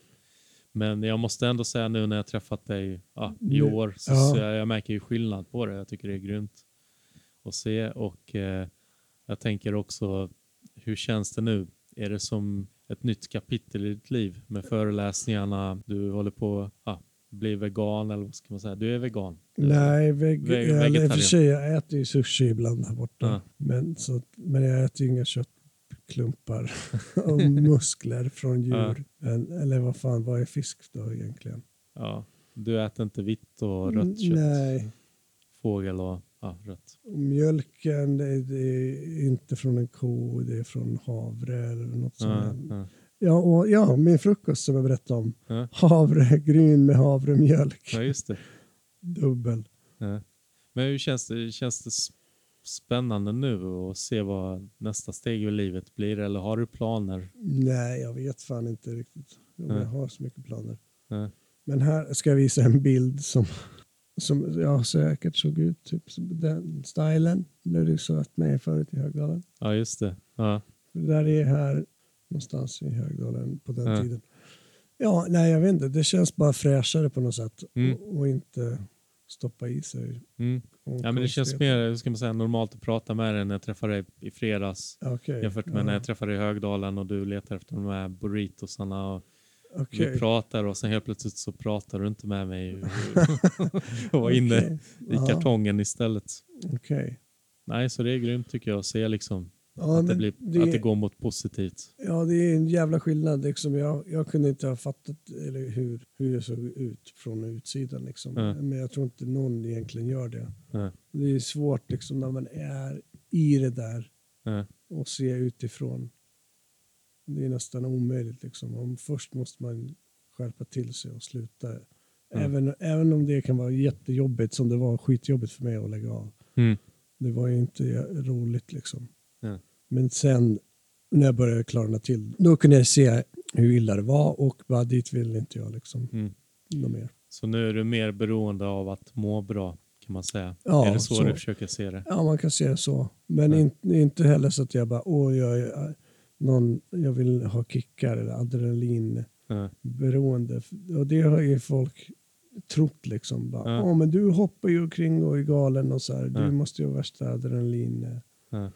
Speaker 2: Men jag måste ändå säga nu när jag träffat dig ja, i
Speaker 1: Nu-
Speaker 2: år så,
Speaker 1: Mm. ja.
Speaker 2: så jag, jag märker ju skillnad på det. Jag tycker det är grymt att se och eh, jag tänker också, hur känns det nu? Är det som ett nytt kapitel i ditt liv med föreläsningarna? Du håller på ja, bli vegan eller vad ska man säga? Du är vegan.
Speaker 1: Nej, veg-
Speaker 2: Ve-
Speaker 1: eller i och för
Speaker 2: vegetarian.
Speaker 1: sig, jag äter ju sushi ibland här borta.
Speaker 2: Ja.
Speaker 1: Men, så, att- men jag äter ju inga köttklumpar och muskler från djur. En, eller vad fan, vad är fisk då egentligen?
Speaker 2: Ja, du äter inte vitt och rött kött,
Speaker 1: Nej,
Speaker 2: fågel och ja, rött.
Speaker 1: Och mjölken det är, det är inte från en ko, det är från havre eller något
Speaker 2: Ja,
Speaker 1: sånt.
Speaker 2: ja,
Speaker 1: Ja, och, ja, min frukost som jag berättade om.
Speaker 2: ja.
Speaker 1: Havregryn med havremjölk.
Speaker 2: ja, just det.
Speaker 1: Dubbel.
Speaker 2: Ja. Men hur känns det? Känns det s- spännande nu att se vad nästa steg i livet blir? Eller har du planer?
Speaker 1: Nej, jag vet fan inte riktigt om
Speaker 2: Nej.
Speaker 1: jag har så mycket planer.
Speaker 2: Ja.
Speaker 1: Men här ska jag visa en bild som, som jag säkert såg ut, typ som den stilen, när du sa att mig förut i Högdalen.
Speaker 2: Ja, just det. Ja.
Speaker 1: Det där är här någonstans i Högdalen på den
Speaker 2: Ja.
Speaker 1: tiden. Ja, nej jag vet inte, det känns bara fräschare på något sätt
Speaker 2: Mm.
Speaker 1: och, och inte stoppa i sig.
Speaker 2: Mm. ja, men det känns mer hur ska man säga, normalt att prata med dig när jag träffade dig i fredags
Speaker 1: okay.
Speaker 2: jämfört med när jag träffade dig i Högdalen och du letar efter de här burritosarna. Och
Speaker 1: okay.
Speaker 2: Vi pratar och sen helt plötsligt så pratar du inte med mig och var inne i kartongen istället.
Speaker 1: Okej.
Speaker 2: Nej, så det är grymt tycker jag att se liksom
Speaker 1: Ja,
Speaker 2: att, det
Speaker 1: men
Speaker 2: blir, att det går mot positivt.
Speaker 1: Ja, det är en jävla skillnad. Liksom. Jag, jag kunde inte ha fattat eller hur, hur det såg ut från utsidan. Liksom.
Speaker 2: Nej.
Speaker 1: Men jag tror inte någon egentligen gör det.
Speaker 2: Nej.
Speaker 1: Det är svårt liksom, när man är i det där
Speaker 2: Ja.
Speaker 1: och ser utifrån. Det är nästan omöjligt. Liksom. Om först måste man skärpa till sig och sluta. Även, även om det kan vara jättejobbigt, som det var skitjobbigt för mig att lägga av.
Speaker 2: Mm.
Speaker 1: Det var ju inte roligt liksom.
Speaker 2: Ja.
Speaker 1: Men sen när jag började klarna till, då kunde jag se hur illa det var och bara dit vill inte jag liksom.
Speaker 2: Mm.
Speaker 1: Något mer.
Speaker 2: Så nu är du mer beroende av att må bra, kan man säga.
Speaker 1: Ja,
Speaker 2: är det så,
Speaker 1: så.
Speaker 2: du försöker se det?
Speaker 1: Ja, man kan se det så. Men in, inte heller så att jag bara, åh, jag, är, äh, någon, jag vill ha kickar eller adrenalinberoende.
Speaker 2: Ja,
Speaker 1: Och det har ju folk trott liksom. Bara,
Speaker 2: Ja.
Speaker 1: Åh, men du hoppar ju omkring och är galen och så här. Du
Speaker 2: Ja.
Speaker 1: måste ju ha värsta adrenalin-junkin.
Speaker 2: ja.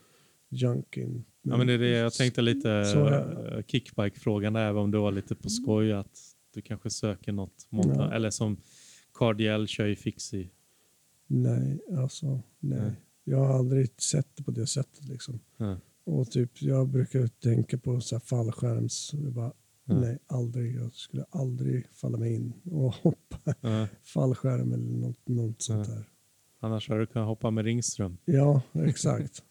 Speaker 2: ja, men det är det jag tänkte lite,
Speaker 1: Så jag-
Speaker 2: eh, kickbike-frågan, där, även om det var lite på skoj att du kanske söker något, mot,
Speaker 1: Ja.
Speaker 2: eller som Cardiel kör ju Fixie.
Speaker 1: Nej, alltså nej.
Speaker 2: Nej.
Speaker 1: Jag har aldrig sett det på det sättet liksom.
Speaker 2: Ja.
Speaker 1: Och typ, jag brukar tänka på så här fallskärms... och jag Bara,
Speaker 2: Ja.
Speaker 1: Nej, aldrig. Jag skulle aldrig falla mig in och hoppa
Speaker 2: Ja.
Speaker 1: fallskärm eller något, något sånt
Speaker 2: Ja.
Speaker 1: där.
Speaker 2: Annars hade du kunnat hoppa med Ringström.
Speaker 1: Ja, exakt.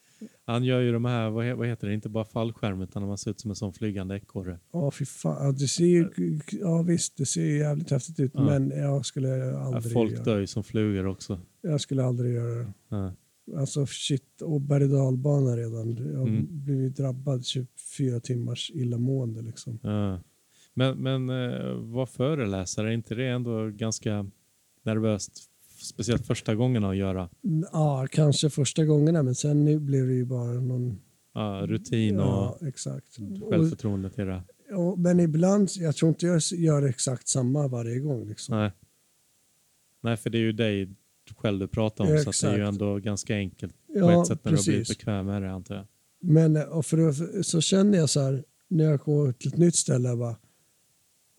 Speaker 2: Han gör ju de här, vad, he- vad heter det, inte bara fallskärm utan man ser ut som en sån flygande ekorre.
Speaker 1: Ja, fy fan. Ja, det ser ju, ja, visst, det ser ju jävligt häftigt ut,
Speaker 2: Ja.
Speaker 1: men jag skulle
Speaker 2: Ja,
Speaker 1: aldrig
Speaker 2: folk
Speaker 1: göra
Speaker 2: dör ju som flugor också.
Speaker 1: Jag skulle aldrig göra det.
Speaker 2: Ja.
Speaker 1: Alltså shit, och berg och dalbana redan. Jag har
Speaker 2: Mm.
Speaker 1: blivit drabbad 24 timmars illamående liksom.
Speaker 2: Ja. Men, men eh, vad föreläsare, är inte det ändå ganska nervöst? Speciellt första gången att göra
Speaker 1: Mm, Ja, kanske första gångerna, men sen nu blev det ju bara någon...
Speaker 2: ja, rutin
Speaker 1: Ja, exakt.
Speaker 2: och
Speaker 1: Och,
Speaker 2: självförtroende till det.
Speaker 1: och, men ibland, jag tror inte jag s- gör exakt samma varje gång liksom.
Speaker 2: Nej. Nej, för det är ju dig själv du pratar om, så att det är ju
Speaker 1: Exakt.
Speaker 2: ändå ganska enkelt på
Speaker 1: Ja,
Speaker 2: ett sätt när du har blivit bekväm med det, antar jag.
Speaker 1: Men eh, och för, för- så känner jag så här, när jag går till ett nytt ställe, jag bara,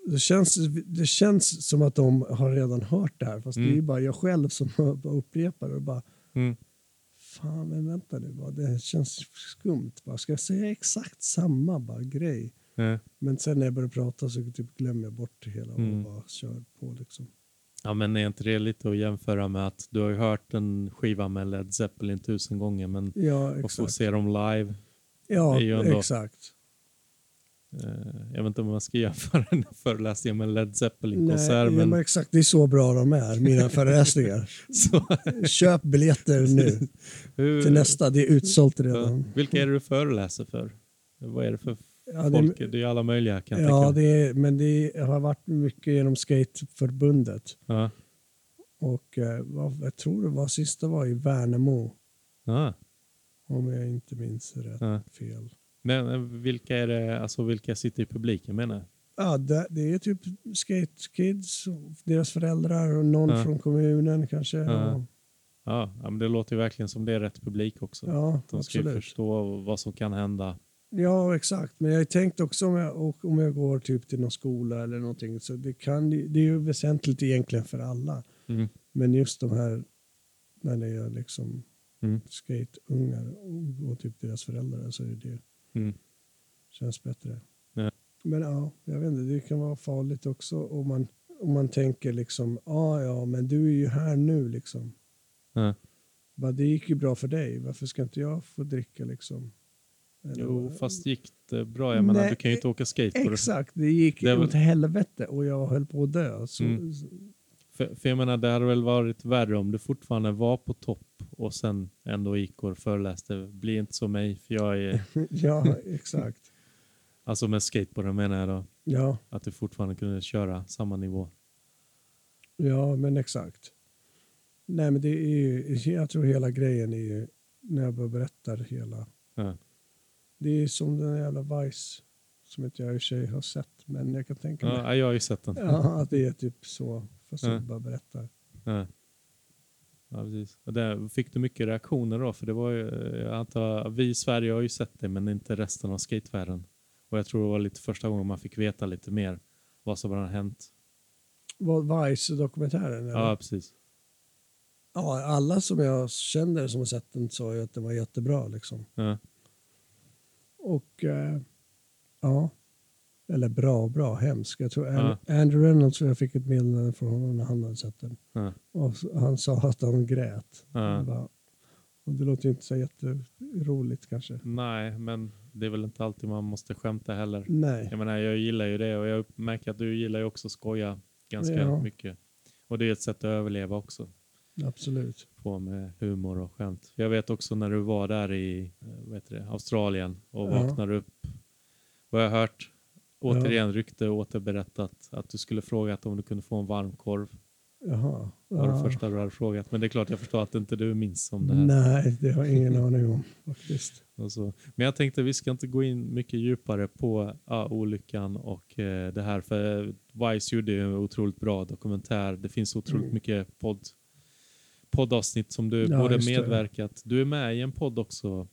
Speaker 1: det, känns, det känns som att de har redan hört det här, fast det är ju
Speaker 2: Mm.
Speaker 1: bara jag själv som har- bara upprepar det. Och bara,
Speaker 2: Mm.
Speaker 1: Fan, men vänta nu, bara, det känns skumt. Bara, ska jag säga exakt samma bara, grej?
Speaker 2: Ja.
Speaker 1: Men sen när jag börjar prata så typ glömmer jag bort det hela och
Speaker 2: Mm.
Speaker 1: bara kör på. Liksom.
Speaker 2: Ja, men är inte det lite att jämföra med att du har ju hört en skiva med Led Zeppelin tusen gånger, men
Speaker 1: Ja,
Speaker 2: att få
Speaker 1: exakt.
Speaker 2: se dem live.
Speaker 1: Ja,
Speaker 2: det är ju ändå-
Speaker 1: exakt.
Speaker 2: Eh, jag vet inte om man ska jämföra den här föreläsningen med Led
Speaker 1: Nej,
Speaker 2: Zeppelin-konsert,
Speaker 1: men...
Speaker 2: men
Speaker 1: exakt. Det är så bra de är, mina föreläsningar.
Speaker 2: så,
Speaker 1: Köp biljetter nu
Speaker 2: hur,
Speaker 1: till nästa. Det är utsålt
Speaker 2: Ja.
Speaker 1: redan.
Speaker 2: Vilka är det du föreläser för? Vad är det för
Speaker 1: Ja,
Speaker 2: folk?
Speaker 1: det,
Speaker 2: Det är ju alla möjliga kan jag
Speaker 1: ja
Speaker 2: tänka
Speaker 1: det är, men det har varit mycket genom Skateförbundet.
Speaker 2: mig.
Speaker 1: Och eh, vad, jag tror det var sista var i Värnamo,
Speaker 2: Ja. Ja.
Speaker 1: om jag inte minns rätt
Speaker 2: Ja.
Speaker 1: fel.
Speaker 2: Men eh, vilka är det, alltså vilka sitter i publiken menar jag?
Speaker 1: Ja, det, det är typ skatekids, och deras föräldrar och någon
Speaker 2: Ja.
Speaker 1: från kommunen kanske.
Speaker 2: Ja.
Speaker 1: Och,
Speaker 2: Ja, ja, men det låter ju verkligen som det är rätt publik också.
Speaker 1: ja,
Speaker 2: De ska ju
Speaker 1: absolut.
Speaker 2: förstå vad som kan hända.
Speaker 1: Ja, exakt. Men jag har tänkt också om jag, och om jag går typ till någon skola eller någonting. Så det, kan, ju- det är ju väsentligt egentligen för alla.
Speaker 2: Mm.
Speaker 1: Men just de här när det är liksom
Speaker 2: Mm.
Speaker 1: skateungar och, och typ deras föräldrar så är det
Speaker 2: Mm.
Speaker 1: känns bättre.
Speaker 2: Ja.
Speaker 1: Men ja, jag vet inte, det kan vara farligt också om man, om man tänker liksom, ah, ja, men du är ju här nu liksom.
Speaker 2: Ja.
Speaker 1: Bara, det gick ju bra för dig, varför ska inte jag få dricka liksom? Eller
Speaker 2: Jo,
Speaker 1: bara-
Speaker 2: fast gick det bra? Jag menar,
Speaker 1: Nej,
Speaker 2: du kan ju inte åka skateboard.
Speaker 1: Exakt, det gick
Speaker 2: Det är väl-
Speaker 1: åt helvete och jag höll på att dö. Så,
Speaker 2: Mm. För, för jag menar, det hade väl varit värre om du fortfarande var på topp och sen ändå gick och föreläste. Bli inte som mig, för jag är...
Speaker 1: Ja, exakt.
Speaker 2: Alltså med skateboarden menar jag då.
Speaker 1: Ja,
Speaker 2: Att du fortfarande kunde köra samma nivå.
Speaker 1: ja, men exakt. Nej, men det är ju, jag tror hela grejen är ju, när jag bara berättar hela
Speaker 2: Ja.
Speaker 1: Det är som den jävla Vice, som inte jag i och för sig har sett, men jag kan tänka mig
Speaker 2: Ja, jag har ju sett den.
Speaker 1: ja, att det är typ så, fast
Speaker 2: Ja.
Speaker 1: jag bara berättar.
Speaker 2: Ja. Ja, precis. Och där fick du mycket reaktioner då? För det var ju, jag antar, vi i Sverige har ju sett det, men inte resten av skatevärlden. Och jag tror det var lite första gången man fick veta lite mer vad som hade hänt.
Speaker 1: Vad Vice-dokumentären? eller?
Speaker 2: Ja, precis.
Speaker 1: ja, alla som jag känner som har sett den sa ju att den var jättebra liksom.
Speaker 2: Ja.
Speaker 1: Och eh, ja, eller bra, bra, hemsk. Jag tror An-
Speaker 2: Ja.
Speaker 1: Andrew Reynolds, jag fick ett meddelande från honom när han hade sett den.
Speaker 2: Ja.
Speaker 1: Och så- han sa att han grät.
Speaker 2: Ja.
Speaker 1: Jag bara, och det låter ju inte så jätteroligt kanske.
Speaker 2: Nej, men det är väl inte alltid man måste skämta heller.
Speaker 1: Nej.
Speaker 2: Jag menar, jag gillar ju det och jag märker att du gillar ju också att skoja ganska
Speaker 1: Ja.
Speaker 2: mycket. Och det är ett sätt att överleva också.
Speaker 1: Absolut.
Speaker 2: på med humor och skämt. Jag vet också när du var där i eh, vad heter det, Australien och
Speaker 1: Ja.
Speaker 2: vaknade upp. Vad jag har hört, återigen rykte återberättat, att du skulle frågat om du kunde få en varmkorv.
Speaker 1: Jaha.
Speaker 2: Det var
Speaker 1: Ja.
Speaker 2: det första du hade frågat. Men det är klart jag förstår att inte du minns om det här.
Speaker 1: Nej, det har jag ingen aning om faktiskt.
Speaker 2: Och så. Men jag tänkte vi ska inte gå in mycket djupare på ja, olyckan och eh, det här. För eh, Vice gjorde ju en otroligt bra dokumentär. Det finns otroligt
Speaker 1: Mm.
Speaker 2: mycket podd, poddavsnitt som du
Speaker 1: Ja,
Speaker 2: både
Speaker 1: just det.
Speaker 2: medverkat. Du är med i en podd också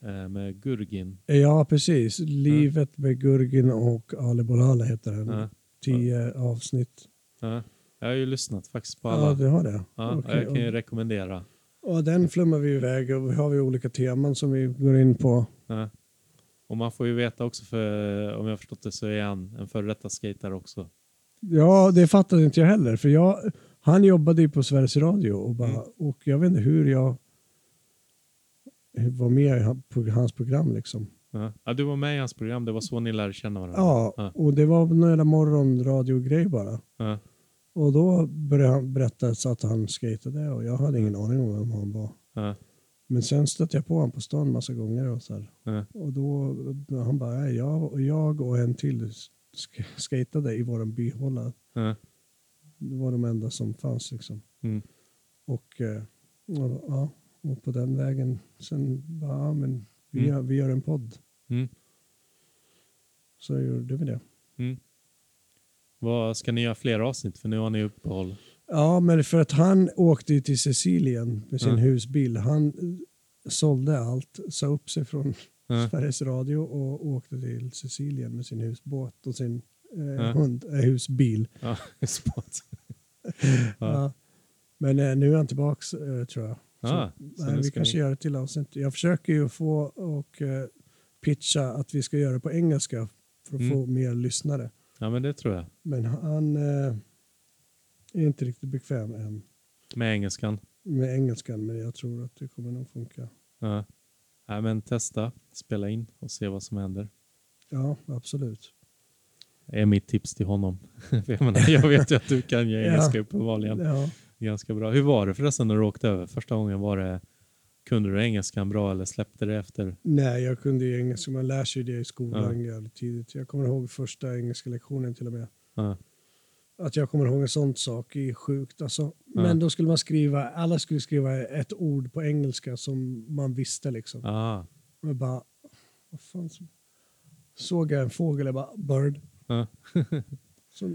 Speaker 2: eh, med Gurgin.
Speaker 1: Ja, precis. Livet med Gurgin och Ali Bolala heter den.
Speaker 2: Ja,
Speaker 1: Tio avsnitt.
Speaker 2: ja. Jag har ju lyssnat faktiskt på
Speaker 1: Ja,
Speaker 2: alla.
Speaker 1: du har det.
Speaker 2: Ja, och
Speaker 1: Okej,
Speaker 2: jag kan ju rekommendera.
Speaker 1: och, och den flummar vi iväg och vi har vi olika teman som vi går in på.
Speaker 2: Ja. Och man får ju veta också, för eh, om jag har förstått det så är han en före detta skater också.
Speaker 1: Ja, det fattade inte jag heller. För jag, han jobbade ju på Sveriges Radio och, bara, och jag vet inte hur jag var med i han- på hans program liksom.
Speaker 2: Ja. Ja, du var med i hans program, det var så ni lärde känna varandra.
Speaker 1: Ja,
Speaker 2: Ja.
Speaker 1: och det var någon jävla morgonradiogrej bara.
Speaker 2: Ja.
Speaker 1: Och då började han berätta så att han skatade och jag hade ingen aning om vem han var.
Speaker 2: Ja.
Speaker 1: Men sen stötte jag på honom på stan massa gånger och så här.
Speaker 2: Ja.
Speaker 1: Och då, han bara, "Nej, jag och, jag och en till sk- skatade i våran byhåla.
Speaker 2: Ja.
Speaker 1: Det var de enda som fanns liksom.
Speaker 2: Mm.
Speaker 1: Och, eh, och, ja, och på den vägen, sen bara, ja, men vi,
Speaker 2: Mm.
Speaker 1: gör, vi gör en podd.
Speaker 2: Mm.
Speaker 1: Så gjorde vi det.
Speaker 2: Mm. Vad ska ni göra fler avsnitt? För nu har ni uppehåll.
Speaker 1: Ja, men för att han åkte ju till Sicilien med sin
Speaker 2: Ja.
Speaker 1: husbil. Han eh, sålde allt, sa upp sig från
Speaker 2: Ja.
Speaker 1: Sveriges Radio och åkte till Sicilien med sin husbåt och sin eh,
Speaker 2: Ja.
Speaker 1: hund, eh, husbil.
Speaker 2: Ja, spot. Ja.
Speaker 1: Ja. Men eh, nu är han tillbaks eh, tror jag.
Speaker 2: Ja, så
Speaker 1: Nej,
Speaker 2: nu
Speaker 1: vi
Speaker 2: ska
Speaker 1: kanske
Speaker 2: ni-
Speaker 1: gör ett till avsnitt. Jag försöker ju få och eh, pitcha att vi ska göra det på engelska för att
Speaker 2: Mm.
Speaker 1: få mer lyssnare.
Speaker 2: ja, men det tror jag.
Speaker 1: Men han eh, är inte riktigt bekväm än
Speaker 2: Med engelskan.
Speaker 1: med engelskan, men jag tror att det kommer nog funka.
Speaker 2: Ja. Ja, men testa, spela in och se vad som händer.
Speaker 1: Ja, absolut.
Speaker 2: är mitt tips till honom. För jag, menar, jag vet ju att du kan ju engelska uppenbarligen
Speaker 1: Ja.
Speaker 2: ganska bra. Hur var det förresten när du åkte över? Första gången var det, kunde du engelskan bra eller släppte det efter?
Speaker 1: Nej, jag kunde ju engelska. Man lär sig det i skolan jävligt tidigt. Jag kommer ihåg första engelska lektionen till och med.
Speaker 2: Ja,
Speaker 1: Att jag kommer ihåg en sån sak är sjukt. Alltså.
Speaker 2: Ja.
Speaker 1: Men då skulle man skriva, alla skulle skriva ett ord på engelska som man visste liksom.
Speaker 2: ah,
Speaker 1: Och jag bara, vad fan. som- Såg jag en fågel, jag bara, bird.
Speaker 2: ja.
Speaker 1: Så,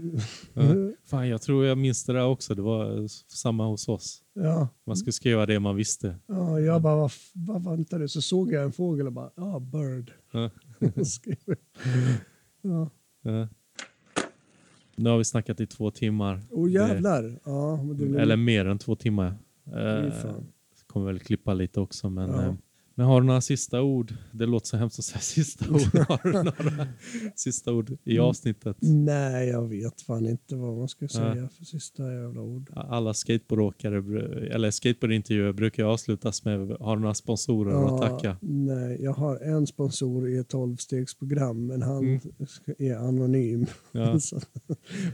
Speaker 2: Ja. Fan, jag tror jag minns det där också. Det var eh, samma hos oss.
Speaker 1: ja,
Speaker 2: Man skulle skriva det man visste.
Speaker 1: ja, jag bara, vad, f- vad väntar du? Så såg jag en fågel och bara, ja, bird.
Speaker 2: Ja,
Speaker 1: Skrev jag. ja.
Speaker 2: ja. Nu har vi snackat i två timmar.
Speaker 1: Åh jävlar. Ja, men det
Speaker 2: Det,
Speaker 1: blir-
Speaker 2: eller mer än två timmar.
Speaker 1: Fy
Speaker 2: Eh,
Speaker 1: fan.
Speaker 2: kommer väl klippa lite också. Men,
Speaker 1: Ja.
Speaker 2: eh, men har du några sista ord? Det låter så hemskt att säga sista ord. Har du några sista ord i
Speaker 1: Mm.
Speaker 2: avsnittet?
Speaker 1: Nej, jag vet fan inte vad man ska säga
Speaker 2: Nej.
Speaker 1: för sista jävla ord.
Speaker 2: Alla skateboardåkare, br- eller skateboardintervjuer brukar ju avslutas med har du några sponsorer att tacka?
Speaker 1: nej, jag har en sponsor i ett tolvstegsprogram, men han
Speaker 2: Mm.
Speaker 1: är anonym.
Speaker 2: Ja.
Speaker 1: Så,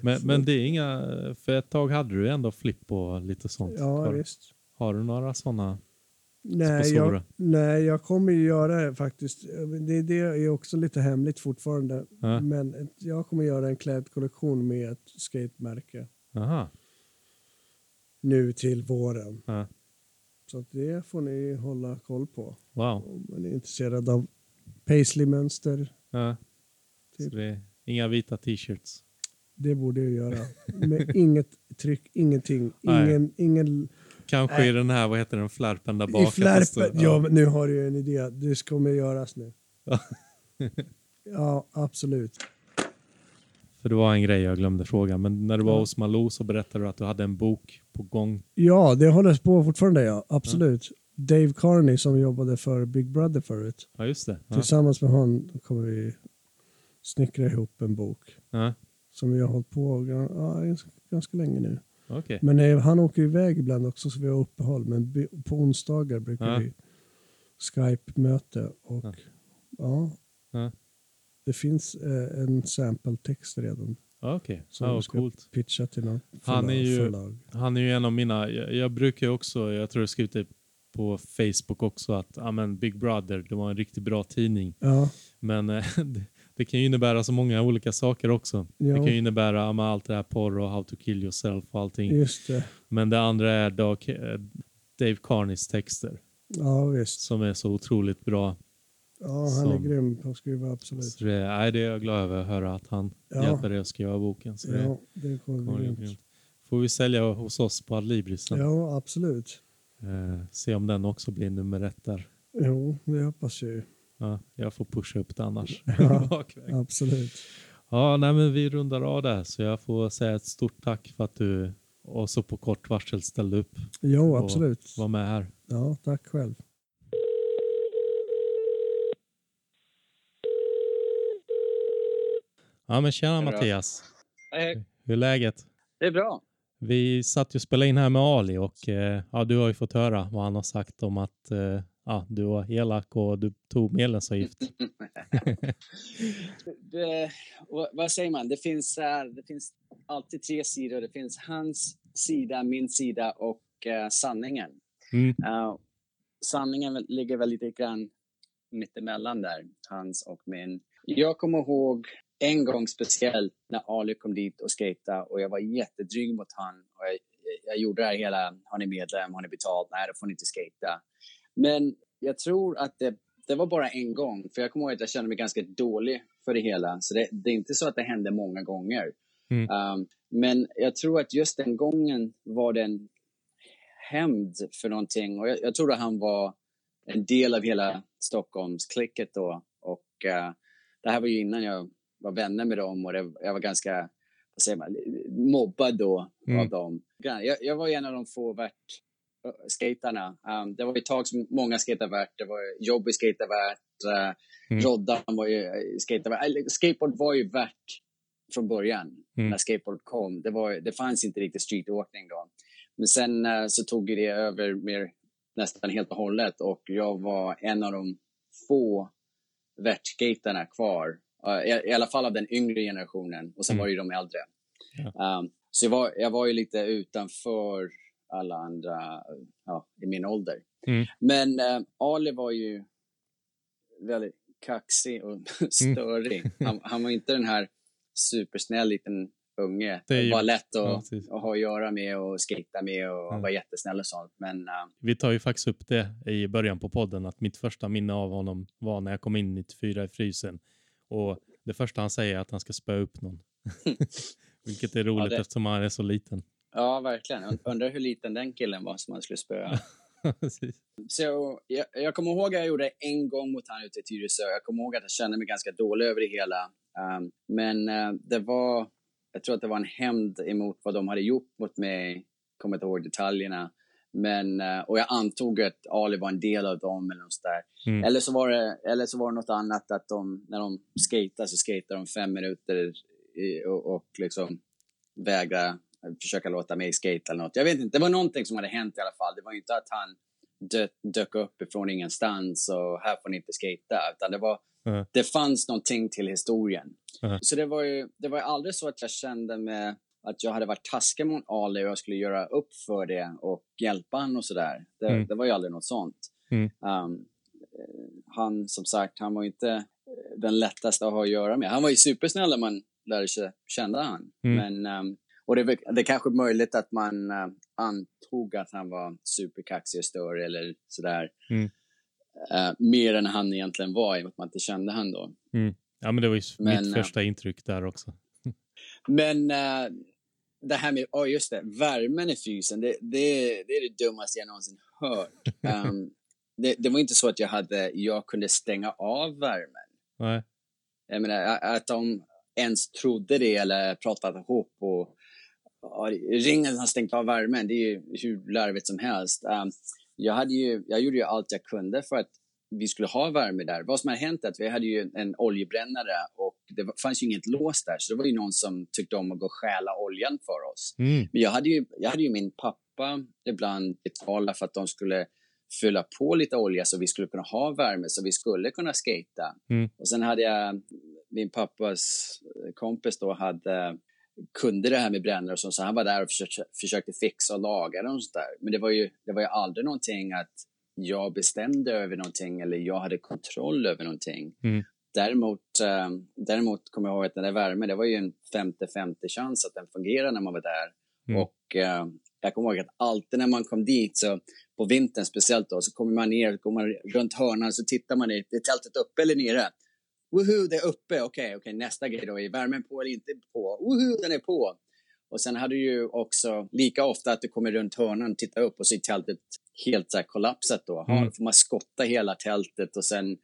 Speaker 2: Men, men det är inga, för ett tag hade du ju ändå flipp och lite sånt.
Speaker 1: ja,
Speaker 2: har,
Speaker 1: visst.
Speaker 2: har du några sådana?
Speaker 1: Nej
Speaker 2: Sponsorer.
Speaker 1: jag, nej, jag kommer ju göra det faktiskt. Det, det är också lite hemligt fortfarande.
Speaker 2: Ja.
Speaker 1: Men ett- jag kommer göra en klädkollektion med ett skatemärke
Speaker 2: Aha.
Speaker 1: nu till våren.
Speaker 2: Ja.
Speaker 1: Så att det får ni hålla koll på.
Speaker 2: Wow.
Speaker 1: Om man är intresserad av paisley-mönster.
Speaker 2: Ja. Så
Speaker 1: Typ.
Speaker 2: det är inga vita t-shirts.
Speaker 1: Det borde jag göra. Med inget tryck, ingenting.
Speaker 2: Nej.
Speaker 1: Ingen, ingen
Speaker 2: Kanske i den här, vad heter den, flärpen där bak?
Speaker 1: i
Speaker 2: att det står-
Speaker 1: flärpen. Ja, men nu har du ju en idé. Det kommer göras nu.
Speaker 2: Ja.
Speaker 1: ja, absolut.
Speaker 2: För det var en grej jag glömde fråga, men när du var hos Malou så berättade du att du hade en bok på gång.
Speaker 1: Ja, det håller på fortfarande, ja. Absolut. Dave Carney som jobbade för Big Brother förut.
Speaker 2: Ja, just det. Ja.
Speaker 1: Tillsammans med honom kommer vi snickra ihop en bok
Speaker 2: Ja.
Speaker 1: som vi har hållit på ja, ganska länge nu.
Speaker 2: Okej.
Speaker 1: Men eh, han åker iväg ibland också så vi har uppehåll. Men vi- på onsdagar brukar
Speaker 2: Ja.
Speaker 1: vi Skype-möte. Och
Speaker 2: Ja.
Speaker 1: ja.
Speaker 2: Ja.
Speaker 1: det finns eh, en sample-text redan.
Speaker 2: Ja, Okej.
Speaker 1: Som
Speaker 2: Ja,
Speaker 1: vi
Speaker 2: vad
Speaker 1: ska-
Speaker 2: coolt.
Speaker 1: Pitcha till någon
Speaker 2: Han
Speaker 1: förlag.
Speaker 2: är ju-
Speaker 1: förlag.
Speaker 2: Han är ju en av mina, jag, jag brukar ju också, jag tror jag skrivit det på Facebook också, att ja, men Big Brother, det var en riktigt bra tidning.
Speaker 1: Ja,
Speaker 2: Men eh, det, det kan ju innebära så många olika saker också. Det
Speaker 1: Ja.
Speaker 2: kan ju innebära ja, men allt det här porr och how to kill yourself och allting.
Speaker 1: just det.
Speaker 2: Men det andra är Doug, eh, Dave Carneys texter
Speaker 1: Ja, visst.
Speaker 2: som är så otroligt bra.
Speaker 1: Ja, han är
Speaker 2: Som-
Speaker 1: grym på att skriva, absolut.
Speaker 2: Så det, nej, det är jag glad över att höra att han
Speaker 1: Ja.
Speaker 2: hjälper dig att skriva boken. Så det,
Speaker 1: Ja, det kommer
Speaker 2: kommer
Speaker 1: bli
Speaker 2: bli
Speaker 1: grymt.
Speaker 2: grymt. Får vi sälja hos oss på Adlibri sen.
Speaker 1: Ja, absolut.
Speaker 2: Eh, se om den också blir nummer ett där.
Speaker 1: Jo, det hoppas jag ju.
Speaker 2: Ja, jag får pusha upp det annars.
Speaker 1: Ja.
Speaker 2: Bakväg.
Speaker 1: Absolut.
Speaker 2: ja, nej, men vi rundar av där så jag får säga ett stort tack för att du och så på kort varsel ställde upp
Speaker 1: Jo,
Speaker 2: Och-
Speaker 1: absolut.
Speaker 2: var med här.
Speaker 1: Ja, tack själv.
Speaker 2: Ja, men tjena
Speaker 5: Tjena.
Speaker 2: Mattias.
Speaker 5: Nej,
Speaker 2: Hur är läget?
Speaker 5: Eh, det är bra.
Speaker 2: Vi satt ju och spelade in här med Ali och eh, ja, du har ju fått höra vad han har sagt om att eh, ja, du var elak och du tog medlemsavgift.
Speaker 5: Det, och vad säger man? Det finns, så här, det finns alltid tre sidor. Det finns hans sida, min sida och eh, sanningen.
Speaker 2: Mm.
Speaker 5: Eh, sanningen ligger väl lite grann mittemellan där, hans och min. Jag kommer ihåg en gång speciellt när Ali kom dit och skata och jag var jättedryg mot han. Och jag, jag gjorde det här hela, har ni medlem, har ni betalt? Nej, då får ni inte skata. Men jag tror att det, det var bara en gång, för jag kommer ihåg att jag kände mig ganska dålig för det hela. Så det, det är inte så att det hände många gånger.
Speaker 2: Mm.
Speaker 5: Um, men jag tror att just den gången var den hämnd för någonting. Och jag, jag tror att han var en del av hela Stockholmsklicket då. Och eh, det här var ju innan jag var vänner med dem och det, jag var ganska vad säger man, mobbad då
Speaker 2: Mm.
Speaker 5: av dem. Jag, jag var ju en av de få värt eh, skaterna. Um, det var ju ett tag som många skatade värt. Det var ju Jobby skatade värt. eh,
Speaker 2: Mm.
Speaker 5: Roddan var ju eh, skatade värt. Eller, Skateboard var ju värt från början
Speaker 2: Mm.
Speaker 5: när skateboard kom. Det, var, det fanns inte riktigt streetåkning då. Men sen eh, så tog ju det över mer nästan helt och hållet och jag var en av de få värtskaterna kvar. Eh, i, I alla fall av den yngre generationen och sen
Speaker 2: Mm.
Speaker 5: var det ju de äldre. Um, så jag var, jag var ju lite utanför alla andra ja, i min ålder.
Speaker 2: Mm.
Speaker 5: Men eh, Ali var ju väldigt kaxig
Speaker 2: Mm.
Speaker 5: och störig. Han, han var inte den här supersnäll liten unge.
Speaker 2: Det är ju-
Speaker 5: var lätt
Speaker 2: Ja,
Speaker 5: att,
Speaker 2: precis.
Speaker 5: att ha att göra med och skita med och
Speaker 2: Mm.
Speaker 5: han var jättesnäll och sånt. Men eh,
Speaker 2: Vi tar ju faktiskt upp det i början på podden, att mitt första minne av honom var när jag kom in 94 i frysen. Och det första han säger är att han ska spöa upp någon. Vilket är roligt
Speaker 5: Ja, det-
Speaker 2: eftersom han är så liten.
Speaker 5: ja, verkligen. Und- Undrar hur liten den killen var som han skulle spöa.
Speaker 2: Precis.
Speaker 5: Så jag, jag kommer ihåg att jag gjorde en gång mot han ute i Tyresö. Jag kommer ihåg att jag kände mig ganska dålig över det hela. Um, men eh, det var, jag tror att det var en hämnd emot vad de hade gjort mot mig. Jag kommer inte ihåg detaljerna. Men, eh, och jag antog att Ali var en del av dem eller något sådär.
Speaker 2: Mm.
Speaker 5: Eller, så var det, eller så var det något annat att de, när de skater så skater de fem minuter i, och, och liksom vägra försöka låta mig skate eller något. Jag vet inte, det var någonting som hade hänt i alla fall. Det var ju inte att han dö, dök upp ifrån ingenstans och här får ni inte skata. Utan det, var,
Speaker 2: Mm.
Speaker 5: det fanns någonting till historien.
Speaker 2: Mm.
Speaker 5: Så det var ju det var ju aldrig så att jag kände med att jag hade varit taskig mot Ali och jag skulle göra upp för det och hjälpa honom och sådär. Det,
Speaker 2: Mm.
Speaker 5: det var ju aldrig något sånt.
Speaker 2: Mm.
Speaker 5: Um, eh, han, som sagt, han var ju inte eh, den lättaste att ha att göra med. Han var ju supersnäll när man lärde sig känna han.
Speaker 2: Mm.
Speaker 5: Men, um, och det, är väl- det är kanske möjligt att man eh, antog att han var superkaxig och större eller sådär.
Speaker 2: Mm.
Speaker 5: Eh, mer än han egentligen var, i och med att man inte kände han då.
Speaker 2: Ja, men det var ju
Speaker 5: Men,
Speaker 2: mitt
Speaker 5: eh,
Speaker 2: första intryck där också.
Speaker 5: Men eh, det här med, ja just det, värmen i fysen, det, det, det är det dummaste jag någonsin hört. Ehm, det, det var inte så att jag, hade, jag kunde stänga av värmen.
Speaker 2: Nej.
Speaker 5: Jag menar, a- att de ens trodde det eller pratade ihop. Och, ja, ringen har stängt av värmen, det är ju hur larvigt som helst. Ehm, jag, hade ju, jag gjorde ju allt jag kunde för att vi skulle ha värme där. Vad som har hänt är att vi hade ju en oljebrännare och det var- fanns ju inget lås där, så det var ju någon som tyckte om att gå och stjäla oljan för oss.
Speaker 2: Mm.
Speaker 5: Men jag hade ju, jag hade ju min pappa ibland betala för att de skulle fylla på lite olja så vi skulle kunna ha värme, så vi skulle kunna skata.
Speaker 2: Mm.
Speaker 5: Och sen hade jag, min pappas kompis då hade kunde det här med brännare och sånt, så han var där och försökte, försökte fixa och laga det och sånt där. Men det var, ju, det var ju aldrig någonting att jag bestämde över någonting eller jag hade kontroll över någonting.
Speaker 2: Mm.
Speaker 5: Däremot, eh, däremot kommer jag ihåg att den där värmen, det var ju en 50-50 chans att den fungerade när man var där.
Speaker 2: Mm.
Speaker 5: Och eh, jag kommer ihåg att alltid när man kom dit, så på vintern speciellt då, så kommer man ner, går man runt hörnan så tittar man i, är tältet uppe eller nere? Woho, det är uppe, okej, okej, nästa grej då, är värmen på eller inte på? Woho, den är på! Och sen hade du ju också lika ofta att du kommer runt hörnan, tittar upp och så är tältet helt så här kollapsat då.
Speaker 2: Mm.
Speaker 5: Mm. Då får man skotta hela tältet och sen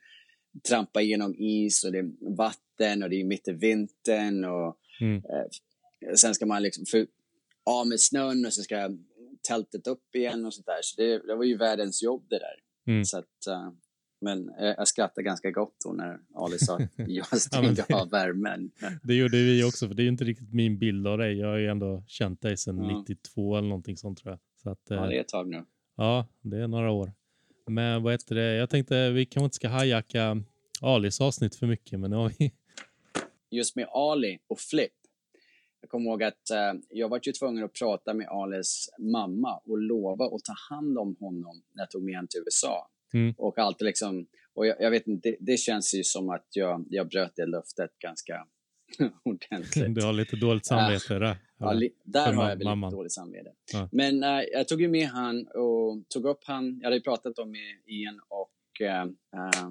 Speaker 5: trampa igenom is och det är vatten och det är mitt i vintern och
Speaker 2: Mm.
Speaker 5: eh, sen ska man liksom få av med snön och så ska tältet upp igen och sånt där. Så det, det var ju världens jobb det där.
Speaker 2: Mm.
Speaker 5: Så att, eh, men eh, jag skrattade ganska gott då när Ali sa att jag
Speaker 2: men
Speaker 5: stängde
Speaker 2: det-
Speaker 5: av värmen.
Speaker 2: Det gjorde vi också, för det är ju inte riktigt min bild av dig. Jag har ju ändå känt dig sedan
Speaker 5: Ja.
Speaker 2: 92 eller någonting sånt tror jag. Så att, eh,
Speaker 5: Ja, det är ett tag nu.
Speaker 2: Ja, det är några år. Men vad heter det? Jag tänkte vi kanske inte ska hajacka Alis avsnitt för mycket, men nu har vi...
Speaker 5: just med Ali och Flip. Jag kommer ihåg att eh, jag var ju tvungen att prata med Ales mamma och lova att ta hand om honom när jag tog med honom till USA.
Speaker 2: Mm.
Speaker 5: Och alltid liksom, och jag, jag vet inte, det, det känns ju som att jag, jag bröt det löftet ganska ordentligt.
Speaker 2: Du har lite dåligt samvete där.
Speaker 5: Ja, li- där
Speaker 2: För
Speaker 5: har
Speaker 2: mam-
Speaker 5: jag väl
Speaker 2: mamman.
Speaker 5: lite dåligt samvete.
Speaker 2: Ja.
Speaker 5: Men eh, jag tog ju med han och tog upp han. Jag hade ju pratat om med Ian och... eh, eh,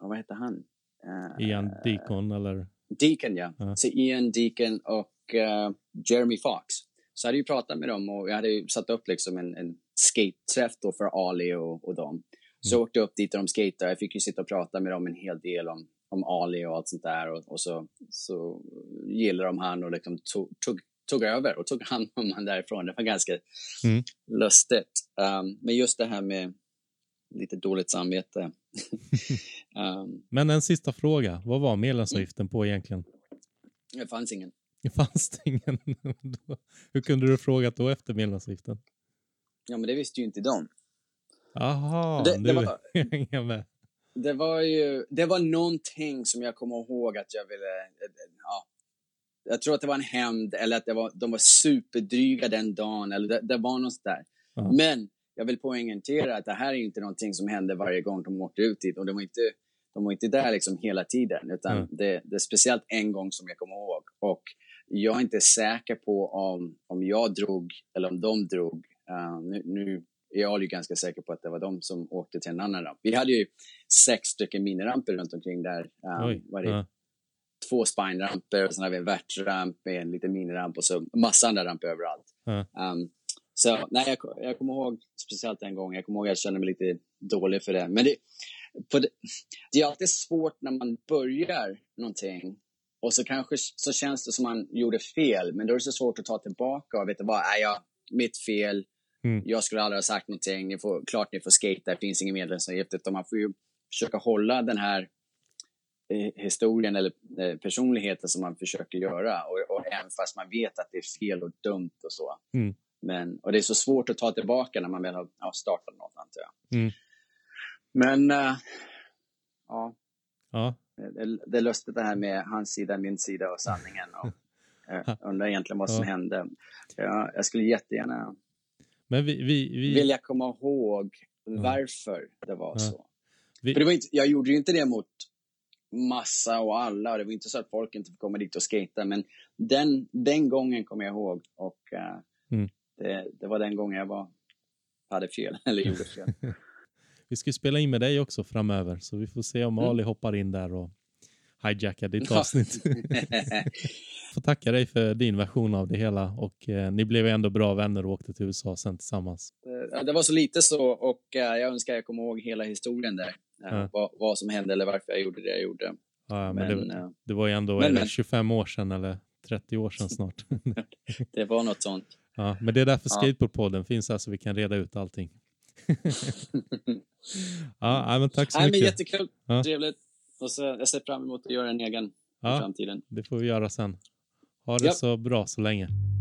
Speaker 5: vad hette han? Eh,
Speaker 2: Ian Deacon eller...
Speaker 5: Deacon, ja.
Speaker 2: Ja.
Speaker 5: Så Ian Deacon och eh, Jeremy Fox. Så jag hade ju pratat med dem och jag hade ju satt upp liksom en, en skate-träff då för Ali och, och dem. Så jag
Speaker 2: Mm.
Speaker 5: åkte upp dit och de skatade. Jag fick ju sitta och prata med dem en hel del om, om Ali och allt sånt där. Och, och så, så gillade de han och liksom tog, tog, tog över och tog hand om han därifrån. Det var ganska
Speaker 2: Mm.
Speaker 5: lustigt. Um, men just det här med lite dåligt samvete. um,
Speaker 2: Men en sista fråga. Vad var medlemsavgiften på egentligen?
Speaker 5: det fanns ingen.
Speaker 2: Det fanns det ingen. då. Hur kunde du fråga då efter medlemsavgiften?
Speaker 5: Ja, men det visste ju inte de.
Speaker 2: Jaha,
Speaker 5: Det- det
Speaker 2: nu
Speaker 5: var-
Speaker 2: hänger jag med.
Speaker 5: Det var ju, det var någonting som jag kommer ihåg att jag ville, ja. Jag tror att det var en hämnd eller att det var, de var superdryga den dagen eller det, det var något sånt där.
Speaker 2: Ja.
Speaker 5: Men jag vill poängtera att det här är inte någonting som hände varje gång de åkte ut dit och de var inte, de var inte där liksom hela tiden utan
Speaker 2: Mm.
Speaker 5: det, det är speciellt en gång som jag kommer ihåg och jag är inte säker på om, om jag drog eller om de drog. Eh, nu, nu är jag ju ganska säker på att det var de som åkte till en annan ramp. Vi hade ju sex stycken miniramper runt omkring där. Um,
Speaker 2: Oj.
Speaker 5: var det
Speaker 2: Ja.
Speaker 5: Två spineramper och sen har vi en värtramp med en liten miniramp och så massa andra ramper överallt. Um, så nej, jag, ko- jag kommer ihåg speciellt en gång. Jag kommer ihåg jag kände mig lite dålig för det. Men det, på det, det är alltid svårt när man börjar någonting och så kanske så känns det som man gjorde fel. Men då är det så svårt att ta tillbaka och veta vad, nej, jag, mitt fel.
Speaker 2: Mm.
Speaker 5: Jag skulle aldrig ha sagt någonting. Ni får, klart ni får skate. Det finns ingen medlemsavgift. Utan man får ju försöka hålla den här eh, historien eller eh, personligheten som man försöker göra. Och, och även fast man vet att det är fel och dumt och så.
Speaker 2: Mm.
Speaker 5: Men, och det är så svårt att ta tillbaka när man väl har ja, startat något, antar jag.
Speaker 2: Mm.
Speaker 5: Men, eh, ja,
Speaker 2: Ja.
Speaker 5: det, det är lustigt det här med hans sida, min sida och sanningen. Och, eh, undrar egentligen vad som
Speaker 2: Ja.
Speaker 5: hände. Ja, jag skulle jättegärna
Speaker 2: Men vi, vi, vi,
Speaker 5: vilja komma ihåg varför det var
Speaker 2: Ja.
Speaker 5: så.
Speaker 2: Vi-
Speaker 5: För det var inte, jag gjorde ju inte det mot massa och alla och det var inte så att folk inte fick komma dit och skata men den, den gången kommer jag ihåg och eh,
Speaker 2: Mm.
Speaker 5: det, det var den gången jag var, hade fel eller gjorde fel.
Speaker 2: vi ska ju spela in med dig också framöver. Så vi får se om
Speaker 5: Mm.
Speaker 2: Ali hoppar in där och hijackar ditt avsnitt. får tacka dig för din version av det hela. Och eh, ni blev ju ändå bra vänner och åkte till USA sen tillsammans.
Speaker 5: Eh, det var så lite så och eh, jag önskar jag kom ihåg hela historien där. eh,
Speaker 2: Ja.
Speaker 5: Vad, vad som hände eller varför jag gjorde det jag gjorde.
Speaker 2: Ja, men
Speaker 5: Men,
Speaker 2: det,
Speaker 5: eh,
Speaker 2: det var ju ändå
Speaker 5: men,
Speaker 2: är det
Speaker 5: men.
Speaker 2: 25 år sedan eller 30 år sedan snart.
Speaker 5: det var något sånt.
Speaker 2: ja, men det är därför
Speaker 5: Ja.
Speaker 2: Skateboardpodden finns här så vi kan reda ut allting. ja, nej, men tack så
Speaker 5: Nej, men
Speaker 2: mycket.
Speaker 5: jättekul,
Speaker 2: Ja.
Speaker 5: trevligt. Och så, jag ser fram emot att göra en egen i
Speaker 2: Ja,
Speaker 5: framtiden.
Speaker 2: det får vi göra sen. Ha det
Speaker 5: Japp.
Speaker 2: så bra så länge.